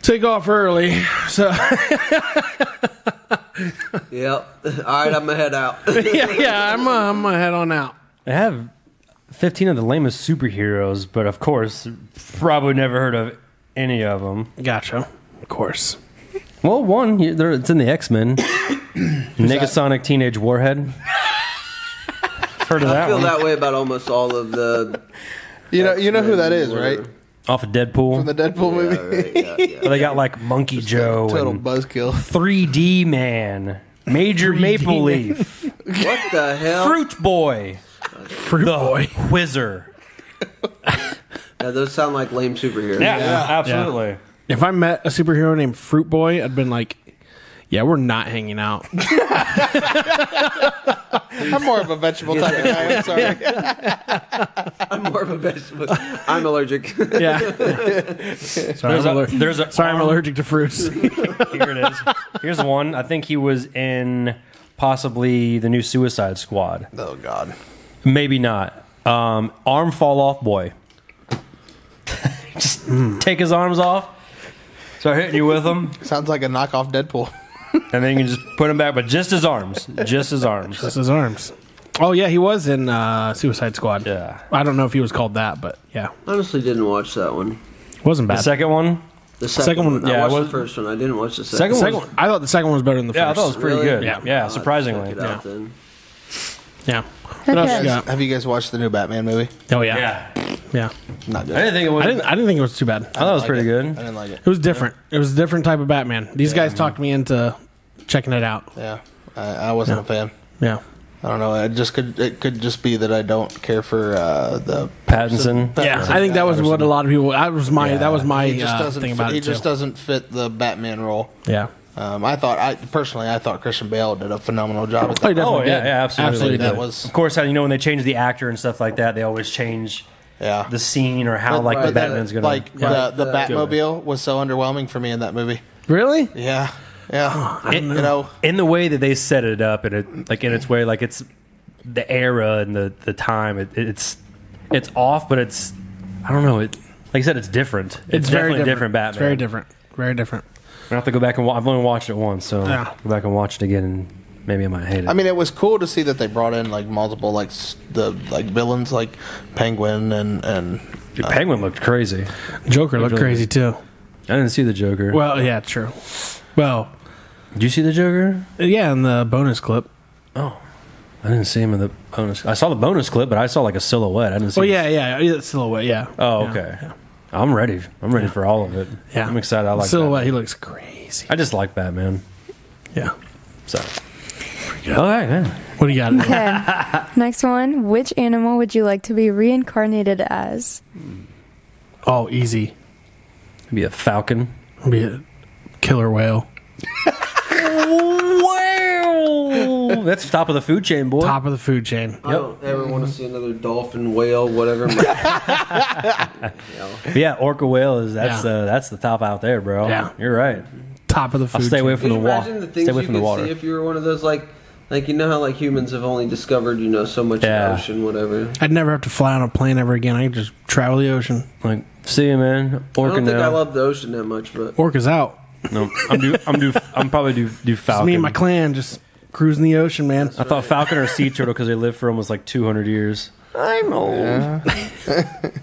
A: take off early, so <laughs>
C: yep. <laughs> All right, I'm gonna head out. <laughs>
A: yeah, yeah, I'm uh, I'm gonna head on out.
B: They have 15 of the lamest superheroes, but of course, probably never heard of any of them.
A: Gotcha. Of course.
B: Well, one, you- they're- it's in the X <coughs> Men. Negasonic Teenage Warhead. <laughs> heard of
C: I
B: that
C: feel
B: one?
C: that way about almost all of the.
F: You know, you know who that is,
C: Or-
F: right?
B: Off of Deadpool.
F: From the Deadpool
C: Yeah,
F: movie.
C: right, yeah, yeah.
B: But they got like Monkey Joe
F: Total
B: and
F: buzzkill.
B: 3D Man, Major Maple <laughs> Leaf,
C: What the hell?
B: Fruit Boy,
A: Fruit
B: The
A: boy.
B: Whizzer.
C: Yeah, those sound like lame superheroes.
B: Yeah, absolutely.
A: If I met a superhero named Fruit Boy, I'd been like, yeah, we're not hanging out.
F: I'm more of a vegetable type of guy. I'm
C: <laughs>
F: sorry.
C: I'm more of a vegetable. I'm allergic. <laughs>
A: Yeah. sorry,
B: There's
A: I'm,
B: a-
A: aller-
B: there's a
A: sorry I'm
B: arm-
A: allergic to fruits.
B: Here it is. <laughs> Here's one. I think he was in possibly the new Suicide Squad.
F: Oh God.
B: Maybe not. Um, arm fall off boy. <laughs> Just take his arms off. Start hitting you with them,
F: Sounds like a knockoff Deadpool.
B: and then you can just put him back, but just his arms, just his arms.
A: That's his arms. Oh, yeah, he was in uh, Suicide Squad.
B: Yeah.
A: I don't know if he was called that, but yeah.
C: Honestly, didn't watch that one.
A: Wasn't
B: The
A: bad.
B: second one,
C: The second,
A: Second one,
C: one,
B: yeah,
C: I watched
B: it
C: the
B: was-
C: first one. I didn't watch the second.
B: Second
A: Second one- I thought the second one was better than the
B: yeah,
A: first.
B: I thought it was pretty
C: Really?
B: good. Yeah,
A: Yeah.
C: I'll have to check
B: surprisingly.
C: it out then.
A: yeah. What else you got?
F: Have you guys watched the new Batman movie?
A: Oh, yeah. Yeah.
B: Yeah,
F: Not good.
B: I didn't think it was.
A: I didn't, I didn't think it was too bad.
B: I thought it was pretty
F: I
B: good.
F: didn't like it.
A: It was different. It was a different type of Batman. These guys talked me into checking it out.
F: Yeah, I, I wasn't a fan.
A: Yeah.
F: I don't know. I just could. It could just be that I don't care for uh, the.
B: Pattinson.
F: Pattinson
A: Yeah, I think that was
F: Patterson.
A: what a lot of people. That was my. that was my
F: He just
A: uh,
F: doesn't.
A: thing
F: fit,
A: about
F: he
A: it too.
F: just doesn't fit the Batman role.
A: yeah.
F: Um, I thought. I personally, I thought Christian Bale did a phenomenal job. At that.
A: he
B: Oh
A: definitely
B: yeah,
A: did.
B: yeah, absolutely.
A: Absolutely
F: that
A: did.
F: was.
B: Of course, how you know when they change the actor and stuff like that, they always change
F: Yeah.
B: the scene or how
F: But-
B: like
F: but
B: the Batman's gonna
F: like
B: Yeah.
F: the the Batmobile was so underwhelming for me in that movie.
A: Really?
F: Yeah, yeah.
B: don't
F: you know,
B: in the way that they set it up and it like in its way like it's the era and the the time it, it's it's off but it's I don't know it like I said it's different it's, definitely different Batman
A: It's very different. Very different.
B: I'm gonna have to go back and wa- I've only watched it once so
A: Yeah.
B: go back and watch it again and maybe I might hate it
F: I mean, it was cool to see that they brought in like multiple like s- the like villains like Penguin and and
B: Dude, Penguin looked crazy
A: Joker looked
B: really
A: crazy too.
B: I didn't see the Joker
A: Well, yeah, true. Well,
B: did you see the Joker
A: yeah, in the bonus clip.
B: I didn't see him in the bonus I saw the bonus clip but I saw like a silhouette I didn't see
A: Oh yeah, yeah, yeah, the silhouette. Yeah.
B: oh
A: Yeah,
B: okay I'm ready I'm ready for all of it
A: Yeah.
B: I'm excited I like
A: silhouette.
B: Batman.
A: He looks crazy.
B: I just like Batman
A: Yeah.
B: So. All right, yeah.
A: What do you got?
E: <laughs> Okay.
B: <laughs>
E: Next one. Which animal would you like to be reincarnated as?
A: oh, easy.
B: It'd be a falcon.
A: Be a killer
B: <laughs>
A: whale.
B: Wow, <laughs> that's top of the food chain, boy.
A: Top of the food chain.
C: I don't ever want to see another dolphin,
B: <laughs>
C: whale, whatever.
B: Yeah, orca whale is that's
A: Yeah.
B: uh, that's the top out there, bro.
A: Yeah.
B: you're right.
A: Top of the food.
B: I'll stay
A: chain.
B: away from
C: Can
B: the
C: you
B: water.
C: imagine the things
B: Stay away
C: you
B: from the
C: could
B: water.
C: see if you were one of those like Like you know how like humans have only discovered you know so much
B: Yeah.
C: ocean whatever.
A: I'd never have to fly on a plane ever again. I could just travel the ocean.
B: Like, see you, man.
C: I
B: Orca
C: don't think
B: now.
C: I love the ocean that much, but
A: Orca's out.
B: no, I'm do. I'm do. I'm probably do. Do
A: It's
B: Falcon. Uh,
A: me and my clan just cruising the ocean, man.
B: I thought Falcon or Sea Turtle because they live for almost like 200 years.
F: I'm old.
B: <laughs>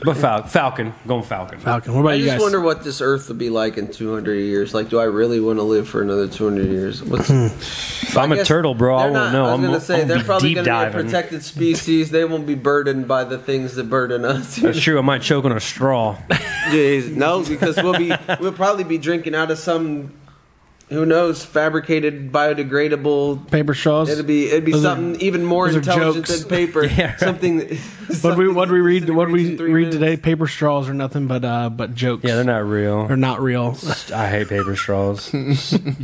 B: But Fal- Falcon, going Falcon.
A: Falcon. What about
C: I
A: you
C: just
A: guys?
C: wonder what this Earth would be like in 200 years. Like, do I really want to live for another 200 years? What's,
B: If I'm a Hmm. turtle, bro, I
C: they're
B: won't
C: not-
B: know.
C: I was
B: I'm
C: gonna say
B: I'm
C: they're probably
B: deep
C: going to be a
B: diving.
C: protected species. They won't be burdened by the things that burden
B: <laughs>
C: us.
B: That's true. I might choke on a straw.
C: Jeez, no, because we'll
A: <laughs>
C: be we'll probably be drinking out of some who knows fabricated biodegradable.
A: Paper straws.
C: It'd be it'd be
A: Those are-
C: something even more
A: those are
C: intelligent
A: jokes. <laughs>
C: than paper.
B: Yeah.
C: Something.
A: What we what we read what we read
C: minutes.
A: today? Paper straws are nothing but uh but jokes.
B: Yeah, they're not
A: They're
B: real.
A: not <laughs> real.
B: <laughs> I hate paper straws. you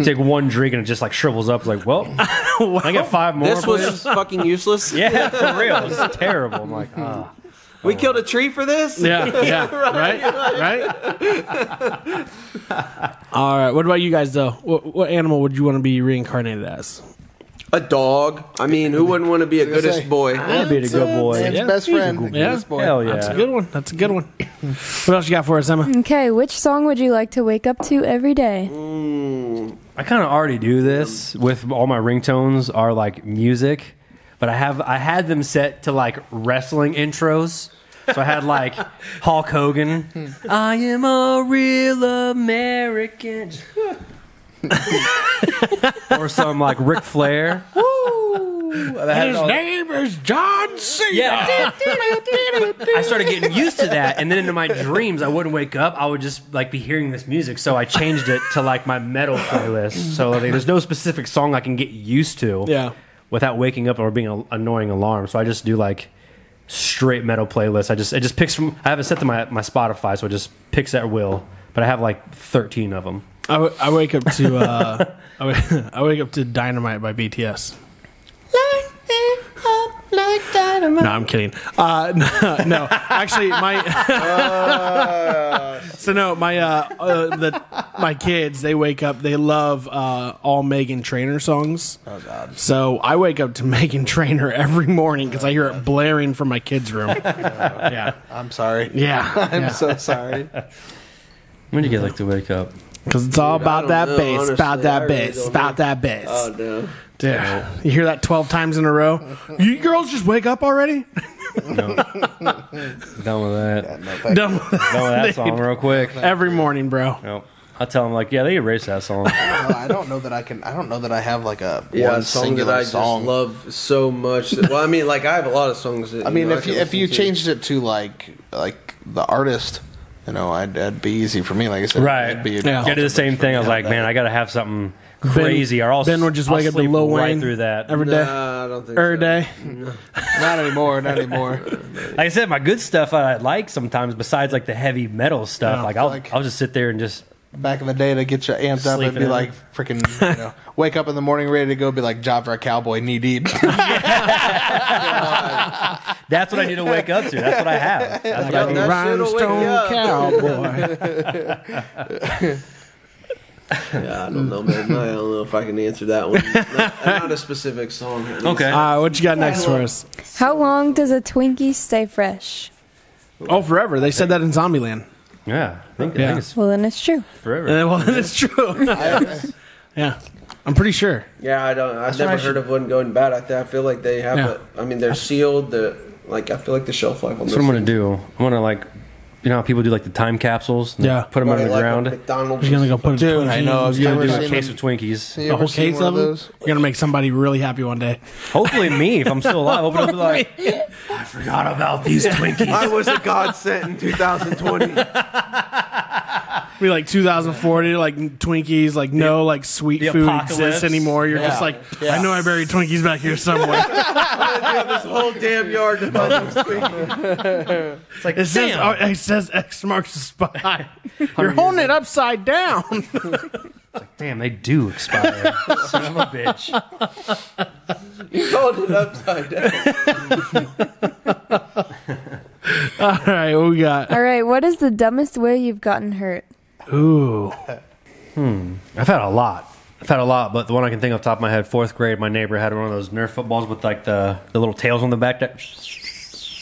B: take one drink and it just like shrivels up. Like, <laughs> well, I get five more.
C: This was
A: <laughs>
B: please? <laughs>
C: fucking useless.
B: yeah, for real. It's terrible. I'm like, ah.
C: We killed a tree for this.
A: yeah, yeah, <laughs> right, right. All right. What about you guys though? What, what animal would you want to be reincarnated as?
C: A dog. I mean, who wouldn't want to be a goodest
F: say-
C: boy?
B: That'd be a good boy.
F: Man's
A: Yeah.
F: best friend.
A: Yeah.
F: This boy.
B: Hell yeah.
A: That's a good one. That's a good one. what else you got for us, Emma?
E: Okay, which song would you like to wake up to every day?
C: Hmm.
B: I kind of already do this with all my ringtones are like music, but I have I had them set to like wrestling intros. So I had like Hulk Hogan. I am a real American. or some like Ric Flair. Woo! I had it all-
A: name is John Cena.
B: yeah. I started getting used to that, and then into my dreams, I wouldn't wake up. I would just like be hearing this music, so I changed it to like my metal playlist. So like, there's no specific song I can get used to,
A: Yeah.
B: without waking up or being an annoying alarm. So I just do like straight metal playlist. I just it just picks from. I have it set to my my Spotify, so it just picks at will. But I have like 13 of them.
A: I, w- I wake up to uh, I, w- <laughs> I wake up to Dynamite by BTS. No, I'm kidding. Uh, <laughs> no, no, actually, my <laughs> so no, my uh, uh, the my kids they wake up they love uh, all Megan Trainor songs. Oh God! So I wake up to <laughs> Megan Trainor every morning because I hear it blaring from my kids' room.
C: <laughs>
A: yeah,
F: I'm sorry.
A: yeah,
F: <laughs> I'm
B: <laughs>
F: so sorry.
B: When do you get like to wake up?
A: Because it's all about
C: don't
A: that
C: know,
A: bass,
C: honestly,
A: about
C: I
A: that
C: really
A: bass,
C: don't
A: about
C: know.
A: that bass.
C: Oh no.
A: Dude, you hear that 12 times in a row? You girls just wake up <laughs> already?
B: Done with that.
F: No,
A: Dumb.
B: <laughs>
F: thank
B: Done with that song real quick.
A: <laughs> Every morning, bro.
B: Nope. I tell them like, yeah, they erase that song.
F: you. No, I don't know that I can. I don't know that I have like a
C: Yeah,
F: one
C: a song that
F: singular
C: I
F: song.
C: just love
A: <laughs>
C: so much. That, well, I mean, like I have a lot of songs. That,
F: I mean,
C: know,
F: if
C: can
F: you, if
C: listen
F: you
C: to.
F: changed it to like like the artist, you know, I'd, that'd be easy for me. Like I said,
B: Right.
F: It'd be
A: Yeah.
B: I did the same thing. I was like, man, I gotta have something crazy, or I'll
A: Ben would just
B: I'll
A: wake up to
B: sleep
A: Lil
B: right
A: Wayne
B: through that.
A: every day.
C: Nah, I don't think
A: Every Er,
C: so.
A: day.
F: <laughs> not anymore. Not anymore.
B: Like I said, my good stuff I like sometimes. Besides like the heavy metal stuff,
A: Yeah.
B: like I'll
F: Like-
B: I'll just sit there and just
F: Back in the day, to get you amped up, it'd
B: Sleeping
F: be
B: in.
F: like freaking,
B: <laughs>
F: you know, wake up in the morning ready to go, be like job for a cowboy knee
D: <laughs>
F: deep.
B: that's what I need to wake up to. That's what I have. That's what I
C: Yeah,
B: need.
C: that shit'll wake you
A: Rhinestone
C: up.
A: <laughs> cowboy.
C: Yeah, I don't know, man. I don't know if I can answer that one.
A: <laughs>
C: Not, not a specific song. at least.
A: uh, what you got next for us?
E: How long does a Twinkie stay fresh?
A: Oh, forever. They said that in Zombieland.
B: yeah. I think, I
A: Yeah.
B: think it's
E: Well, then it's true.
B: forever.
A: Uh, <laughs> well, that's
C: <laughs>
A: true. <laughs> yeah. I'm pretty sure.
C: Yeah, I don't. I've
A: what I
C: never
A: should-
C: heard of one going bad. I, th- I feel like they have.
A: Yeah.
C: A, I mean, they're sealed. The like, I feel like the shelf life on
B: that's
C: this.
B: what I'm gonna do. I'm gonna like, you know how people do like the time capsules. And
A: Yeah.
B: Put them
C: Probably
B: on the
C: like a
B: ground.
C: McDonald's.
A: You're going to
C: <laughs>
A: go put
F: Dude, I know, I was
A: You're gonna
F: gonna
B: Do
A: do
F: Ever
B: a
F: seen
B: case
F: them?
B: of Twinkies.
A: a whole case of them. You're going to make somebody really happy one day.
B: Hopefully, me if I'm still alive. Open up and
A: <laughs>
B: be like,
A: Forgot about these <laughs> Twinkies.
C: <laughs> I was a god sent in
D: <laughs>
C: 2020.
A: be like 2040, like Twinkies, like no, like sweet
B: the
A: food
B: apocalypse.
A: exists anymore. You're just
F: Yeah.
A: like,
F: Yeah.
A: I know I buried Twinkies back here somewhere.
C: this whole Oh, damn
A: <laughs>
C: yard to find those Twinkies.
B: it's like,
A: It says,
B: damn.
A: oh, it says X marks the spot. You're holding it upside down.
B: Damn, they do expire. Son of a bitch.
C: You called it upside down.
A: All right, what we got? <laughs>
E: All right, what is the dumbest way you've gotten hurt?
A: Ooh,
B: Hmm. I've had a lot. I've had a lot, but the one I can think of off the top of my head, fourth grade, my neighbor had one of those Nerf footballs with like the, the little tails on the back that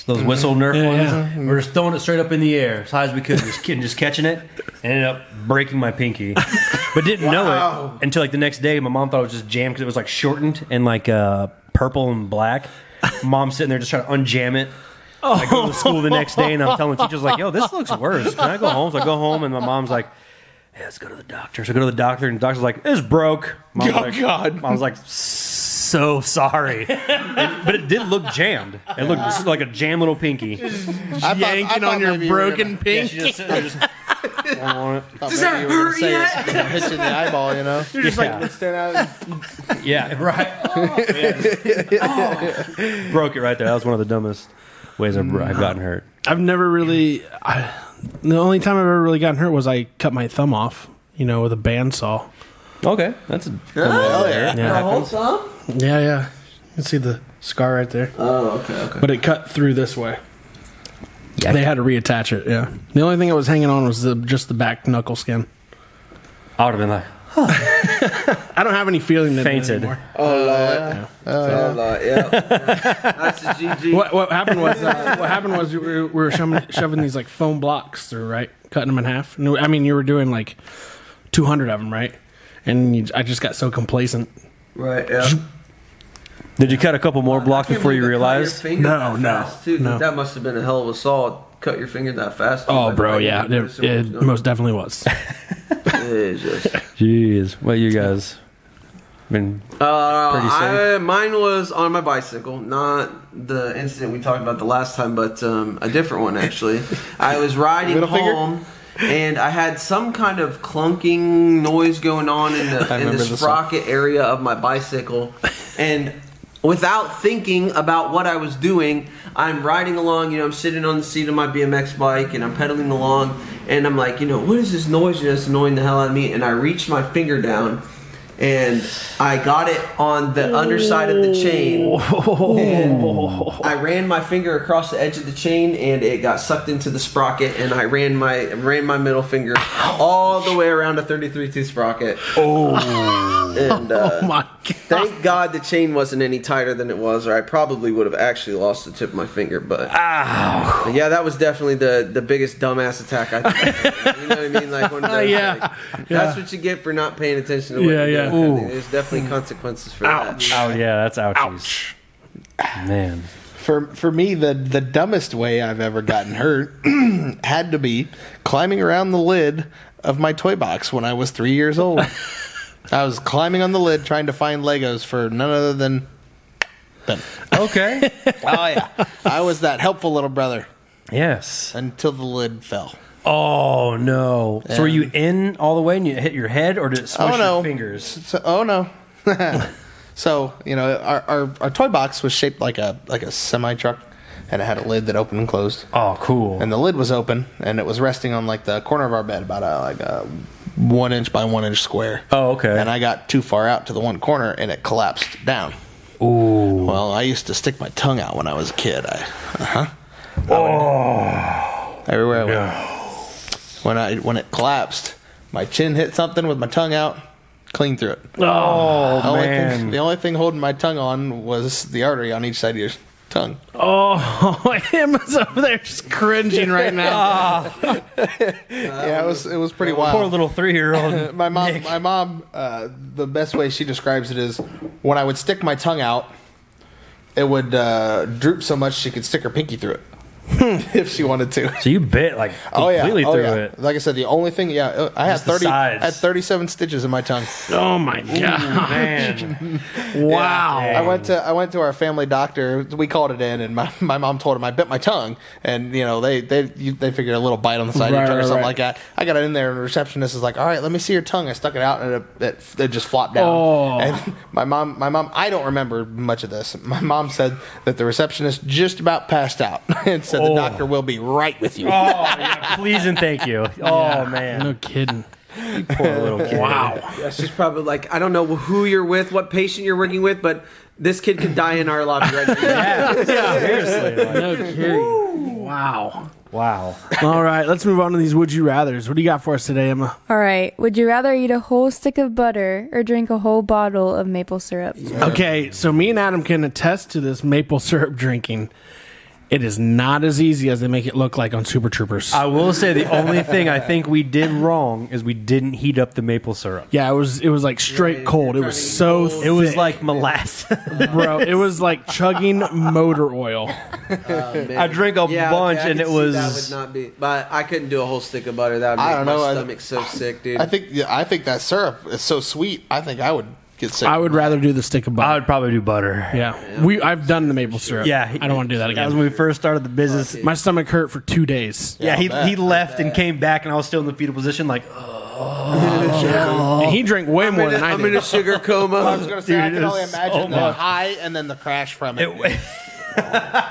B: those whistle Nerf
A: Mm-hmm. Yeah,
B: ones.
A: yeah.
B: We We're just throwing it straight up in the air as high as we could, just kidding, just catching it. and Ended up breaking my pinky, but didn't know it until like the next day. My mom thought it was just jammed because it was like shortened and like uh, purple and black. Mom sitting there just trying to unjam it. I go to school the next day and I'm telling teachers like, "Yo, this looks worse. Can I go home?" So I go home and my mom's like, "Yeah, let's go to the doctor." So I go to the doctor and the doctor's like, "It's broke." Mom's
D: Oh,
B: like,
D: God.
B: Mom's like, "So sorry," And- but it did look jammed. It looked just like a jam little pinky.
G: I thought- I
A: yanking
G: thought
A: on your
G: maybe you were
A: broken
B: Yeah,
A: pink.
B: she just, sitting there just I want it.
G: Thought maybe you were gonna say
D: <laughs>
G: it's gonna Hit you in the eyeball, you know.
B: You're just like yeah, <laughs> right. Oh. Broke it right there. That was one of the dumbest ways I've, I've gotten hurt.
A: I've never really. I, the only time I've ever really gotten hurt was I cut my thumb off. You know, with a bandsaw.
B: Okay, that's a
C: Oh,
A: Yeah.
C: yeah. The whole thumb?
A: Yeah, yeah. You can see the scar right there.
C: Oh, okay, okay.
A: But it cut through this way. They had to reattach it. Yeah. The only thing that was hanging on was the, just the back knuckle skin.
B: I would have been like
A: I don't have any feeling that
B: Fainted.
A: anymore.
C: Oh, Lord. Oh, Lord,
A: <laughs>
C: yeah. That's a GG.
A: What, what happened was uh, <laughs> what happened was we were, we were shoving, shoving these like foam blocks through, right? Cutting them in half. And, I mean, you were doing like 200 of them, right? And you, I just got so complacent.
C: Right, yeah.
B: Did you cut a couple more blocks
C: Can't
B: before
C: believe
B: you
C: they cut
B: realized?
C: your finger
A: No,
C: that
A: no,
C: fast, too.
A: no.
C: That must have been a hell of a saw. Cut your finger that fast.
A: Oh,
C: Like,
A: bro,
C: like,
A: yeah, Uh,
C: you
A: it,
C: know,
A: it
C: someone's <laughs>
A: most definitely was.
C: done. It's just-
B: Jeez, what you guys? I mean, Pretty
C: Uh, I,
B: safe.
C: mine was on my bicycle, not the incident we talked about the last time, but um, a different one actually. I was riding
G: Middle finger?
C: home, and I had some kind of clunking noise going on in the in the
D: remember this one.
C: sprocket area of my bicycle, and without thinking about what I was doing, I'm riding along. You know, I'm sitting on the seat of my BMX bike, and I'm pedaling along, and I'm like, you know, what is this noise? You know, it's annoying the hell out of me, and I reach my finger down and I got it on the underside of the chain. And I ran my finger across the edge of the chain, and it got sucked into the sprocket. And I ran my ran my middle finger all the way around a 33 tooth sprocket. Oh, and uh,
A: <laughs> <laughs> oh my God. <laughs>
C: thank God the chain wasn't any tighter than it was, or I probably would have actually lost the tip of my finger. But But yeah, that was definitely the the biggest dumbass attack I. Think you know what I mean?
A: <laughs>
C: Like one of those,
A: Yeah.
C: like,
A: Yeah.
C: that's what you get for not paying attention to what
A: Yeah,
C: you're
A: yeah.
C: doing. I
A: Ooh.
C: think There's definitely consequences for
A: Ouch.
C: that.
B: oh yeah, that's ouchies. Ouch. Man,
D: <laughs> For for me, the the dumbest way I've ever gotten hurt <clears throat> had to be climbing around the lid of my toy box when I was three years
B: <laughs>
D: old. I was climbing on the lid trying to find Legos for none other than Ben.
B: okay,
D: <laughs> Oh yeah, I was that helpful little brother
B: <laughs> yes.
D: until the lid fell.
B: Oh no! So were you in all the way and you hit your head, or did it smush
D: Oh, no.
B: your fingers?
D: So, oh no. <laughs> so you know, our, our our toy box was shaped like a like a semi truck, and it had a lid that opened and closed.
B: Oh, cool.
D: and the lid was open and it was resting on like the corner of our bed about a like a one inch by one inch square
B: oh, okay.
D: and i got too far out to the one corner and it collapsed down
B: Ooh.
D: well i used to stick my tongue out when i was a kid i uh-huh oh everywhere I went. when i when it collapsed my chin hit something with my tongue out clean through it
B: Oh
D: the, only thing, the
B: man.
D: only thing holding my tongue on was the artery on each side of your tongue
A: Oh, Emma's over there just cringing right now.
D: yeah it was it was pretty wild
B: Poor little
D: <laughs>
B: three-year-old.
D: my mom, my mom, uh, the best way she describes it is when I would stick my tongue out, it would uh, droop so much she could stick her pinky through it <laughs> if she wanted to.
B: so you bit like
D: Oh yeah,
B: completely
D: oh,
B: through
D: yeah.
B: it.
D: Like I said, the only thing, yeah, uh, I had
B: Just the
D: thirty,
B: sides.
D: I had thirty-seven stitches in my tongue.
A: <laughs> Oh my god!
B: <laughs>
D: <laughs>
B: Man,
A: Wow.
B: Yeah.
D: I went to I went to our family doctor. We called it in, and my, my mom told him I bit my tongue, and you know they they you, they figured a little bite on the side of your
A: Right,
D: tongue or
A: right,
D: something
A: right.
D: like that. I got in there, and the receptionist is like, "All right, let me see your tongue." I stuck it out, and it, it, it just flopped down.
A: Oh.
D: And <laughs> my mom my mom I don't remember much of this. My mom said that the receptionist just about passed out, <laughs> and said the
B: Oh.
D: doctor will be right with you.
B: Oh, yeah, please and thank you. Oh man,
A: No kidding.
B: poor <laughs> little kid.
A: Wow.
C: Yeah, she's probably like, I don't know who you're with, what patient you're working with, but this kid could die in our lobby right now.
A: <laughs>
B: Yeah, seriously. like-
A: No kidding. Wow.
B: Wow.
A: All right, let's move on to these would you rather's. What do you got for us today, Emma?
E: All right. Would you rather eat a whole stick of butter or drink a whole bottle of maple syrup?
A: Okay, so me and Adam can attest to this maple syrup drinking. It is not as easy as they make it look like on Super Troopers.
B: I will say the only thing I think we did wrong is we didn't heat up the maple syrup.
A: yeah, it was it was like straight cold. It was so
B: It was
A: thick,
B: like molasses.
A: bro. It was like chugging motor oil.
B: I drank a
C: Yeah, okay,
B: bunch
C: I
B: and
C: could
B: it
C: see
B: was.
C: that would not be. But I couldn't do a whole stick of butter. That would make
F: I don't know,
C: my
F: I-
C: stomach so sick, dude.
F: I think yeah, I think that syrup is so sweet. I think I would get sick.
A: I would rather do the stick of
B: <laughs> I
A: butter.
B: would probably do butter.
A: yeah, we I've done the maple syrup.
B: Yeah,
A: I don't want to do that
B: That was
A: again.
B: when we first started the business.
A: My stomach hurt for two days.
B: Yeah, he,
F: I'll bet.
B: he left and came back, and I was still in the fetal position, like,
A: And he drank way more than I
C: I'm in
A: did.
C: a sugar
F: <laughs> I was
C: coma. <laughs>
F: gonna say I
B: Dude,
F: can
B: it
F: only
B: is
F: imagine
B: so
F: the
B: much.
F: high and then the crash from it.
B: it,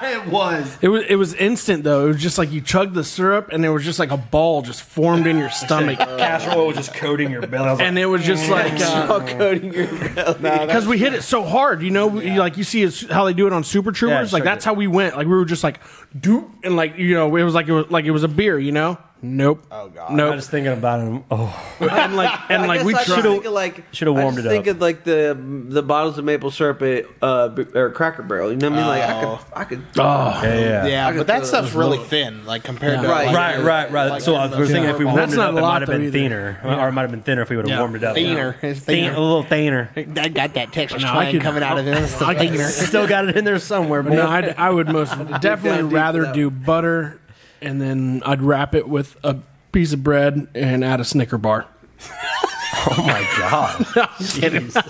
B: it was.
A: It was it was instant though. It was just like you chugged the syrup and there was just like a ball just formed in your stomach,
B: <laughs> Castor oil was just coating your belly. I was like,
A: and it was just like uh,
C: All coating your belly.
A: because we hit it so hard, you know, you- like you see it's- how they do it on Super Troopers,
B: it's
A: like
B: so
A: that's
B: good.
A: how we went. Like we were just like doop, and like you know, it was like it was like it was a beer, you know. Nope. Oh god.
B: I
A: Nope.
B: was just thinking about it. Oh,
A: and like and like
C: guess
A: we
C: I just
A: tried.
C: think of, like
B: Shoulda warmed
C: I just
B: it
C: think
B: up.
C: of like the the bottles of maple syrup at, uh, b- or Cracker Barrel. You know what I mean? Like I could, I could.
A: Oh,
B: yeah, yeah.
F: Yeah,
C: could
F: but
C: throw
F: that stuff's
C: those
F: really thin, like compared to
C: Right.
F: like,
B: Right, right, right. so I was thinking if we warmed
A: That's
B: it
A: not
B: up,
A: a
B: it
A: lot,
B: might have been
A: though, either.
B: thinner, or it might have been thinner if we would have
A: Yeah.
B: warmed it up.
F: Thinner. It's
B: Thin-
F: thinner.
B: a little thinner. <laughs>
F: I got that texture
A: No, I could-
F: coming out of it. It's
A: <laughs>
F: so
A: I could-
F: thinner.
B: Still got it in there somewhere. Boy.
A: no, I'd, I would most
C: down
A: definitely
C: deep for
A: rather
C: that
A: do butter, and then I'd wrap it with a piece of bread and add a Snicker bar.
B: oh my god.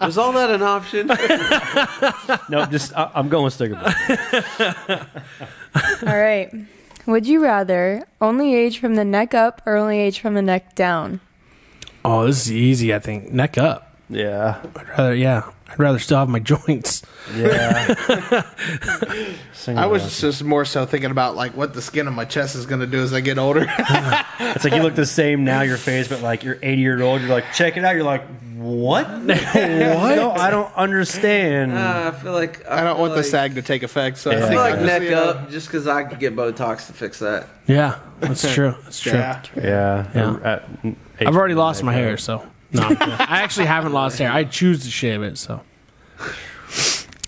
C: Was all that an option?
B: <laughs>
C: <laughs>
B: no, just I, I'm going with sticker. butter.
E: All right. Would you rather only age from the neck up or only age from the neck down?
A: Oh, this is easy. I think neck up.
B: Yeah,
A: I'd rather, yeah, I'd rather still have my <laughs> joints.
B: yeah.
F: I
B: I
F: was
B: was.
F: just, just more so thinking about like what the skin on my chest is going to do as I get older. <laughs>
B: It's like you look the same now, your face, but like you're 80 year old. You're like, check it out. You're like, what? what? No, I don't understand.
C: Uh, I feel like
F: I don't
C: feel
F: want the
C: like,
F: sag to take effect, so
B: Yeah.
F: I
C: I
F: think
C: feel like
F: I'll just,
C: neck
F: you know,
C: up just because I could get Botox to fix that.
A: Yeah, that's
B: <laughs>
A: true. That's true.
F: Yeah.
B: yeah.
A: Yeah. I've already lost my hair, so no. I'm kidding. I actually haven't lost hair. I choose to shave it, so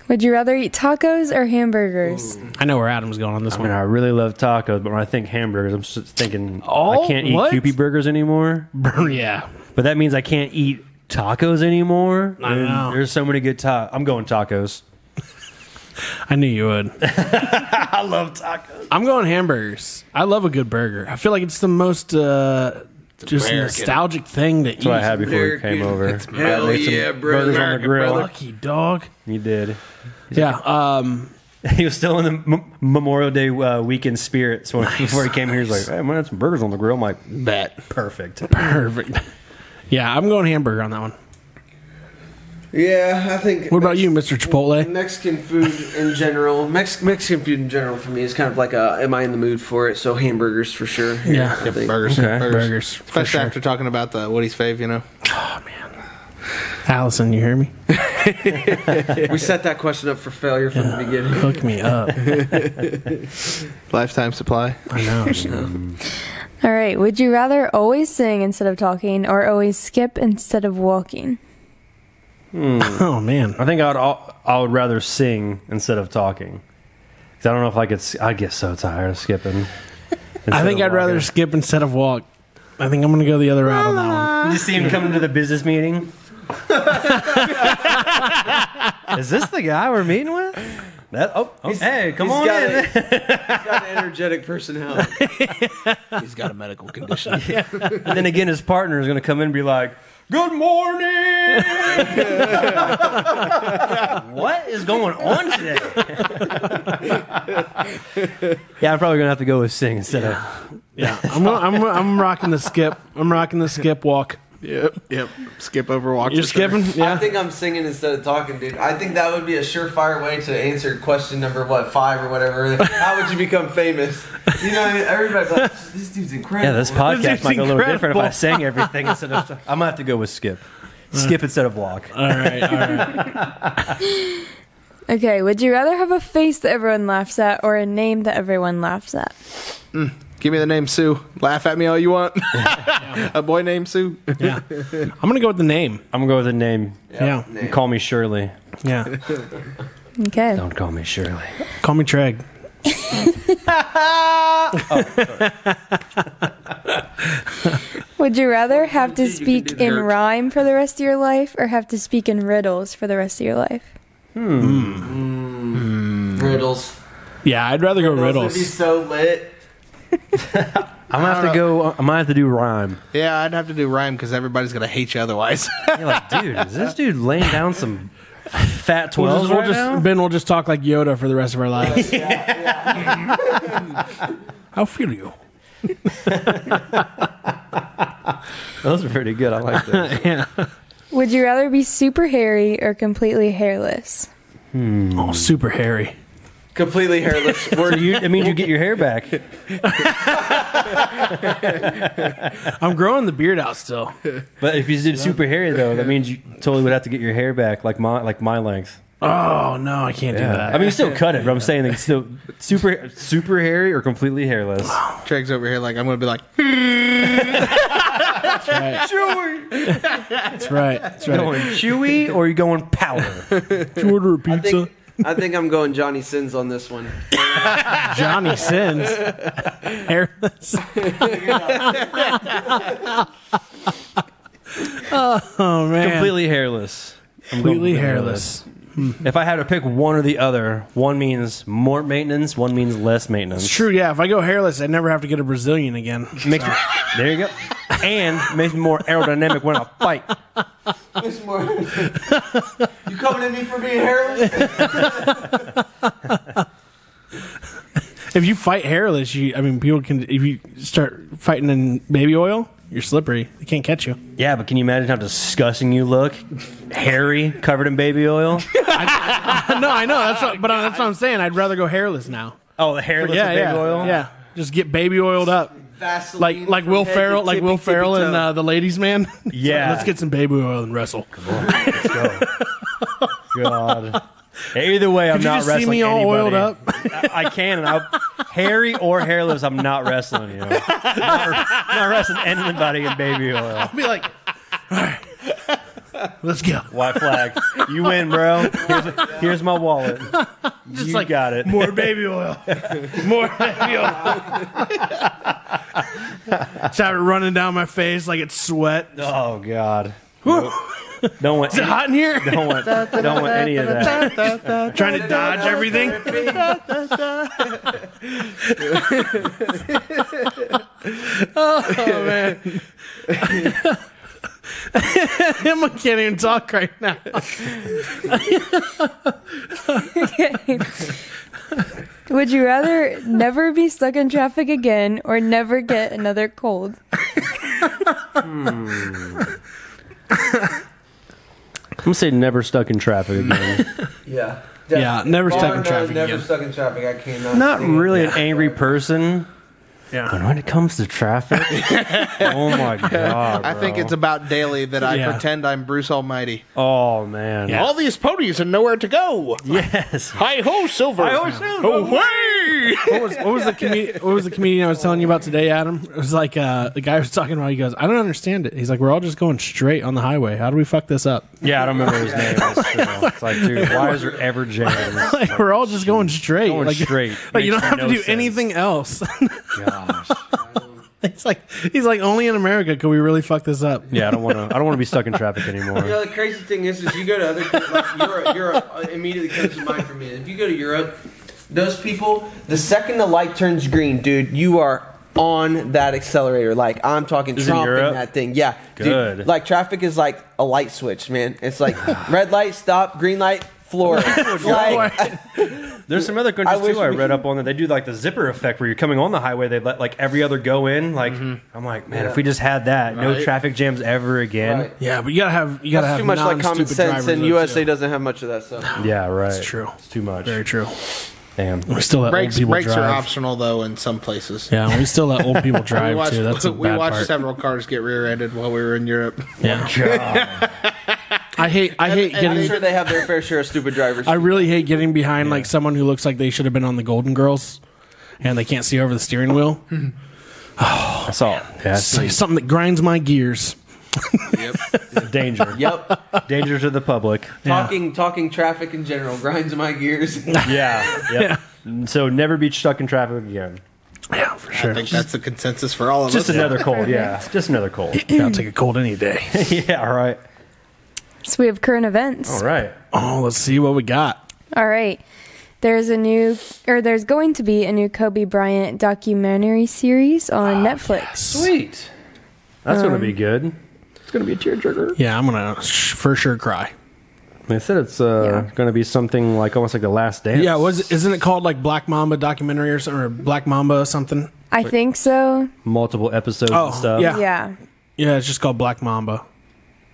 E: Would you rather eat tacos or hamburgers?
A: I know where Adam's going on this
B: I mean,
A: one. <laughs>
B: I really love tacos, but when I think hamburgers, I'm just thinking
A: Oh,
B: I can't eat
A: what?
B: Kewpie burgers anymore.
A: yeah,
B: But that means I can't eat tacos anymore.
A: I
B: And
A: know.
B: There's so many good tacos. I'm going tacos.
A: I knew you
B: <laughs>
A: would.
B: I love tacos.
A: I'm going hamburgers. I love a good burger. I feel like it's the most uh, just
F: American.
A: nostalgic thing to eat.
B: That's what I had before you
C: American.
B: came over.
C: It's Hell
B: I made some
C: yeah, brother.
B: burgers on the
C: American
B: grill.
C: brother.
A: Lucky dog.
B: You did.
A: Yeah. Um,
B: <laughs> He was still in the M- Memorial Day uh, weekend spirit. So before he came here, he's like, "Hey, I'm gonna have some burgers on the grill." I'm like,
F: bet.
B: "Perfect."
A: perfect. <laughs> Yeah, I'm going hamburger on that one.
C: Yeah, I think.
A: What about you, Mr.
B: <laughs>
A: Chipotle?
C: Mexican food in general, Mex- Mexican food in general for me is kind of like a, am I in the mood for it? So hamburgers for sure.
A: Yeah.
C: I think.
F: Burgers,
B: Okay.
F: burgers.
A: Burgers, for
F: Especially
A: sure.
F: after talking about the Woody's fave, you know.
A: Allison, you hear me?
C: We set that question up for failure from the beginning.
A: Hook me up.
F: Lifetime supply.
A: I know.
E: All right. Would you rather always sing instead of talking or always skip instead of walking?
A: Oh man.
B: I think I'd al- I would rather sing instead of talking. 'Cause I don't know if I could. s- I'd get so tired of skipping.
A: I think I'd rather skip instead of walk. I think I'm gonna go the other route on that one.
B: You see him coming to the business meeting. Is this the guy we're meeting with? That oh, oh, hey, come
C: He's
B: on
C: got,
B: in.
C: a- he's got an energetic personality.
F: He's got a medical condition.
B: And then again, his partner is going to come in and be like, "Good morning." <laughs> what is going on today? yeah, I'm probably going to have to go with sing instead of.
A: Yeah, <laughs> I'm, I'm, I'm rocking the skip. I'm rocking the skip walk.
F: yep, yep. Skip over walk.
A: You're
F: for sure.
A: skipping,
C: I
A: yeah.
C: think I'm singing instead of talking, dude. I think that would be a surefire way to answer question number what five or whatever. How would you become famous? You know, everybody's like, this dude's incredible.
B: Yeah, this
A: This
B: podcast
A: is
B: might go a little different if I
A: incredible.
B: sang everything instead of. <laughs> Mm. I'm going to have to go with skip. Skip instead of walk.
A: All right, all right.
E: Okay, would you rather have a face that everyone laughs at or a name that everyone laughs at?
F: Give me the name Sue. Laugh at me all you <laughs> want. a boy named Sue.
A: Yeah. I'm going to go with the name.
B: I'm gonna go with the name.
A: Yeah.
B: You Call me Shirley.
A: Yeah.
E: Okay.
B: Don't call me Shirley.
A: Call me Treg.
E: Would you rather have to
C: you can do
E: speak
C: the
E: in
C: dirt.
E: rhyme for the rest of your life or have to speak in riddles for the rest of your life?
C: Riddles.
A: Yeah, I'd rather go
C: Those would be
A: riddles.
C: so lit.
B: I'm gonna have to go. I'm gonna have to do rhyme.
F: Yeah, I'd have to do rhyme because everybody's gonna hate you otherwise. <laughs>
B: You're like, dude, is this dude laying down some fat
A: We'll
B: twelves
A: just, we'll
B: right
A: just-
B: now?
A: ben will just talk like Yoda for the rest of our
B: <laughs>
A: lives. How feel you?
B: Those are pretty good. I like those.
E: Would you rather be super hairy or
A: <laughs>
E: completely hairless?
A: Oh, super hairy.
C: Completely
A: <laughs>
C: hairless.
B: so <laughs> you, it means you get your hair back.
A: I'm growing the beard out still.
B: <laughs> But if you did super hairy though, that means you totally would have to get your hair back, like my like my length.
A: Oh no, I can't do that.
B: I mean, you still cut it, but I'm saying like still super super hairy or completely hairless.
F: Treg's over here like I'm gonna be like
A: that's right. That's right.
B: <laughs> Going chewy or you going powder?
A: Did you order a <laughs>
C: I
A: pizza?
C: think, I think I'm going Johnny Sins on
A: <laughs>
C: this one.
A: Johnny sins. Hairless. oh man.
B: <laughs> completely hairless. I'm going
A: Completely hairless.
B: If I had to pick one or the other, one means more maintenance, one means less maintenance.
A: True, yeah. If I go hairless, I never have to get a Brazilian again.
B: Makes me, there you go. And makes me more aerodynamic when I fight.
C: It's more- you coming at me for being hairless?
A: If you fight hairless, you I mean people can if you start fighting in baby oil, you're slippery. They can't catch you. <laughs>
B: Yeah, but can you imagine how disgusting you look? Hairy, covered in baby oil.
A: no, I know. That's what, but uh, that's what I'm saying. I'd rather go hairless now.
B: Oh, hairless
A: yeah,
B: with baby
A: yeah,
B: oil.
A: yeah. Just get baby oiled up, <laughs>
C: Vaseline
A: like like
C: from
A: Will
C: head to
A: Ferrell, like
C: tippy,
A: Will
C: tippy
A: Ferrell in
C: toe.
A: uh, the Ladies Man. <laughs>
B: Yeah.
A: let's get some baby oil and wrestle.
B: God. <laughs> Either way, I'm
A: Could you
B: not
A: just see
B: wrestling
A: me all
B: anybody.
A: oiled up? <laughs>
B: I, I can, and I'll, hairy or hairless, I'm not wrestling you. Not, not wrestling anybody in baby oil.
A: Be like, all right, let's go.
B: White flag. You win, bro. Here's, here's my wallet. you
A: like
B: got it.
A: More baby
B: <laughs>
A: oil. More baby oil. <laughs> Start running down my face like it's sweat.
B: Oh God. Don't want.
A: Is it
B: any-
A: hot in here?
B: Don't want. Don't want any of
A: <laughs>
B: that.
A: Trying to dodge everything. <laughs> Oh man. <laughs> Emma can't even talk right now.
E: Would you rather never be stuck in traffic again or never get another cold?
B: I'm gonna say never stuck in traffic again.
C: Yeah.
A: Yeah, never
C: Bar
A: stuck in
C: none,
A: traffic
C: Never
A: again.
C: stuck in traffic. I cannot.
B: Not
C: stand
B: really
C: it.
B: an angry person, but
A: Yeah.
B: when it comes to traffic, <laughs> oh my God.
F: I think
B: bro.
F: it's about daily that I
A: Yeah.
F: pretend I'm Bruce Almighty.
B: Oh man.
A: Yeah. All
F: these ponies are nowhere to go.
B: Yes.
F: Hi ho, Silver. Oh, Away!
A: What was, what
F: <laughs>
A: was the comed- what was the comedian I was telling you about today, Adam? It was like uh, the guy was talking about. He goes, "I don't understand it." He's like, "We're all just going straight on the highway. How do we fuck this up? <laughs>
B: Yeah, I don't remember his name. It's, it's like, <laughs> dude, why is there ever jams?
A: Like, we're all just going straight.
B: Going
A: like,
B: straight.
A: <laughs> Like you don't
B: Makes
A: have to
B: no
A: do
B: sense.
A: anything else." <laughs>
B: Gosh.
A: It's like he's like only in America could we really fuck this up.
B: Yeah, I don't want to. I don't want to be stuck in <laughs> traffic
C: You know,
B: anymore.
C: the crazy thing is, is you go to other <laughs> like Europe. Europe uh, immediately comes to mind for me. If you go to Europe, those people, the second the light turns green, dude, you are on that accelerator. Like I'm talking
B: in
C: tromping
B: Europe?
C: that thing. Yeah, dude,
B: Good.
C: like traffic is like a light switch, man.
B: <sighs>
C: It's like red light, stop, green light,
B: <laughs>
C: floor. <laughs> like,
B: There's some other countries
C: I wish
B: too. I
C: we
B: read
C: could-
B: up on that they do like the zipper effect where you're coming on the highway. They let like every other go in. Like I'm like, man, if we just had that, no traffic jams ever again.
C: Right.
A: Yeah, but you gotta have you gotta
C: That's
A: have
C: too much like common
A: non-stupid
C: sense,
A: drivers,
C: and
A: though,
C: USA
A: too.
C: doesn't have much of
A: <laughs>
C: that stuff.
B: Yeah, right.
A: It's true.
B: It's too much.
A: Very true.
B: Damn.
A: We still let
F: Brakes,
A: old people
F: brakes are
A: drive.
F: optional though in some places.
A: yeah, we still let old people drive
F: we watched,
A: too.
D: <laughs>
A: That's a
F: <laughs> we
A: bad
F: watched
A: part.
F: several cars get rear-ended while we were in Europe.
A: Yeah. <laughs> I I hate. I hate
C: And I'm
A: getting.
C: sure they have their fair share of stupid drivers.
A: I really hate getting behind like someone who looks like they should have been on the Golden Girls, and they can't see over the steering wheel.
B: I <laughs> saw. Yeah,
A: It's like something that grinds my gears. <laughs>
B: it's <laughs> danger.
C: yep.
B: Danger to the public.
C: Talking talking traffic in general grinds my gears.
B: Yeah. Yep. So never be stuck in traffic again.
A: Yeah, for sure.
F: <laughs> I think that's the consensus for all of
B: Just
F: us.
B: another cold. Yeah. Just another cold.
A: I'll take a cold any day.
B: <laughs> yeah. All right.
E: So we have current events.
B: All right.
A: <laughs> Oh, let's see what we got.
E: All right. There's a new, or there's going to be a new Kobe Bryant documentary series
A: Ah,
E: on Netflix.
B: Sweet. That's gonna be good. It's gonna be a tearjerker.
A: Yeah, I'm gonna sh- for sure cry.
B: They said it's uh, gonna be something like almost like the Last Dance.
A: Yeah, was isn't it called like Black Mamba documentary or, something, or Black Mamba or something?
E: I think so.
B: multiple episodes
A: Oh,
B: and stuff.
A: yeah.
E: Yeah.
A: Yeah, it's just called Black Mamba.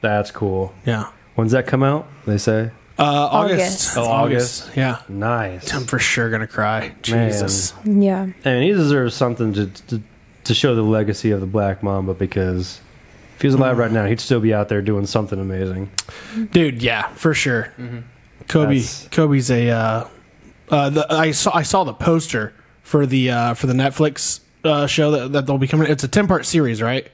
B: That's cool.
A: Yeah,
B: When's that come out? They say.
A: uh, August.
E: August.
B: Oh, August.
A: Yeah,
B: Nice.
A: I'm for sure gonna cry. Jesus.
E: Yeah.
B: I mean, he deserves something to, to to show the legacy of the Black Mamba because if he was alive right now, he'd still be out there doing something amazing.
A: dude yeah for sure kobe
B: That's-
A: kobe's a uh, uh the, i saw i saw the poster for the uh for the netflix uh show that, that they'll be coming it's a 10 part series right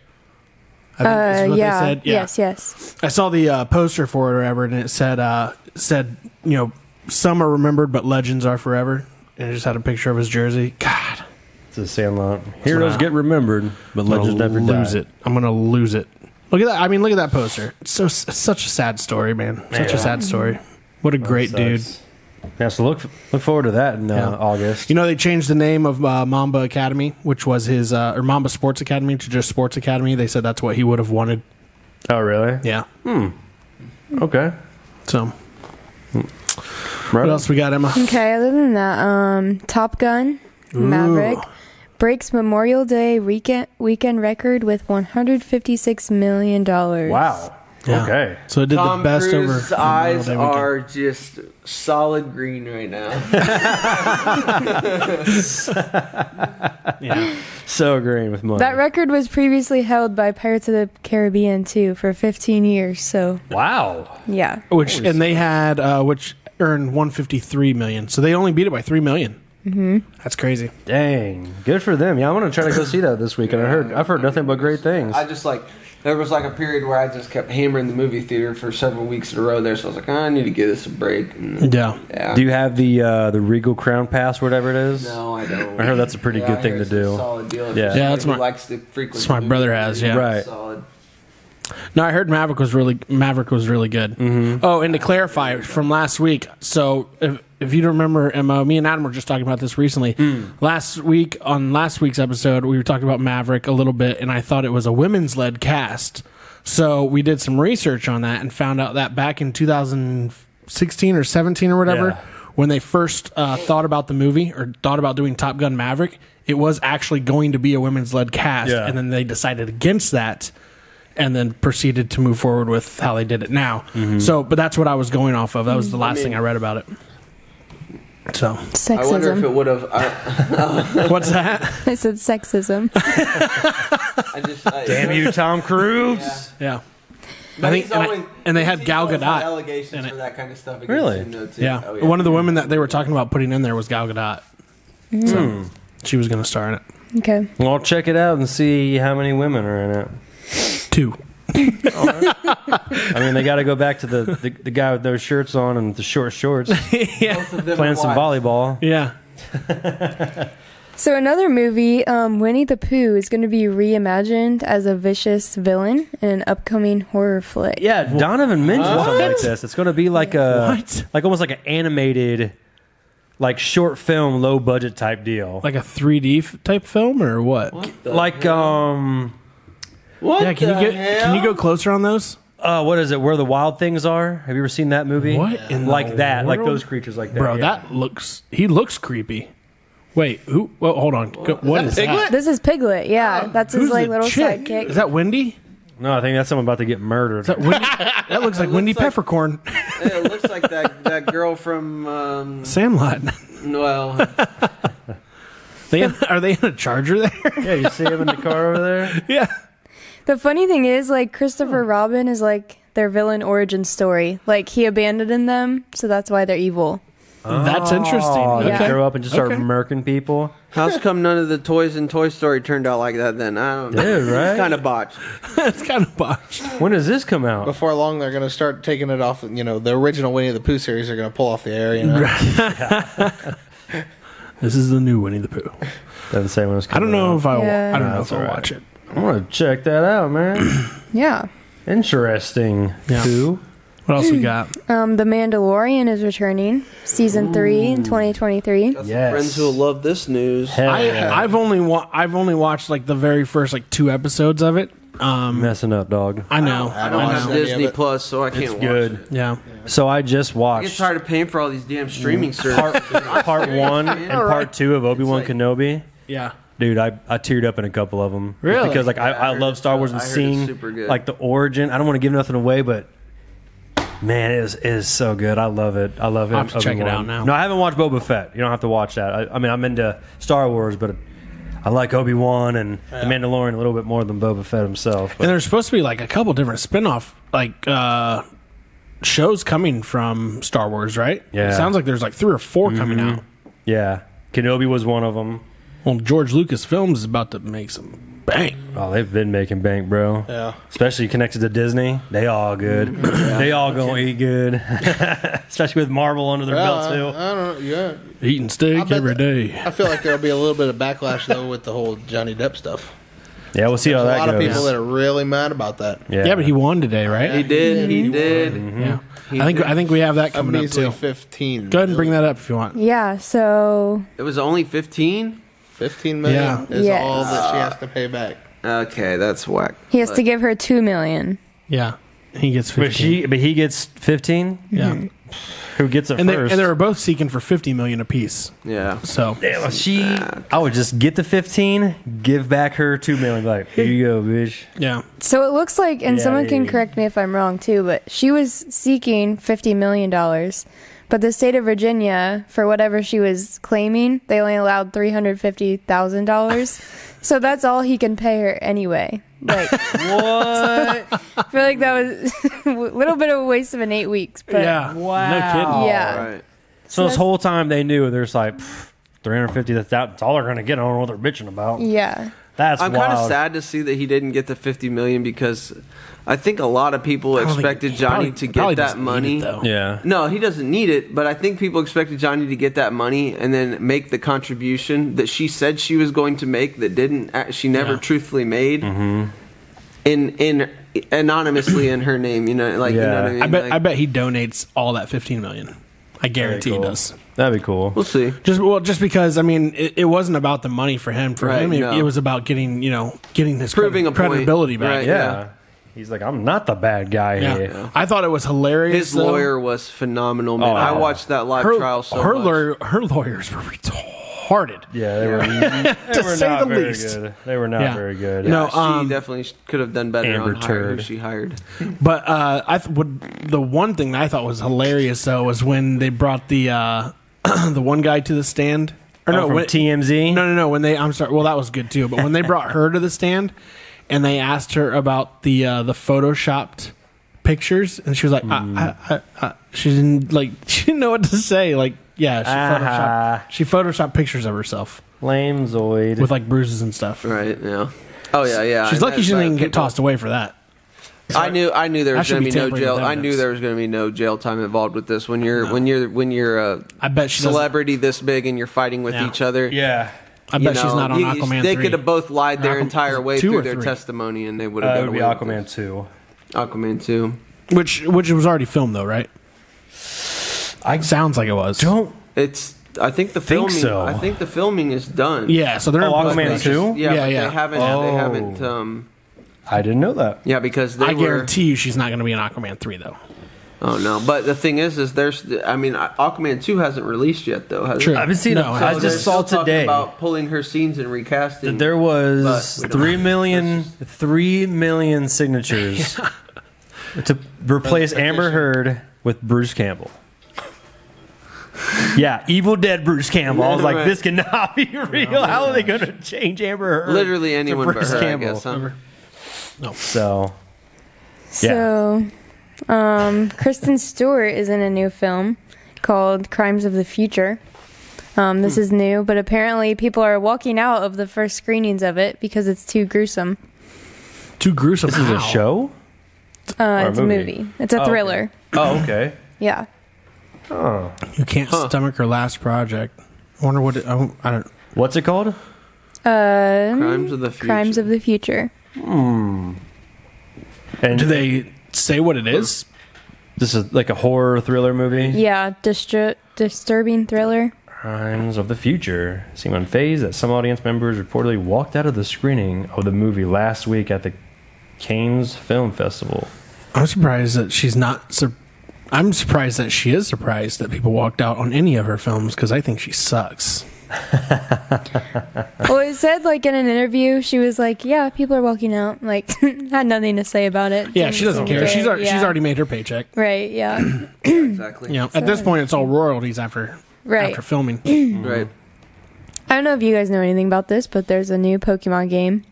A: I think that's
E: Uh,
A: what they
E: yeah.
A: said.
E: Yes. Yes.
A: I saw the uh, poster for it or whatever, and it said uh, said you know some are remembered, but legends are forever. And it just had a picture of his jersey. God,
B: It's a Sandlot. Heroes get remembered, but
A: I'm gonna
B: legends never
A: lose
B: die.
A: it. I'm gonna lose it. Look at that. I mean, look at that poster. It's so it's such a sad story, man. Such
B: Yeah.
A: a sad story. What a great dude.
B: Sucks. Yeah, so look look forward to that in uh,
A: Yeah.
B: August.
A: You know, they changed the name of uh, Mamba Academy, which was his, uh, or Mamba Sports Academy to just Sports Academy. They said that's what he would have wanted.
B: oh, really?
A: Yeah.
B: Okay.
A: So,
B: Right.
A: what else we got, Emma?
E: Okay. Other than that, um, Top Gun, Maverick breaks Memorial Day weekend weekend record with 156 million dollars.
B: Wow.
A: Yeah.
B: Okay.
A: So it did
C: Tom
A: the best
C: Cruise's
A: over. Memorial
C: eyes
A: Day weekend.
C: are just solid green right now.
A: Yeah.
B: So green with money.
E: That record was previously held by Pirates of the Caribbean too for 15 years. So
B: wow.
E: yeah.
A: Which and they had uh, which earned 153 million. So they only beat it by three Mm-hmm. That's crazy.
B: Dang. Good for them. Yeah, I'm gonna try to go see that this weekend. I heard I've heard nothing but great things.
C: I just like there was like a period where I just kept hammering the movie theater for several weeks in a row there, so I was like, "Ah, I need to give this a break. And,
A: Yeah.
C: yeah.
B: Do you have the uh, the Regal Crown Pass, whatever it is?
C: no, I don't.
B: I heard that's a pretty
C: Yeah,
B: good
C: I
B: thing to
C: hear it's a
B: do.
C: Solid deal.
B: Yeah.
A: Yeah, that's my-
C: likes the frequency.
A: that's my brother has, yeah.
B: Right.
C: Solid.
A: No, I heard Maverick was really Maverick was really good. Oh, and to clarify from last week, so if, if you don't remember, Emma, me and Adam were just talking about this recently. Last week on last week's episode, we were talking about Maverick a little bit, and I thought it was a women's led cast. So we did some research on that and found out that back in 2016 or 17 or whatever,
B: Yeah.
A: when they first uh, thought about the movie or thought about doing Top Gun Maverick, it was actually going to be a women's led cast,
B: Yeah.
A: and then they decided against that and then proceeded to move forward with how they did it now. So, but that's what I was going off of. That was the last thing I read about it. So,
E: Sexism.
C: I wonder if it would have. I,
A: what's that?
E: <laughs> I said sexism.
C: I
A: <laughs>
C: just. I,
B: Damn you, Tom Cruise.
A: Yeah.
C: But
A: I think,
C: he's
A: and, I-
C: always-
A: and they
C: he's
A: had Gal
C: always had
A: Gadot. in
C: allegations
A: it.
C: for that kind of stuff. against
B: Really?
C: him, though, too.
A: Yeah.
C: Oh,
A: One of the women
B: <laughs>
A: that they were talking about putting in there was Gal Gadot. So, she was going to star in it.
E: Okay.
B: Well, I'll check it out and see how many women are in it.
A: Two.
B: I mean, they got to go back to the, the, the guy with no shirts on and the short <laughs> shorts
C: Both of them
B: playing
C: are
B: some
C: wives.
B: volleyball.
A: Yeah.
E: So another movie, um, Winnie the Pooh, is going to be reimagined as a vicious villain in an upcoming horror flick.
B: Yeah, Donovan mentioned something like this. It's going to be like a
A: What?
B: like almost like an animated, like short film, low budget type deal.
A: Like
B: Like,
A: a 3D f- type film or what?
C: The-
B: um,
C: What
A: Yeah, can you
C: the
A: get
C: hell?
A: can you go closer on those?
B: uh, what is it? Where the Wild Things Are? Have you ever seen that movie?
A: What in the
B: like that? Like
A: world?
B: those creatures? Like that?
A: Bro,
B: yeah.
A: that looks he looks creepy. Wait, who well, hold on. Go, what is that?
E: This is Piglet. Yeah, that's his
A: Who's
E: like
A: the
E: little
A: chick?
E: sidekick.
A: Is that Wendy?
B: No, I think that's someone about to get murdered.
A: That, Wendy, that looks like Wendy
C: looks like-
A: Peppercorn. <laughs>
C: Yeah, it looks like that that girl from um,
A: Sandlot.
C: well,
E: <laughs>
A: They are they in a charger there? <laughs>
B: yeah, you see him in the car over there.
A: yeah.
E: the funny thing is, like Christopher Robin is like their villain origin story. Like he abandoned them, so that's why they're evil.
A: That's interesting.
B: Oh, they
E: Okay.
B: grow up and just start
A: Okay.
B: murking people.
C: How's come none of the toys in Toy Story turned out like that? Then I don't know.
B: Dude, right?
C: It's kind of botched.
A: <laughs> That's kind of botched.
B: When does this come out?
F: Before long, they're going to start taking it off. You know, the original Winnie the Pooh series are going to pull off the air. <laughs> You know,
A: This is the new Winnie the Pooh.
B: Doesn't say when it's
A: I
B: coming
A: don't know
B: out.
A: if I. will
E: Yeah.
A: I don't know
B: That's
A: if I'll
B: all right.
A: watch it.
B: I want to check that
A: <clears throat>
B: out, man.
E: Yeah.
B: Interesting.
A: Yeah.
B: Pooh.
A: What
E: <laughs>
A: else we got?
E: Um, the Mandalorian is returning, season three in 2023.
C: Got
B: Yes.
C: some friends who love this news.
B: Hell yeah.
A: I, I've only wa- I've only watched like the very first like two episodes of it. Um,
B: messing up, dog.
A: I know.
F: I
A: I
F: don't
A: know.
F: watch
C: It's
F: know.
C: Disney
F: Yeah, but-
C: Plus, so I can't watch it.
B: Good.
A: Yeah.
B: So I just
C: I get
B: watched
C: tired of paying for all these damn streaming
B: part,
C: services.
A: <laughs>
B: part one and part two of Obi Wan
C: It's like-
B: Kenobi.
A: Yeah.
B: Dude, I, I teared up in a couple of them.
A: Really?
B: Because like I,
C: Yeah, I
B: I,
C: heard
B: love
C: it's-
B: Star Wars
C: I
B: and
C: heard it's
B: seeing
C: super good.
B: like the origin. I don't want to give nothing away, but man, it is, it is so good. I love it. I love it.
A: I'll have to check it
B: Obi-Wan.
A: out now.
B: No, I haven't watched Boba Fett. You don't have to watch that. I, I mean, I'm into Star Wars, but I like Obi Wan and the Mandalorian a little bit more than Boba Fett himself. But
A: And there's supposed to be like a couple different spin-off like uh shows coming from Star Wars, right?
B: Yeah. Mm-hmm.
A: It sounds like there's like three or 4 coming out.
B: yeah, Kenobi was one of them.
A: Well, George Lucas Films is about to make some bang.
B: Oh, they've been making bank, bro.
F: Yeah.
B: Especially connected to Disney. They all good. They all gonna eat good. <laughs> Especially with Marvel under their
F: Well,
B: belt too.
F: I, I don't know. Yeah,
A: Eating
F: I
A: steak
F: bet
A: every
F: that-
A: day.
F: I feel like there'll be a little bit of backlash though with the whole Johnny Depp stuff.
B: Yeah, we'll see how
F: There's
B: Oh, that
F: a lot
B: goes.
F: of people that are really mad about that.
B: yeah.
A: Yeah, but he won today, right?
C: he did. He did.
B: Mm-hmm.
A: Yeah. I think I think we have that
F: A
A: coming up
F: measly
A: too.
F: fifteen.
A: Go ahead and bring that up if you want.
E: Yeah, so
C: It was only fifteen.
F: Fifteen million
A: Yeah.
F: is
E: Yes.
F: all that she has to pay back.
C: Okay, that's whack.
E: he has to give her two million.
A: Yeah. He gets 15.
B: But she but he gets fifteen?
A: yeah.
B: Who gets it
A: And they, and
B: first?
A: they were both seeking for 50 million apiece.
C: Yeah.
A: So
B: Damn, if she I would just get the fifteen, give back her two million like, here you go, bitch.
A: yeah.
E: So it looks like, and
B: Yeah,
E: someone
B: yeah,
E: can
B: yeah.
E: correct me if I'm wrong too, but she was seeking $50 million. But the state of Virginia, for whatever she was claiming, they only allowed $350,000. so that's all he can pay her anyway. Like,
B: What?
E: I feel like that was <laughs> a little bit of a waste of an eight weeks.
A: <laughs>
E: But
A: yeah.
B: Wow.
A: No kidding.
E: Yeah.
C: Right.
B: so this
E: that's-
B: whole time they knew they're just like three hundred fifty that's all they're gonna get. I don't know what they're bitching about.
E: Yeah.
B: That's
C: I'm
B: wild.
C: kind of sad to see that he didn't get the 50 million because I think a lot of people
A: I don't think-
C: expected Johnny
A: probably-
C: to
A: probably
C: get that
A: doesn't need
C: money.
A: it, though.
B: Yeah.
C: No, he doesn't need it, but I think people expected Johnny to get that money and then make the contribution that she said she was going to make that didn't act- she never
A: Yeah. Mm-hmm.
C: truthfully made in in anonymously in her name, you know, like you know
B: Yeah.
C: what I mean?
A: I bet
C: Like,
A: I bet he donates all that 15 million. I guarantee he does.
B: That'd be cool.
C: we'll see.
A: Just well, just because I mean, it, it wasn't about the money for him. For
C: Right,
A: him, it,
C: no.
A: it was about getting you know getting his
C: Proving
A: credi-
C: a point,
A: credibility back.
C: right,
B: yeah.
C: Yeah.
B: He's like, I'm not the bad guy
A: Yeah.
B: here.
A: I thought it was hilarious.
C: His
A: though.
C: lawyer was phenomenal, man.
B: Oh,
C: I
B: yeah.
C: watched that live
A: her,
C: trial so
A: her
C: much.
A: lawyer, her lawyers were retarded.
B: Yeah, they were, <laughs> they were
A: say
B: not
A: the
B: very
A: least.
B: good. They were not
A: Yeah.
B: very good.
A: No.
C: Yeah, she
A: um,
C: definitely sh- could have done better
B: Amber
C: on hire who
B: Turd.
C: she hired.
A: But uh, I th- would the one thing that I thought was hilarious though was when they brought the uh, <clears throat> the one guy to the stand. Or
B: Oh, from
A: when-
B: TMZ?
A: No, no, no. When they, I'm sorry. Well, that was good too. But when they
B: <laughs>
A: brought her to the stand, and they asked her about the uh, the photoshopped pictures, and she was like,
B: Hmm.
A: I, I, I, I, she didn't like <laughs> she didn't know what to say. Like, yeah, she
B: Ah.
A: photoshopped she photoshopped pictures of herself
B: Lame Zoid.
A: with like bruises and stuff.
C: Right. Yeah. Oh yeah, yeah.
A: She's
C: and
A: lucky she
C: that's-
A: didn't get
C: people-
A: tossed away for that.
C: I knew, I knew there
A: That
C: was
A: should
C: going to
A: be
C: be no
A: tampering
C: jail.
A: with
C: I knew
A: evidence.
C: there was going to be no jail time involved with this. When you're, when you're, when you're a
A: I bet she doesn't-
C: celebrity this big and you're fighting with
A: Yeah.
C: each other.
B: yeah.
A: I
C: you
A: bet she's
C: know,
A: not on
C: you-
A: Aquaman.
C: They
A: 3.
C: could have both lied their
A: Aquaman-
C: entire way
A: two
C: through
A: or
C: their
A: three?
C: testimony, and they would
B: Uh,
C: have.
B: it
C: got
B: would be
C: away with
B: Aquaman
C: it.
B: 2.
C: Aquaman two.
A: which which was already filmed though, right?
B: I
A: Sounds like it was.
B: don't.
C: It's. I think the
B: Think
C: filming.
B: so.
C: I think the filming is done.
A: Yeah, so they're
B: Oh,
A: in post-
B: Aquaman
C: It's
B: 2?
C: Yeah,
A: Yeah,
C: but
A: yeah.
C: They haven't. They
B: Oh.
C: haven't. Um,
B: I didn't know that.
C: yeah, because they
A: I
C: were.
A: guarantee you she's not going to be in Aquaman 3, though.
C: Oh no! But the thing is, is there's. I mean, Aquaman two hasn't released yet, though. Has it?
A: True.
B: I've been seeing
A: No, I
B: it. I
C: So
A: was
C: they're
B: just saw
C: still talking
B: today
C: about pulling her scenes and recasting.
B: that there was
C: But we don't-
B: three million, three million
C: <laughs>
B: signatures to replace Amber Heard with Bruce Campbell. Yeah, Evil Dead Bruce Campbell. I was like,
C: Right.
B: this cannot <laughs> be real. How are they going to change Amber Heard?
C: literally
B: to
C: anyone but
B: Bruce
C: her.
B: Campbell?
C: I guess. Huh?
B: So
E: So Um, Kristen Stewart is in a new film called Crimes of the Future. Um, this is new, but apparently people are walking out of the first screenings of it because it's too gruesome.
A: Too gruesome.
B: This is a show.
E: Uh,
B: a
E: it's a
B: movie.
E: movie. It's a
B: okay.
E: thriller.
B: Oh, okay.
E: Yeah.
A: You can't stomach her last project. I wonder what it, I, don't, I don't.
B: What's it called?
E: Uh,
C: Crimes of the future.
E: Crimes of the Future.
B: And
A: Do they say what it is?
B: this is like a horror thriller movie.
E: Yeah, distru- disturbing thriller.
B: Crimes of the Future seem unfazed that some audience members reportedly walked out of the screening of the movie last week at the Cannes Film Festival.
A: I'm surprised that she's not. Sur- I'm surprised that she is surprised that people walked out on any of her films because I think she sucks.
E: well, it said like in an interview, she was like, "Yeah, people are walking out." Like, <laughs> had nothing to say about it.
A: Yeah, she doesn't care. She's al-
E: Yeah.
A: she's already made her paycheck.
E: right.
A: <clears throat>
E: Yeah,
C: Exactly.
A: You know, at this point, it's all royalties after
E: right.
A: after filming.
C: Right.
E: I don't know if you guys know anything about this, but there's a new Pokemon game.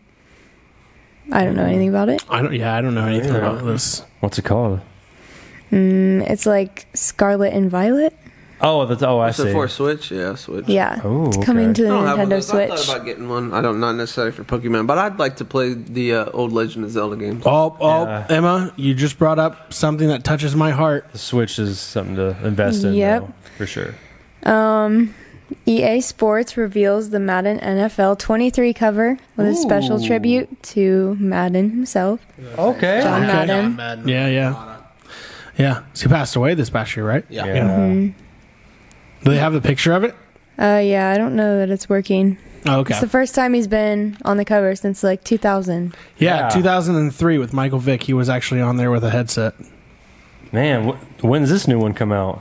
E: I don't know anything about it.
A: I don't. Yeah, I don't know anything
B: Yeah.
A: about this.
B: What's it called?
E: Mm, it's like Scarlet and Violet.
B: Oh, that's oh, I
C: So
B: see.
C: for Switch, yeah, Switch.
E: Yeah,
B: Oh,
E: it's coming
B: okay.
E: to the
C: I don't have one of
E: Nintendo
C: those. I
E: Switch.
C: thought about getting one. I don't, not necessarily for Pokemon, but I'd like to play the uh, old Legend of Zelda games.
A: Oh, oh,
B: Yeah.
A: Emma, you just brought up something that touches my heart.
B: The Switch is something to invest in,
E: Yep.
B: though, for sure.
E: EA E Sports reveals the Madden NFL 23 cover with a special tribute to Madden himself,
B: Okay.
E: John
A: Okay.
E: Madden.
A: Yeah, yeah, yeah. So he passed away this past year, right?
B: Yeah.
E: Mm-hmm.
A: Do they have the picture of it?
E: Uh, yeah, I don't know that it's working.
A: Oh, okay.
E: It's the first time he's been on the cover since like 2000.
A: yeah,
B: Yeah.
A: 2003 with Michael Vick. He was actually on there with a headset.
B: Man, wh- when's this new one come out?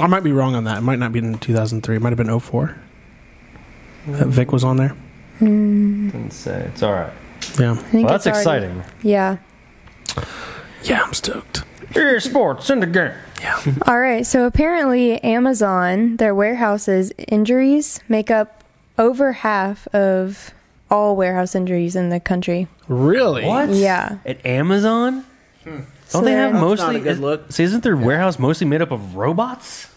A: I might be wrong on that. It might not be in 2003. It might have been 04. That Vic was on there.
B: Didn't say. It's all right.
A: Yeah.
E: I think
B: Well,
E: it's
B: that's
E: already-
B: exciting.
E: Yeah.
A: Yeah, I'm stoked.
B: Air sports in the game.
E: All right. So apparently, Amazon, their warehouses, injuries make up over half of all warehouse injuries in the country.
A: Really?
B: What? Hmm.
E: Yeah.
B: At Amazon?
E: So
B: Don't they have
E: they're-
C: not
B: mostly?
C: a good look.
B: See, isn't their warehouse mostly made up of robots?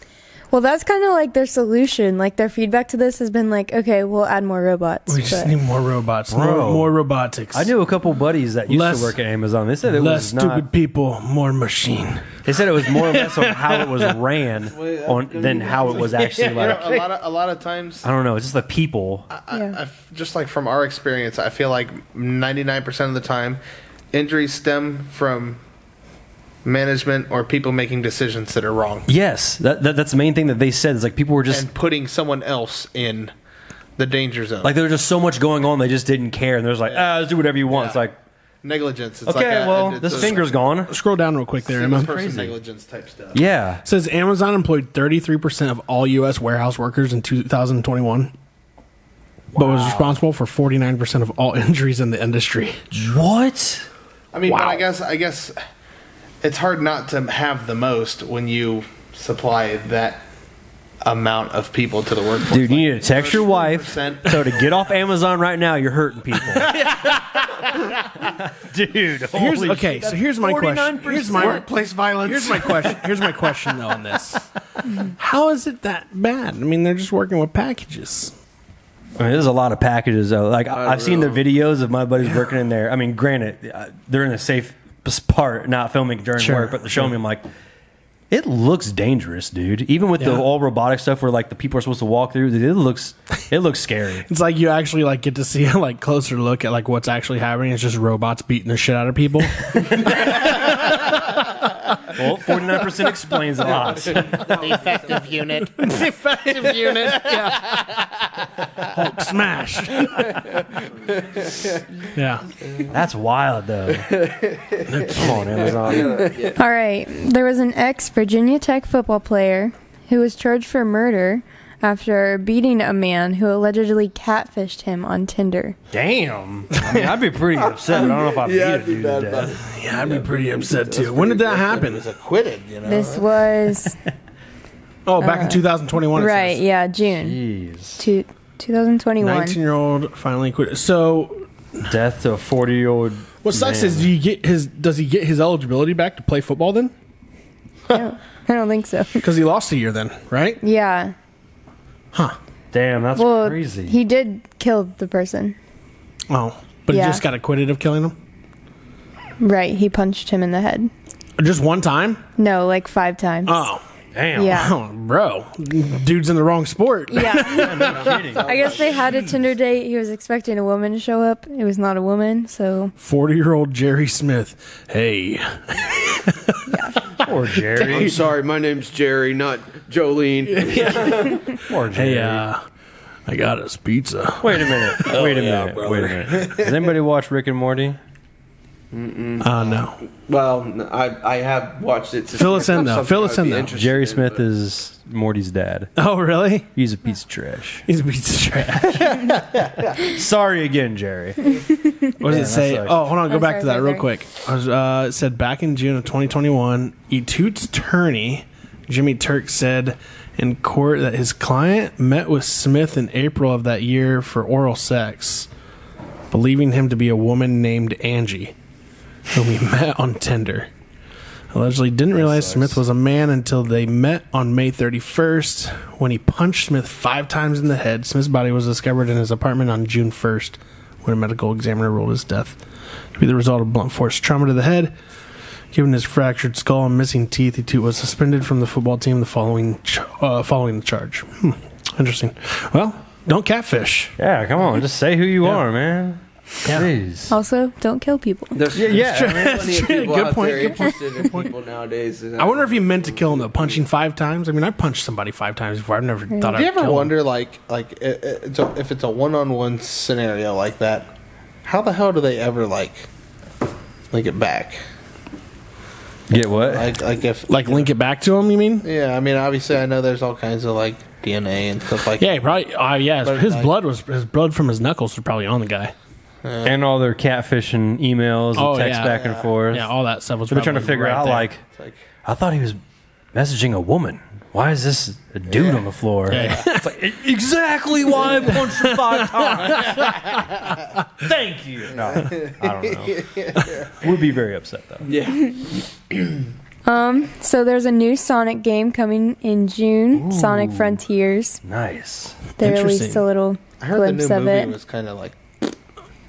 E: Well, that's kind of like their solution. Like their feedback to this has been like, okay, we'll add more robots.
A: We just
E: but-
A: need more robots.
B: Bro.
A: More, more robotics.
B: I knew a couple buddies that used
A: Less-
B: to work at Amazon. They said it
A: Less
B: was
A: stupid
B: not.
A: people, more machine.
B: They said it was more or less <laughs> on how it was ran on than how it was actually
D: You know,
B: like.
D: a lot of a lot of times,
B: I don't know. It's just the people.
D: I,
E: Yeah.
D: I f- just like from our experience, I feel like ninety nine percent of the time, injuries stem from management or people making decisions that are wrong
B: Yes, that, that that's the main thing that they said. Is like people were just
D: and putting someone else in the danger zone.
B: like there was just so much going on. They just didn't care, and they're just like, ah, let's do whatever you want. It's
D: Yeah.
B: like,
D: negligence. It's
B: okay,
D: like a-
B: well,
D: it's
B: this
D: a-
B: finger's gone.
A: Scroll down real quick there, Emma.
D: single person negligence type stuff.
B: Yeah,
A: says Amazon employed 33% of all U.S. warehouse workers in 2021, but was responsible for 49% of all <laughs> injuries in the industry.
B: what?
D: I mean, but
A: Wow.
D: I guess I guess it's hard not to have the most when you supply that amount of people to the workforce.
B: Dude, you need to text your wife.
D: 100%.
B: So to get off Amazon right now, you're hurting people. <laughs> Dude,
A: Here's,
B: holy
A: okay, so here's my question. Here's my workplace violence. Here's my question. Here's my question though on <laughs> this. How is it that bad? I mean, they're just working with packages.
B: I mean, there's a lot of packages. Though. Like I I've seen the videos of my buddies working in there. I mean, granted, uh, they're in a safe p- part, not filming during
A: Sure,
B: work, but they're showing me. I'm like, it looks dangerous, dude. Even with the
A: Yeah.
B: all robotic stuff, where like the people are supposed to walk through, dude, it looks it looks scary.
A: It's like you actually like get to see a like closer look at like what's actually happening. It's just robots beating the shit out of people.
B: well, forty nine percent explains a
E: <laughs>
B: lot.
H: Defective
C: <laughs>
H: unit. Defective unit.
A: Hulk smash. <laughs> yeah.
B: That's wild, though. Come on, Amazon.
E: All right. There was an ex Virginia Tech football player who was charged for murder after beating a man who allegedly catfished him on Tinder.
B: Damn. I mean, I'd be pretty upset. but I don't know if I would
C: Yeah,
B: beat
C: I'd
B: a
C: be
B: dude
C: bad
B: to
C: about
B: death.
A: Yeah, I'd be pretty upset too. When did that happen?
F: acquitted, you know.
E: This was
A: Oh, back in 2021. it says.
E: right. Yeah, June
B: Jeez.
E: to 2021.
A: 19 year old finally quit. So
B: Death to a forty-year-old.
I: What sucks
B: man.
I: is do you get his? Does he get his eligibility back to play football then?
E: I don't, I don't think so. <laughs>
I: Because he lost a year then, right?
E: Yeah.
B: damn. That's
E: Well,
B: crazy.
E: he did kill the person.
A: Oh,
I: But
E: Yeah.
I: he just got acquitted of killing him.
E: Right. He punched him in the head.
A: just one time?
E: No, like five times.
A: Oh,
B: damn.
E: yeah.
A: <laughs> oh, bro, dude's in the wrong sport.
E: Yeah. <laughs> I guess they had a Tinder date. He was expecting a woman to show up. It was not a woman, so
A: Forty-year-old Jerry Smith. Hey,
B: Poor Jerry.
E: <laughs>
C: I'm sorry, my name's Jerry, not Jolene.
B: Poor Jerry.
A: hey, uh, I got us pizza.
B: Wait a
C: <laughs>
B: minute.
C: Oh,
B: Wait a minute. Wait a minute. Does anybody watch Rick and Morty?
A: Uh, no,
C: <laughs> well, n- I I have watched it. Since
A: Fill us in, though.
C: Something
A: Fill us
C: I'd be
A: in, though.
C: interested
B: Jerry
C: in,
B: Smith
C: but-
B: is Morty's dad.
A: oh really?
B: He's a piece of trash.
A: He's a piece of trash.
B: Sorry again, Jerry.
A: What does it say?
B: sucks.
A: Oh, hold on, go
E: I'm
A: back
E: sorry,
A: to that
E: sorry,
A: real
E: sorry.
A: quick. I was, uh, it said back in June of 2021, Etude's attorney Jimmy Turk said in court that his client met with Smith in April of that year for oral sex, believing him to be a woman named Angie, whom he <laughs> met on Tinder. Allegedly, didn't realize Smith was a man until they met on May 31st when he punched Smith five times in the head. Smith's body was discovered in his apartment on June 1st when a medical examiner ruled his death to be the result of blunt force trauma to the head. Given his fractured skull and missing teeth, he too was suspended from the football team the following ch- uh, following the charge. Hmm. Interesting. Well, don't catfish.
B: <laughs> Yeah, come on. Just say who you are, man. Jeez.
E: also don't kill people.
C: There's, yeah,
A: yeah.
C: plenty of people
A: <laughs> Good
C: out
A: point,
C: there
A: good point,
C: interested in people nowadays.
A: I wonder if he meant to kill him though, punching five times. I mean, I punched somebody five times before. I've never thought
F: Do
A: I'd
F: you ever
A: kill him.
F: wonder, like, like i- i- it's a, if it's a one-on-one scenario like that, how the hell do they ever like, like it back?
B: Get what?
F: Like, like if,
A: like link it back to him. You mean?
F: yeah, I mean, obviously, I know there's all kinds of like DNA and stuff like.
A: Yeah, he probably. Uh, yeah,
F: But,
A: his, his
F: like-
A: blood was his blood from his knuckles was probably on the guy.
B: And all their catfishing emails and
A: Oh,
B: texts
A: yeah.
B: back and forth.
A: Yeah, all that stuff was.
B: They're trying to
A: probably
B: figure
A: right
B: out,
A: there.
B: like,
F: like-
B: I thought he was messaging a woman. Why is this a dude on the floor? <laughs>
A: Yeah.
B: It's like, "E- exactly why I punched him five times.
A: <laughs>
B: Thank you. No, I don't know. Would be very upset though.
E: So there's a new Sonic game coming in June, Sonic Frontiers.
B: Nice.
E: They released
A: Interesting.
E: a little
F: I heard the
E: glimpse
F: new
E: of
F: movie
E: it.
F: was kind of like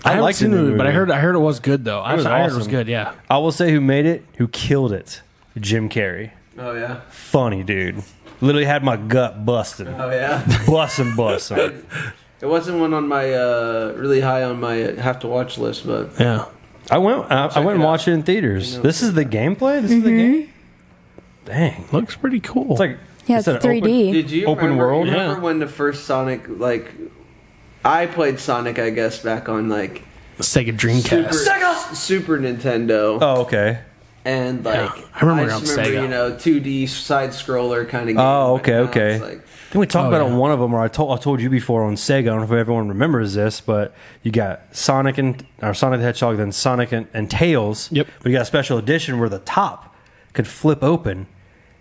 A: I, haven't
B: liked the
A: seen the
B: new
A: movie, but I
B: movie.
A: heard I heard it was good though. I,
B: was
A: I heard it was
B: awesome.
A: good. Yeah.
B: I will say who made it, who killed it. Jim Carrey.
C: Oh yeah.
B: Funny dude. Literally had my gut busted.
C: Oh yeah.
B: Busting, busting.
C: It wasn't one on my uh, really high on my have to watch list, but
A: Yeah.
B: I went I, I went and
C: it out.
B: watched it in theaters. This is the gameplay? This is the
E: Mm-hmm.
B: game? Dang.
A: Looks pretty cool.
B: It's like
E: Yeah,
B: is that
E: it's
B: an open-
E: 3D.
C: Did you
B: Open
C: remember,
B: world?
C: Remember
A: Yeah.
C: when the first Sonic like I played Sonic, I guess, back on like
A: Sega Dreamcast.
C: Super, Super Nintendo,
B: Oh, okay.
C: and like
A: Yeah, I remember on
C: just remember
A: Sega.
C: you know two D side scroller kind of. game.
B: Oh,
C: but
B: okay,
C: now it's
B: okay.
C: like-
B: I think we talked
A: Oh,
B: about it
A: yeah.
B: on one of them, or I told I told you before on Sega. I don't know if everyone remembers this, but you got Sonic and or Sonic the Hedgehog, then Sonic and, and Tails.
A: Yep.
B: But you got a special edition where the top could flip open,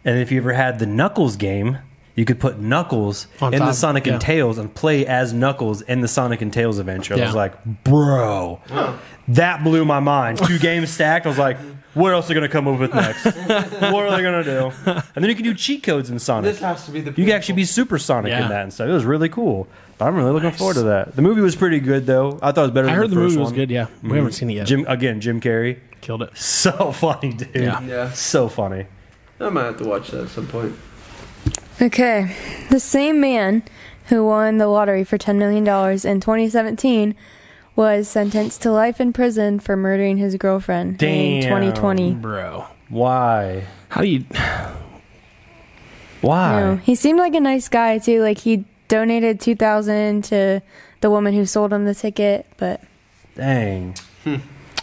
B: and if you ever had the Knuckles game, you could put Knuckles
A: On
B: in the
A: top,
B: Sonic
A: yeah.
B: and Tails and play as Knuckles in the Sonic and Tails adventure. I was
A: Yeah.
B: like, bro, that blew my mind.
A: <laughs>
B: Two games stacked. I was like. What else are they gonna come up with next? what are they gonna do? And then you can do cheat codes in Sonic.
C: This has to be the.
B: You could actually be supersonic
A: Yeah.
B: in that and stuff. It was really cool. But I'm really looking forward to that. The movie was pretty good though. I thought it was better.
A: I
B: than
A: heard the,
B: first
A: movie was
B: one. Mm-hmm.
A: good. Yeah. We haven't seen it yet.
B: Jim again, Jim Carrey, <laughs>
A: killed it.
B: so funny, dude.
A: Yeah.
C: Yeah.
B: so funny.
C: I might have to watch that at some point.
E: Okay. The same man who won the lottery for $10 million in 2017 was sentenced to life in prison for murdering his girlfriend in
B: Damn.
E: 2020.
A: Bro.
B: Why?
A: How do you?
B: Why?
E: No, he seemed like a nice guy too. Like he donated 2000 to the woman who sold him the ticket, but
B: Dang.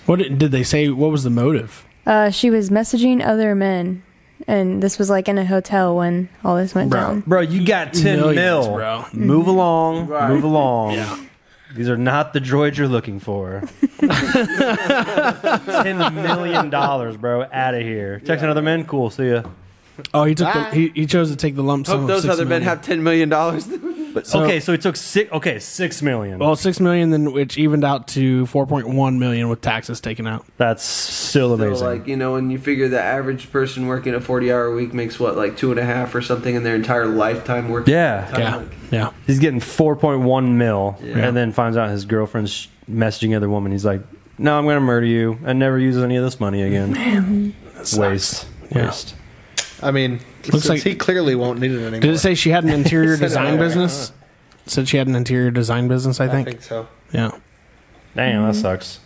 A: What did did they say? What was the motive?
E: uh, she was messaging other men. And this was like in a hotel when all this went
A: Bro.
E: down.
B: Bro, you got ten
A: Millions,
B: mil.
A: bro.
B: Move along.
C: Right.
B: Move along. These are not the droids you're looking for. <laughs> ten million dollars, bro. Out of here. Text another man. Cool. See ya.
A: Oh, he took. The, he, he chose to take the lump sum.
C: Ah. Hope
A: of
C: those
A: six
C: other men
A: million.
C: have ten million dollars.
B: But okay, so it took six. Okay, six million.
A: Well, six million, then which evened out to four point one million with taxes taken out.
B: That's still
C: <laughs> So,
B: amazing.
C: like you know, and you figure the average person working a forty-hour week makes what, like two and a half or something in their entire lifetime working.
B: yeah,
A: Yeah, yeah.
B: he's getting four point one mil, and then finds out his girlfriend's messaging other woman. He's like, "No, I'm going to murder you and never use any of this money again." Waste,
A: Yeah.
B: waste.
F: I mean,
A: Looks
F: since
A: like-
F: he clearly won't need it anymore.
A: Did it say she had an interior
F: Said it
A: design
F: right there.
A: business? Said she had an interior design business. I
F: I
A: think.
F: think so.
A: Yeah.
B: Damn, that sucks.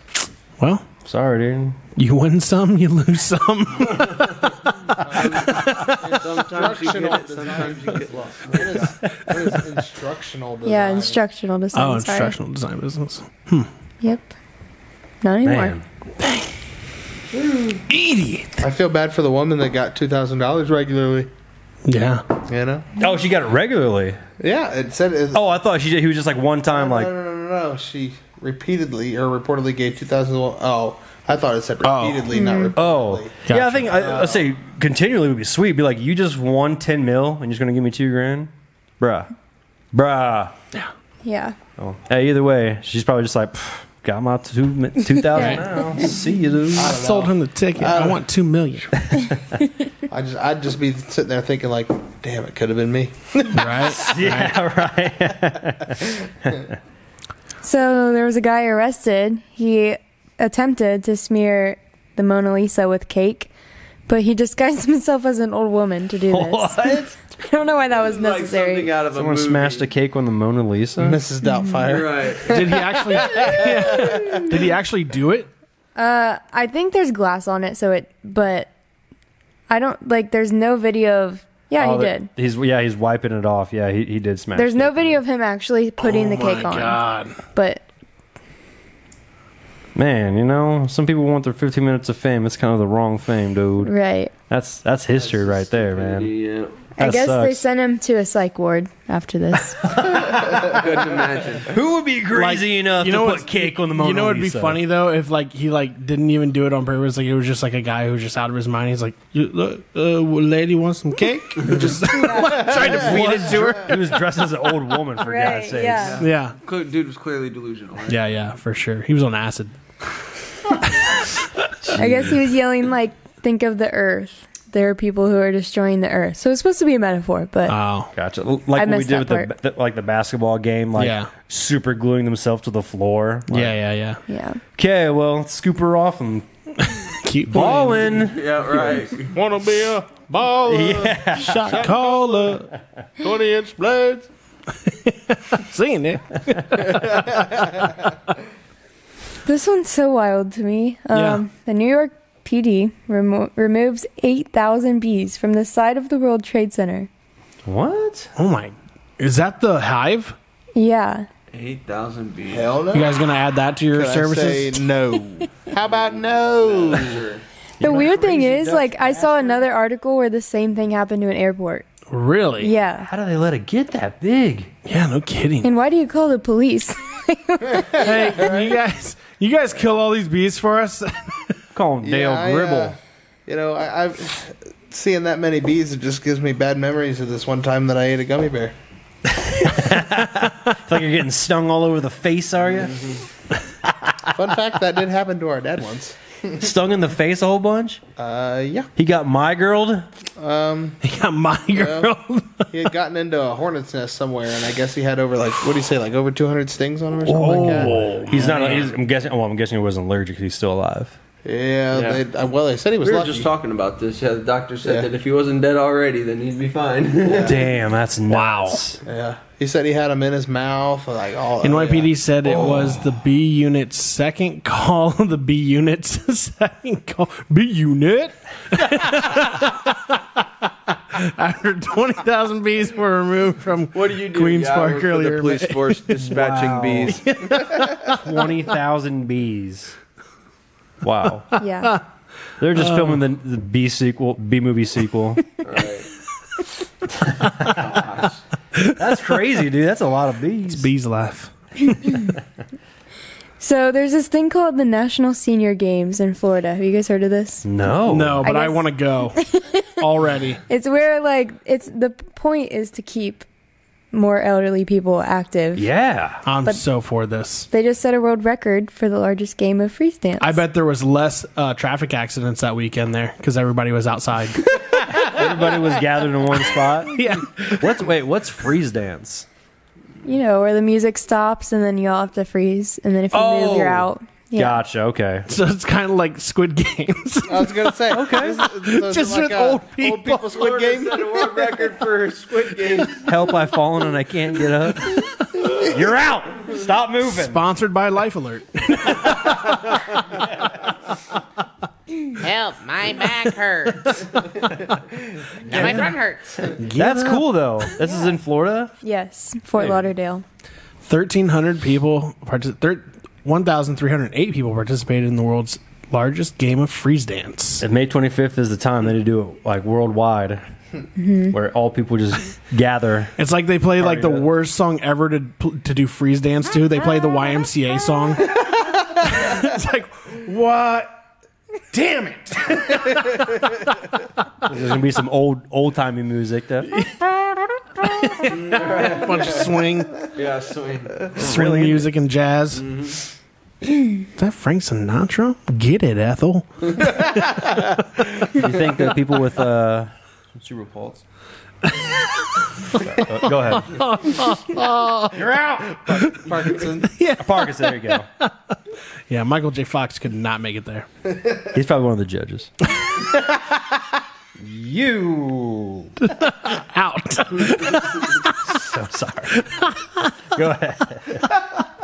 A: Well,
B: Sorry, dude.
A: you win some, you lose
E: <laughs>
A: some. Oh,
C: Sometimes you get it, sometimes you get lost.
F: What is, what is instructional
E: <laughs>
F: design?
E: Yeah, instructional design.
A: oh,
E: sorry.
A: instructional design business.
E: Yep. Not anymore.
B: Man,
F: I feel bad for the woman that got two thousand dollars regularly.
A: Yeah.
F: You know?
B: oh, she got it regularly.
F: Yeah, it said. It,
B: Oh, I thought she did. He was just like one time,
F: no,
B: like
F: no, no, no, no. She repeatedly or reportedly gave two thousand. Oh, I thought it said repeatedly, not repeatedly.
B: Oh, yeah. I
A: Gotcha.
B: think I, I say continually would be sweet. Be like, you just won ten mil, and you're just gonna give me two grand, bruh, bruh.
E: Yeah.
B: Oh. Hey, either way, she's probably just like, "Pff, got my two mi- two thousand now. See you, dude.
A: I sold him the ticket. I want two million.
F: I just, I'd just be sitting there thinking like, damn, it could have been me.
A: right.
B: <laughs> yeah, <laughs> right.
E: So there was a guy arrested. He attempted to smear the Mona Lisa with cake, but he <laughs> disguised himself as an old woman to
C: <laughs>
E: do this.
B: What?
E: <laughs> I don't know why that was
C: Like
E: necessary.
C: something out of
B: Someone
C: a movie.
B: smashed a cake on the Mona Lisa.
F: Mrs.
C: <laughs>
F: Doubtfire.
C: Right.
A: Did he actually? Did he actually <laughs> do it?
E: Uh, I think there's glass on it, so it. But I don't like. There's no video of. Yeah,
B: Oh,
E: he
B: that-
E: did.
B: He's yeah, he's wiping it off. Yeah, he, he did smash.
E: There's
B: it.
E: no video of him actually putting
C: Oh
A: Oh
E: the cake on. But
B: man. You know, some people want their 15 minutes of fame. It's kind of the wrong fame, dude.
E: right,
B: That's that's history right there, man.
C: Yeah.
E: I
B: That
E: guess they
B: sucks.
E: sent him to a psych ward
C: <laughs>
E: after this.
C: Couldn't imagine.
B: Who would be crazy enough
A: you know
B: to
A: what's-
B: put cake on the Mona
A: you know, it'd be
B: Lisa?
A: funny though if like he like didn't even do it on purpose. Like it was just like a guy who was just out of his mind. He's like, you, look, uh, lady wants some cake. <laughs> just tried to feed it to her.
B: He was dressed as an old woman for God's sake.
A: Yeah,
C: Cle- Dude was clearly delusional. Right?
A: yeah, yeah, for sure. He was on acid.
E: I guess he was yelling like, "Think of the Earth. There are people who are destroying the Earth." So it's supposed to be a metaphor, but
A: Oh,
B: Gotcha. L- Like what we
E: missed
B: did with
E: that
B: the, the like the basketball game, like
A: Yeah.
B: super gluing themselves to the floor. Like,
A: yeah, yeah, yeah.
E: yeah,
B: Okay, well, let's scoop her off and
A: Keep
B: ballin'.
C: Yeah, right.
D: Wanna be a baller?
A: shot caller,
D: 20 inch blades?
A: seeing it.
E: this one's so wild to me. Um,
A: Yeah.
E: The New York PD remo- removes eight thousand bees from the side of the World Trade Center.
B: What?
A: Oh my, is that the hive?
E: Yeah,
C: Eight thousand bees.
F: Hell no.
A: You guys gonna add that to your
F: Could I
A: services?
F: say no. How about no?
E: the weird thing
F: crazy
E: is,
F: duck
E: like, I saw another article where the same thing happened to an airport.
A: Really?
E: Yeah,
B: How do they let it get that big?
A: Yeah. No kidding.
E: <laughs> and why do you call the police?
A: hey, you guys, you guys kill all these bees for us. <laughs>
B: Call him Dale
F: I, uh,
B: Gribble.
F: you know, I, I've seeing that many bees. It just gives me bad memories of this one time that I ate a gummy bear.
B: It's like you're getting stung all over the face, are you?
F: Mm-hmm. Fun fact: that did happen to our dad once.
B: stung in the face a whole bunch?
F: Uh, yeah,
B: He got my girled?
A: yeah, my girl.
F: he had gotten into a hornet's nest somewhere, and I guess he had over like what do you say, like over two hundred stings on him or something
C: Oh.
F: like
B: He's not, he's, I'm guessing, well, I'm guessing he wasn't allergic. He's still alive.
F: that. Yeah,
C: Yeah.
F: They, uh, well, they said he was
C: We were
F: lucky.
C: just talking about this. Yeah, the doctor said
F: Yeah.
C: that if he wasn't dead already, then he'd be fine.
B: Damn, that's nuts. Wow.
F: yeah, he said he had him in his mouth, like
C: Oh,
F: all.
A: NYPD said it was the B unit's second <laughs> call. The B unit's <laughs> second call. B unit. <laughs> After twenty thousand bees were removed from
C: what do you do?
A: Queens
C: Yeah, I
A: Park
C: work for
A: earlier.
C: The police force dispatching <laughs> bees.
B: 20,000 bees. Wow.
E: yeah,
B: They're just filming the, the B sequel, B movie sequel. That's crazy, dude. That's a lot of bees.
A: Bees laugh.
E: So there's this thing called the National Senior Games in Florida. Have you guys heard of this?
C: Oh.
B: No,
A: No, but I,
E: guess-
A: want to go already.
E: It's where like it's the point is to keep more elderly people active.
B: Yeah.
A: I'm so for this.
E: They just set a world record for the largest game of free dance.
A: I bet there was less uh, traffic accidents that weekend there because everybody was outside. <laughs>
B: Everybody was gathered in one spot.
A: yeah.
B: What's wait? What's freeze dance?
E: you know where the music stops and then you all have to freeze, and then if you move, you're
B: Oh.
E: out. Yeah.
B: Gotcha. Okay.
A: So it's kind of like Squid Games. <laughs>
D: I was gonna say okay,
A: Just with old people.
D: squid
A: <laughs>
D: game.
C: set a world record for Squid Game.
B: Help! I've fallen and I can't get up. You're out. Stop moving.
A: Sponsored by Life Alert.
H: Help, my back hurts. now my front hurts.
B: That's cool though. This is in Florida.
E: Yes, Fort Lauderdale.
A: 1,300 people, partic- thir- 1,308 people participated in the world's largest game of freeze dance.
B: And May 25th is the time that they do it like worldwide, where all people just gather.
A: It's like they play like the
B: Party up.
A: worst song ever to pl- to do freeze dance to. They play the YMCA song. it's like what? Damn it!
B: There's gonna be some old old timey music. That,
A: Bunch of swing,
C: Yeah, swing.
A: swing music and jazz. Is that Frank Sinatra? Get it, Ethel.
B: you think that people with uh,
C: Super Pulse.
B: oh, go ahead,
H: You're out.
C: Parkinson.
B: Parkinson. There you go.
A: Yeah, Michael J. Fox could not make it there.
B: He's probably one of the judges. you
A: Out.
B: so sorry. Go ahead.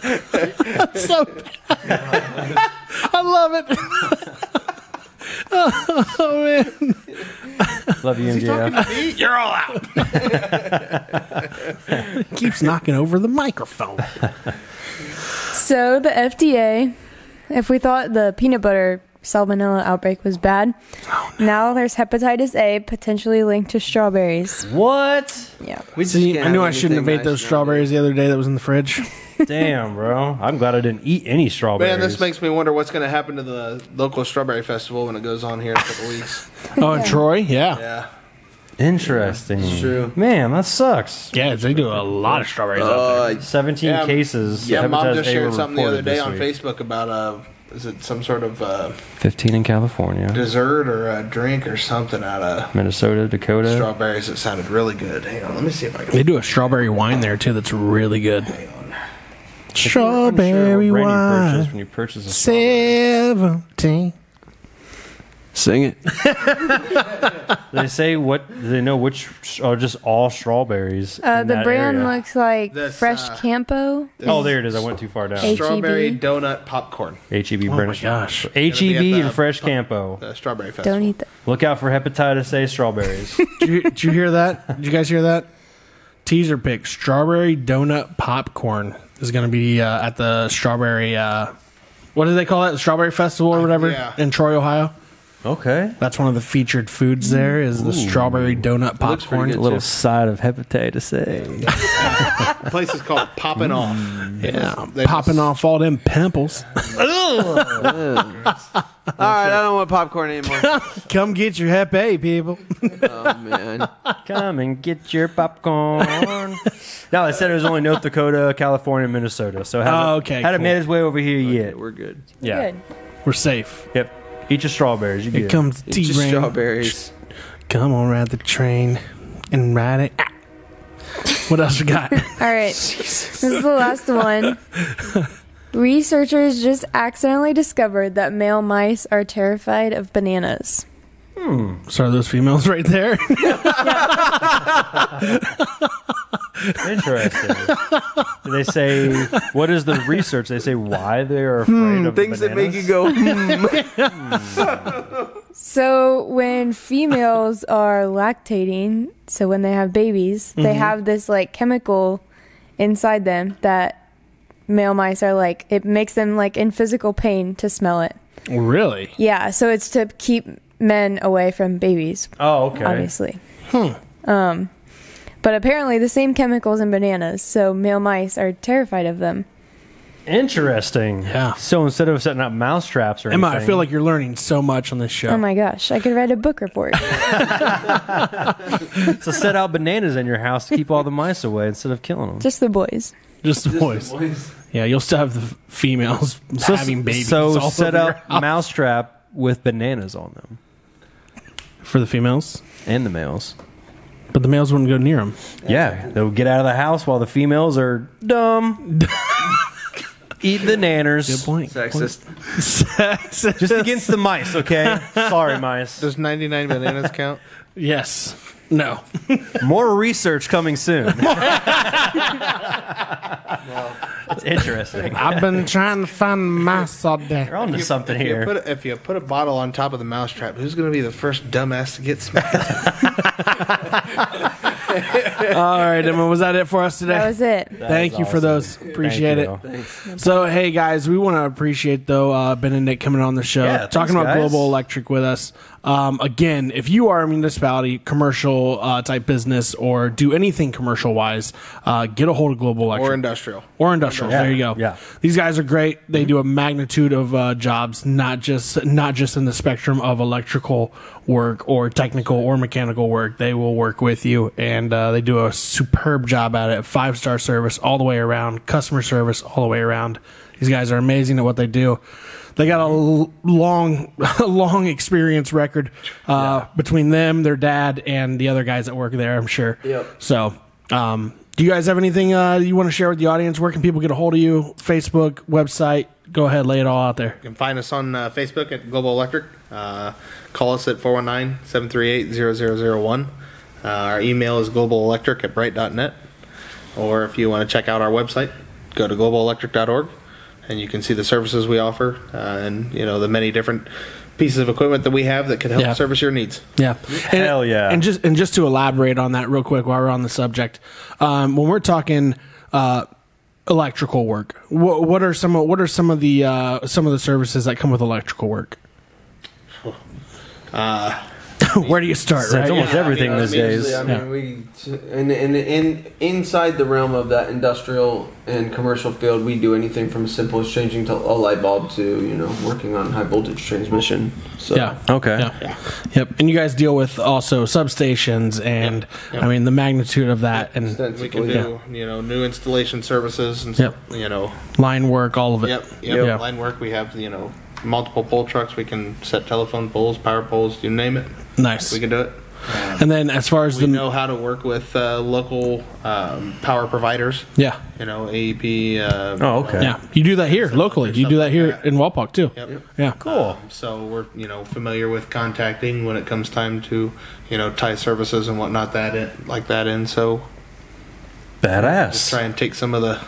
A: so I love it. oh man.
B: Love you, MJF.
D: You're all out.
A: Keeps knocking over the microphone.
E: So the FDA, if we thought the peanut butter salmonella outbreak was bad,
B: Oh,
E: now there's hepatitis A potentially linked to strawberries.
B: What?
E: Yeah.
C: We
A: See, I knew I shouldn't have ate those strawberries the other day that was in the <laughs> fridge.
B: Damn, bro. I'm glad I didn't eat any strawberries.
D: Man, this makes me wonder what's gonna happen to the local strawberry festival when it goes on here in
B: <laughs>
D: a couple weeks.
A: Oh, and Troy? Yeah. Yeah,
D: Yeah,
B: interesting.
C: true.
B: Man, that sucks.
A: they do a lot of strawberries out
C: Uh,
B: 17
D: Yeah,
B: cases.
D: yeah.
B: of
D: Mom
B: hepatitis
D: just
B: A
D: shared
B: were
D: something the other
B: reported
D: day
B: this
D: on
B: week.
D: Facebook about uh, is it some sort of uh,
B: 15 in California,
D: dessert or a drink or something out of
B: Minnesota, Dakota.
D: strawberries that sounded really good. Hang on, let me see if I
A: there. They
D: can.
A: do a strawberry wine there too that's really good.
B: I'm sure
A: Strawberry
B: what brand you purchase
A: wine.
B: when you purchase a strawberry.
A: Seventeen.
C: Sing it.
B: They say what they know which are just all strawberries.
E: Uh,
B: in
E: the
B: that
E: brand
B: area.
E: looks like
D: This,
E: Fresh
D: uh,
E: Campo.
B: Oh, there it is. I went too far down.
E: H-
D: Strawberry
E: HEB.
D: donut popcorn.
B: H E B
A: Oh my
B: British.
A: gosh.
B: H E
D: Gonna be
B: B
D: at
B: and
D: the-
B: Fresh Campo.
D: The strawberry festival.
E: Don't eat that.
B: Look out for hepatitis A
D: <laughs>
B: strawberries.
A: <laughs> Did you, did you hear that? Did you guys hear that? Teaser pick: Strawberry donut popcorn is going to be uh, at the strawberry. Uh, what do they call it? Strawberry festival or whatever
D: yeah.
A: in Troy, Ohio.
B: okay.
A: That's one of the featured foods. There is the strawberry donut
C: looks pretty
A: popcorn.
C: good. little
B: side of hepatitis A.
D: The place is called Poppin' Off.
B: Mm.
A: Yeah,
D: They
A: popping
D: just-
A: off all them pimples. <laughs>
C: All right, I don't want popcorn anymore.
A: Come get your Hep A, people.
C: oh man.
B: Come and get your popcorn. no, they said it was only North Dakota, California, and Minnesota. So had
A: Oh,
B: it-
A: okay,
B: had it
A: cool.
B: made its way over here yet.
C: We're good.
B: Yeah.
E: Good.
A: We're safe.
B: Yep. Eat your strawberries. You
A: Here
B: good.
A: comes
C: Eat your
A: T-Rain.
C: strawberries.
A: Come on, ride the train and ride it. out. What else you <laughs> got?
E: All right. This is the last one. Researchers just accidentally discovered that male mice are terrified of bananas.
A: Sorry, those females right there.
B: Interesting.
A: <laughs>
B: they say, what is the research? They say why they are afraid
A: Hmm,
B: of
C: Things that make you
B: bananas?
C: go. hmm.
E: So when females are lactating, so when they have babies, they have this like chemical inside them that male mice are like it makes them like in physical pain to smell it.
A: really?
E: Yeah, so it's to keep men away from babies,
B: Oh, okay.
E: obviously. Um, but apparently the same chemicals in bananas, so male mice are terrified of them.
B: Interesting.
A: Yeah.
B: So instead of setting up mouse traps or
A: Emma, I
B: anything-
A: feel like you're learning so much on this show.
E: Oh my gosh, I could write a book report.
B: so set out bananas in your house to keep all the mice away instead of killing them.
E: Just the boys.
A: Just the voice.
C: Just the voice.
A: Yeah, you'll still have the f- females
B: So-
A: having babies.
B: So
A: all
B: set
A: over your
B: up
A: house.
B: mousetrap with bananas on them
A: <laughs> for the females,
B: and the males.
A: but the males wouldn't go near them.
B: Yeah, they'll get out of the house while the females are
D: <laughs>
B: dumb. Eat the nanners.
A: Point.
C: Sexist.
A: Sexist.
B: Just against the mice,
D: <laughs>
B: okay? Sorry, mice.
D: Does 99 bananas count?
A: <laughs> yes. No.
B: More research coming
D: <laughs>
B: soon. It's interesting.
A: I've been trying to find mice all day.
B: You're onto something
D: if You
B: <laughs> here.
D: put a, if you put a bottle on top of the mousetrap, who's going to be the first dumbass to get smacked?
A: All right, Emma, was that it for us today?
E: That was it.
A: Thank
B: is
A: you for
B: awesome.
A: those. Appreciate
B: you.
A: it. So, hey guys, we want to appreciate though uh, Ben and Nick coming on the show,
B: Yeah,
A: talking
B: thanks,
A: about
B: guys.
A: Global Electric with us. Um, again, if you are a municipality, commercial uh, type business, or do anything commercial wise, uh, get a hold of Global Electric
D: or industrial?
A: or industrial.
B: Yeah,
A: There you go.
B: yeah.
A: these guys are great. They do a magnitude of uh, jobs, not just not just in the spectrum of electrical work or technical or mechanical work. They will work with you, and uh, they do a superb job at it. Five star service all the way around, customer service all the way around. These guys are amazing at what they do. They got a l- long, <laughs> long experience record uh, between them, their dad, and the other guys that work there. I'm sure.
C: Yep.
A: So, um, do you guys have anything uh, you want to share with the audience? Where can people get a hold of you? Facebook, website. Go ahead, lay it all out there.
D: You can find us on uh, Facebook at Global Electric. Uh, call us at 419 738 0001. Uh, Our email is globalelectric at bright.net. Or if you want to check out our website, go to globalelectric.org and you can see the services we offer uh, and you know the many different pieces of equipment that we have that can help
A: Yeah.
D: service your needs.
A: Yeah, and,
B: Hell yeah.
A: And just and just to elaborate on that real quick while we're on the subject, um, when we're talking uh, electrical work, what, what are some of, what are some of the uh, some of the services that come with electrical work? <laughs> Where do you start?
B: Uh, It's
A: Right?
B: almost everything
C: I mean,
B: these
C: usually,
D: uh,
B: days.
C: I mean, we in, in, in inside the realm of that industrial and commercial field, we do anything from as simple as changing to a light bulb to you know working on high voltage transmission. So
A: Yeah.
B: Okay.
A: Yeah. Yep. And you guys deal with also substations and I mean the magnitude of that and
D: We can
C: extensively.
D: do you know new installation services and
A: Yep.
D: you know
A: line work, all of it.
D: Yep, yep.
A: Yeah.
D: Line work. We have you know multiple pole trucks. We can set telephone poles, power poles. You name it.
A: Nice.
D: We can do it.
A: And then as far as
D: We
A: the
D: know how to work with uh, local um, power providers.
A: yeah.
D: You know AEP. Uh,
B: Oh, okay.
A: Yeah, you do that here locally. You do that here in Walpock too.
D: Yep.
A: Yeah,
D: Cool. so we're you know familiar with contacting when it comes time to you know tie services and whatnot that in, like that in. So
B: Badass.
D: try and take some of the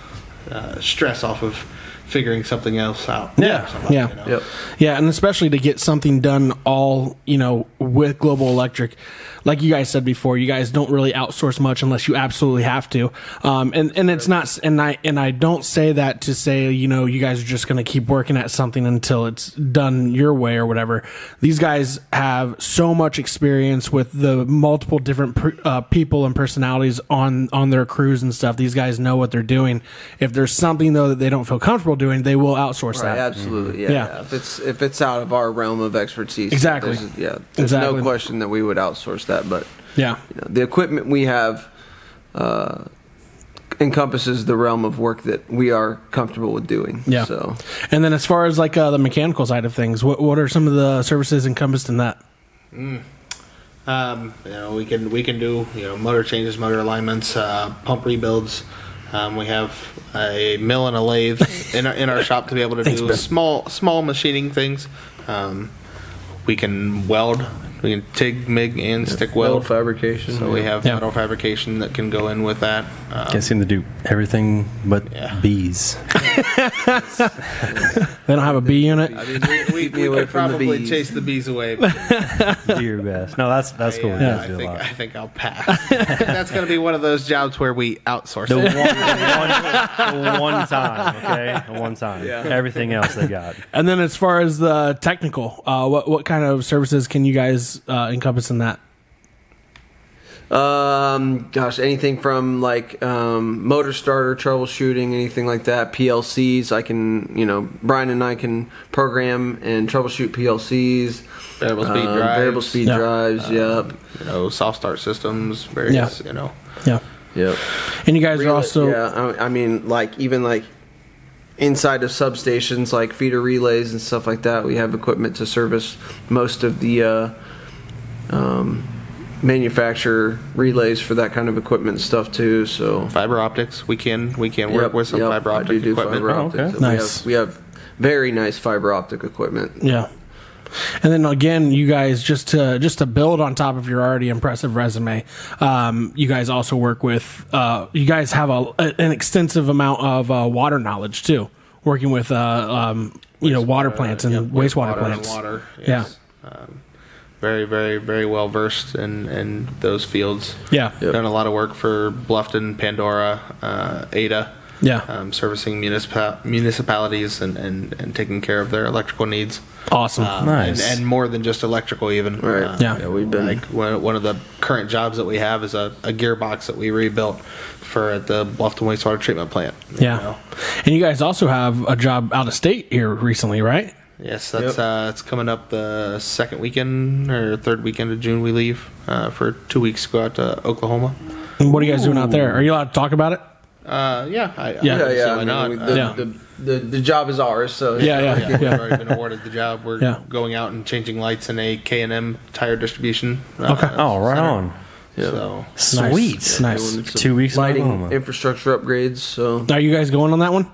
D: uh, stress off of figuring something else out.
A: Yeah. Yeah.
D: know.
C: Yep.
A: yeah, and especially to get something done all you know with Global Electric, like you guys said before, you guys don't really outsource much unless you absolutely have to. Um, and and it's not, and I and I don't say that to say you know you guys are just going to keep working at something until it's done your way or whatever. These guys have so much experience with the multiple different pr- uh, people and personalities on on their crews and stuff. These guys know what they're doing. If there's something though that they don't feel comfortable doing, they will outsource
C: Right,
A: that.
C: absolutely. Yeah,
A: Yeah.
C: yeah. If it's if it's out of our realm of expertise,
A: Exactly.
C: there's- yeah. There's
A: Exactly.
C: no question that we would outsource that, but
A: Yeah.
C: you know, the equipment we have uh, encompasses the realm of work that we are comfortable with doing.
A: Yeah.
C: So
A: And then as far as like uh, the mechanical side of things, what what are some of the services encompassed in that?
D: Um, you know, we can we can do you know motor changes, motor alignments, uh, pump rebuilds. Um, we have a mill and a lathe in our, in our shop to
C: <laughs>
D: be able to do small small machining things. Um, we can weld. We can TIG, MIG, and stick
C: metal
D: weld.
C: fabrication.
D: so we have
A: Yeah.
D: metal fabrication that can go in with that. Um,
B: Can't seem to do everything but
D: Yeah. <laughs>
B: bees.
A: They don't have a B unit.
C: <laughs>
D: I mean, we, we,
C: me
D: we
C: away
D: could
C: from the
D: probably
C: bees.
D: chase the bees away. But
B: do your best. No, that's that's cool.
D: yeah,
B: You guys
D: I,
B: do a
D: think,
B: lot.
D: I think I'll pass. <laughs> That's going to be one of those jobs where we
A: <laughs>
D: outsource
B: The
D: it.
B: one, the one, the one time, okay, the one time. Everything else they
A: <laughs>
B: got.
A: And then as far as the technical, uh, what what kind of services can you guys uh, encompass in that?
C: Um, gosh, anything from like um, motor starter troubleshooting, anything like that. PLCs, I can, you know, Brian and I can program and troubleshoot PLCs.
D: Variable speed
C: um,
D: drives. Uh,
C: Variable speed
A: Yeah.
C: drives. yep.
D: you know, soft start systems, various, you know.
A: Yeah.
C: Yep.
A: And you guys are also
C: yeah, I, I mean, like even like inside of substations, like feeder relays and stuff like that, we have equipment to service most of the uh, um, manufacturer relays for that kind of equipment and stuff too. So
D: Fiber optics, we can we can work
C: Yep,
D: with some
C: yep,
D: fiber
C: I
D: optic
C: do do
D: equipment.
C: fiber
B: Oh,
C: optics.
B: okay.
C: We have-
A: Nice.
C: We have, very nice fiber optic equipment.
A: Yeah. And then again, you guys just to just to build on top of your already impressive resume, um, you guys also work with uh, you guys have a, a- an extensive amount of uh, water knowledge too, working with uh, um, you know water plants and
D: Yep,
A: wastewater
D: wastewater
A: plants.
D: and Uh, water,
A: Yeah,
D: yes. Um, very, very, very well versed in, in those fields.
A: Yeah. Yep.
D: Done a lot of work for Bluffton, Pandora, uh, Ada.
A: Yeah.
C: Uh,
D: Um, servicing municipal municipalities and, and, and taking care of their electrical needs.
A: awesome.
C: uh,
D: Um,
B: Nice.
D: And, and more than just electrical, even. Uh,
C: Right.
A: Yeah.
C: we've been-
D: Like one, one of the current jobs that we have is a, a gearbox that we rebuilt for at the Bluffton wastewater treatment plant. you
A: yeah,
D: know.
A: and you guys also have a job out of state here recently, right?
D: Yes, that's uh, it's coming up the second weekend or third weekend of June. We leave uh, for two weeks. Go out to Oklahoma.
A: And what are you guys doing out there? Are you allowed to talk about it?
D: Uh, yeah, I, I
A: Yeah.
D: don't
C: Yeah,
D: see
C: yeah. I
D: why
C: mean,
D: not?
C: we-
D: Uh,
C: the,
A: Yeah.
C: the, the, the job is ours, so
A: Yeah, yeah, yeah.
D: We've already been awarded the job. We're
A: Yeah.
D: going out and changing lights in a K and M tire distribution. Uh,
A: Okay.
B: Oh, right
D: center.
B: on.
D: So
A: Nice.
B: Sweet.
A: nice.
C: Doing some
B: Two weeks in
C: lighting
B: Oklahoma.
C: infrastructure upgrades. So
A: Are you guys going on that one?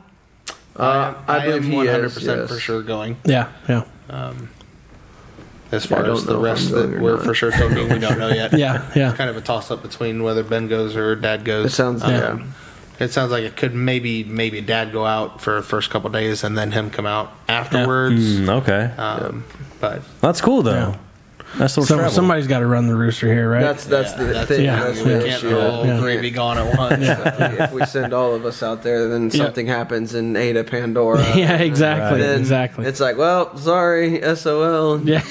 C: uh, I,
D: I,
C: believe
D: am
C: he
D: one
C: is,
D: hundred percent for
C: yes.
D: sure going.
A: Yeah, yeah,
D: As
C: Yeah, I
D: far
C: don't
D: as the
C: know if I'm
D: rest
C: going
D: that
C: or
D: we're
C: not.
D: for sure talking, we don't
B: <laughs>
D: know yet.
A: yeah, yeah.
D: It's kind of a toss up between whether Ben goes or Dad goes.
C: It sounds
D: Um,
C: yeah.
D: It sounds like it could maybe maybe Dad go out for the first couple days and then him come out afterwards.
B: Mm, okay.
D: Um, But
B: That's cool, though.
A: Yeah.
B: That's the
A: So
B: travel.
A: somebody's got to run the rooster here, right? <laughs>
C: That's that's the
D: that's
C: thing.
D: it.
A: Yeah,
C: That's
A: yeah.
C: the
D: we can't
C: issue.
D: all
A: Yeah.
D: three be gone at once.
C: if we send all of us out there, then something happens in Ada Pandora.
A: <laughs> yeah, exactly,
C: uh, Then
A: exactly.
C: It's like, well, sorry, SOL.
A: <laughs> Yeah.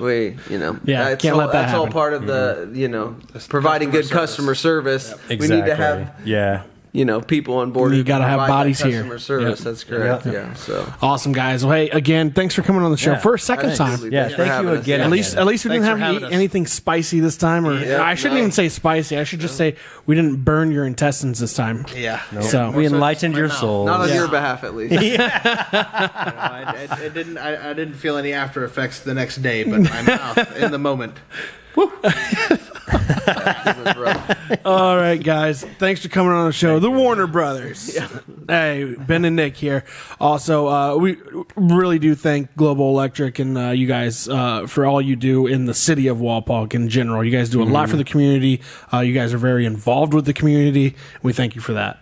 C: We, you know,
A: Yeah,
C: that's
A: can't
C: all,
A: let that
C: that's all
A: happen.
C: part of the,
B: Mm-hmm.
C: you know, providing
D: customer
C: good
D: service.
C: customer service.
B: Exactly.
C: We need to have,
B: yeah.
C: you know, people on board.
A: You
C: who
A: gotta have
C: provide that
A: bodies here.
C: Customer service.
A: Yep.
C: That's correct.
B: Yep.
C: Yeah. So
A: Awesome guys. Well, hey, again, thanks for coming on the show
B: Yeah.
A: for a second time.
C: Absolutely.
B: Yeah,
C: Thanks for
B: thank you
C: having us.
B: again.
C: Yeah.
A: At least, at least we
D: Thanks
A: didn't have
D: for
A: to
D: having
A: eat
D: us.
A: anything spicy this time, or
C: Yeah,
A: I shouldn't
C: no.
A: even say spicy. I should just say we didn't burn your intestines this time.
D: <laughs> Yeah.
A: So
B: We enlightened your soul.
C: Not on
J: Yeah.
C: your behalf,
A: <laughs>
C: at least. <laughs> Oh,
J: I, I, I didn't. I, I didn't feel any after effects the next day, but
B: <laughs>
J: my mouth in the moment.
C: That's rough.
A: All right, guys. Thanks for coming on the show. The Warner Brothers. Hey, Ben and Nick here. Also, uh, we really do thank Global Electric and uh, you guys uh, for all you do in the city of Walpock in general. You guys do a
D: Mm-hmm.
A: lot for the community. Uh, you guys are very involved with the community. We thank you for that.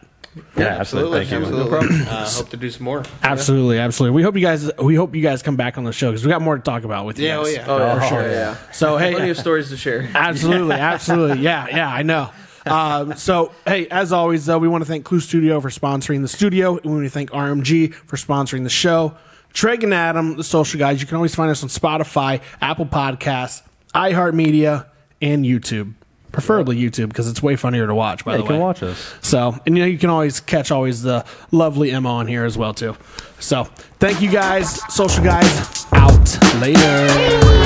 B: Yeah, absolutely. Thank you.
D: Absolutely. Uh, hope to do some more.
A: Absolutely, absolutely. We hope you guys. We hope you guys come back on the show because we got more to talk about with you.
D: Yeah, oh
A: guys.
D: yeah.
C: Oh, yeah,
B: Oh, <laughs>
C: sure.
B: yeah.
C: Yeah. yeah.
A: So
C: Plenty
A: hey,
C: of stories to share.
A: absolutely, absolutely. Yeah, yeah. I know. Um, so hey, as always, though, we want to thank Clue Studio for sponsoring the studio. We want to thank RMG for sponsoring the show. Treg and Adam, the social guys. You can always find us on Spotify, Apple Podcasts, iHeartMedia, and YouTube. Preferably YouTube because it's way funnier to watch. By
B: Yeah,
A: the
B: you
A: way,
B: can watch us.
A: so, and you know, you can always catch always the lovely Emma on here as well too. So, thank you guys, social guys, out later.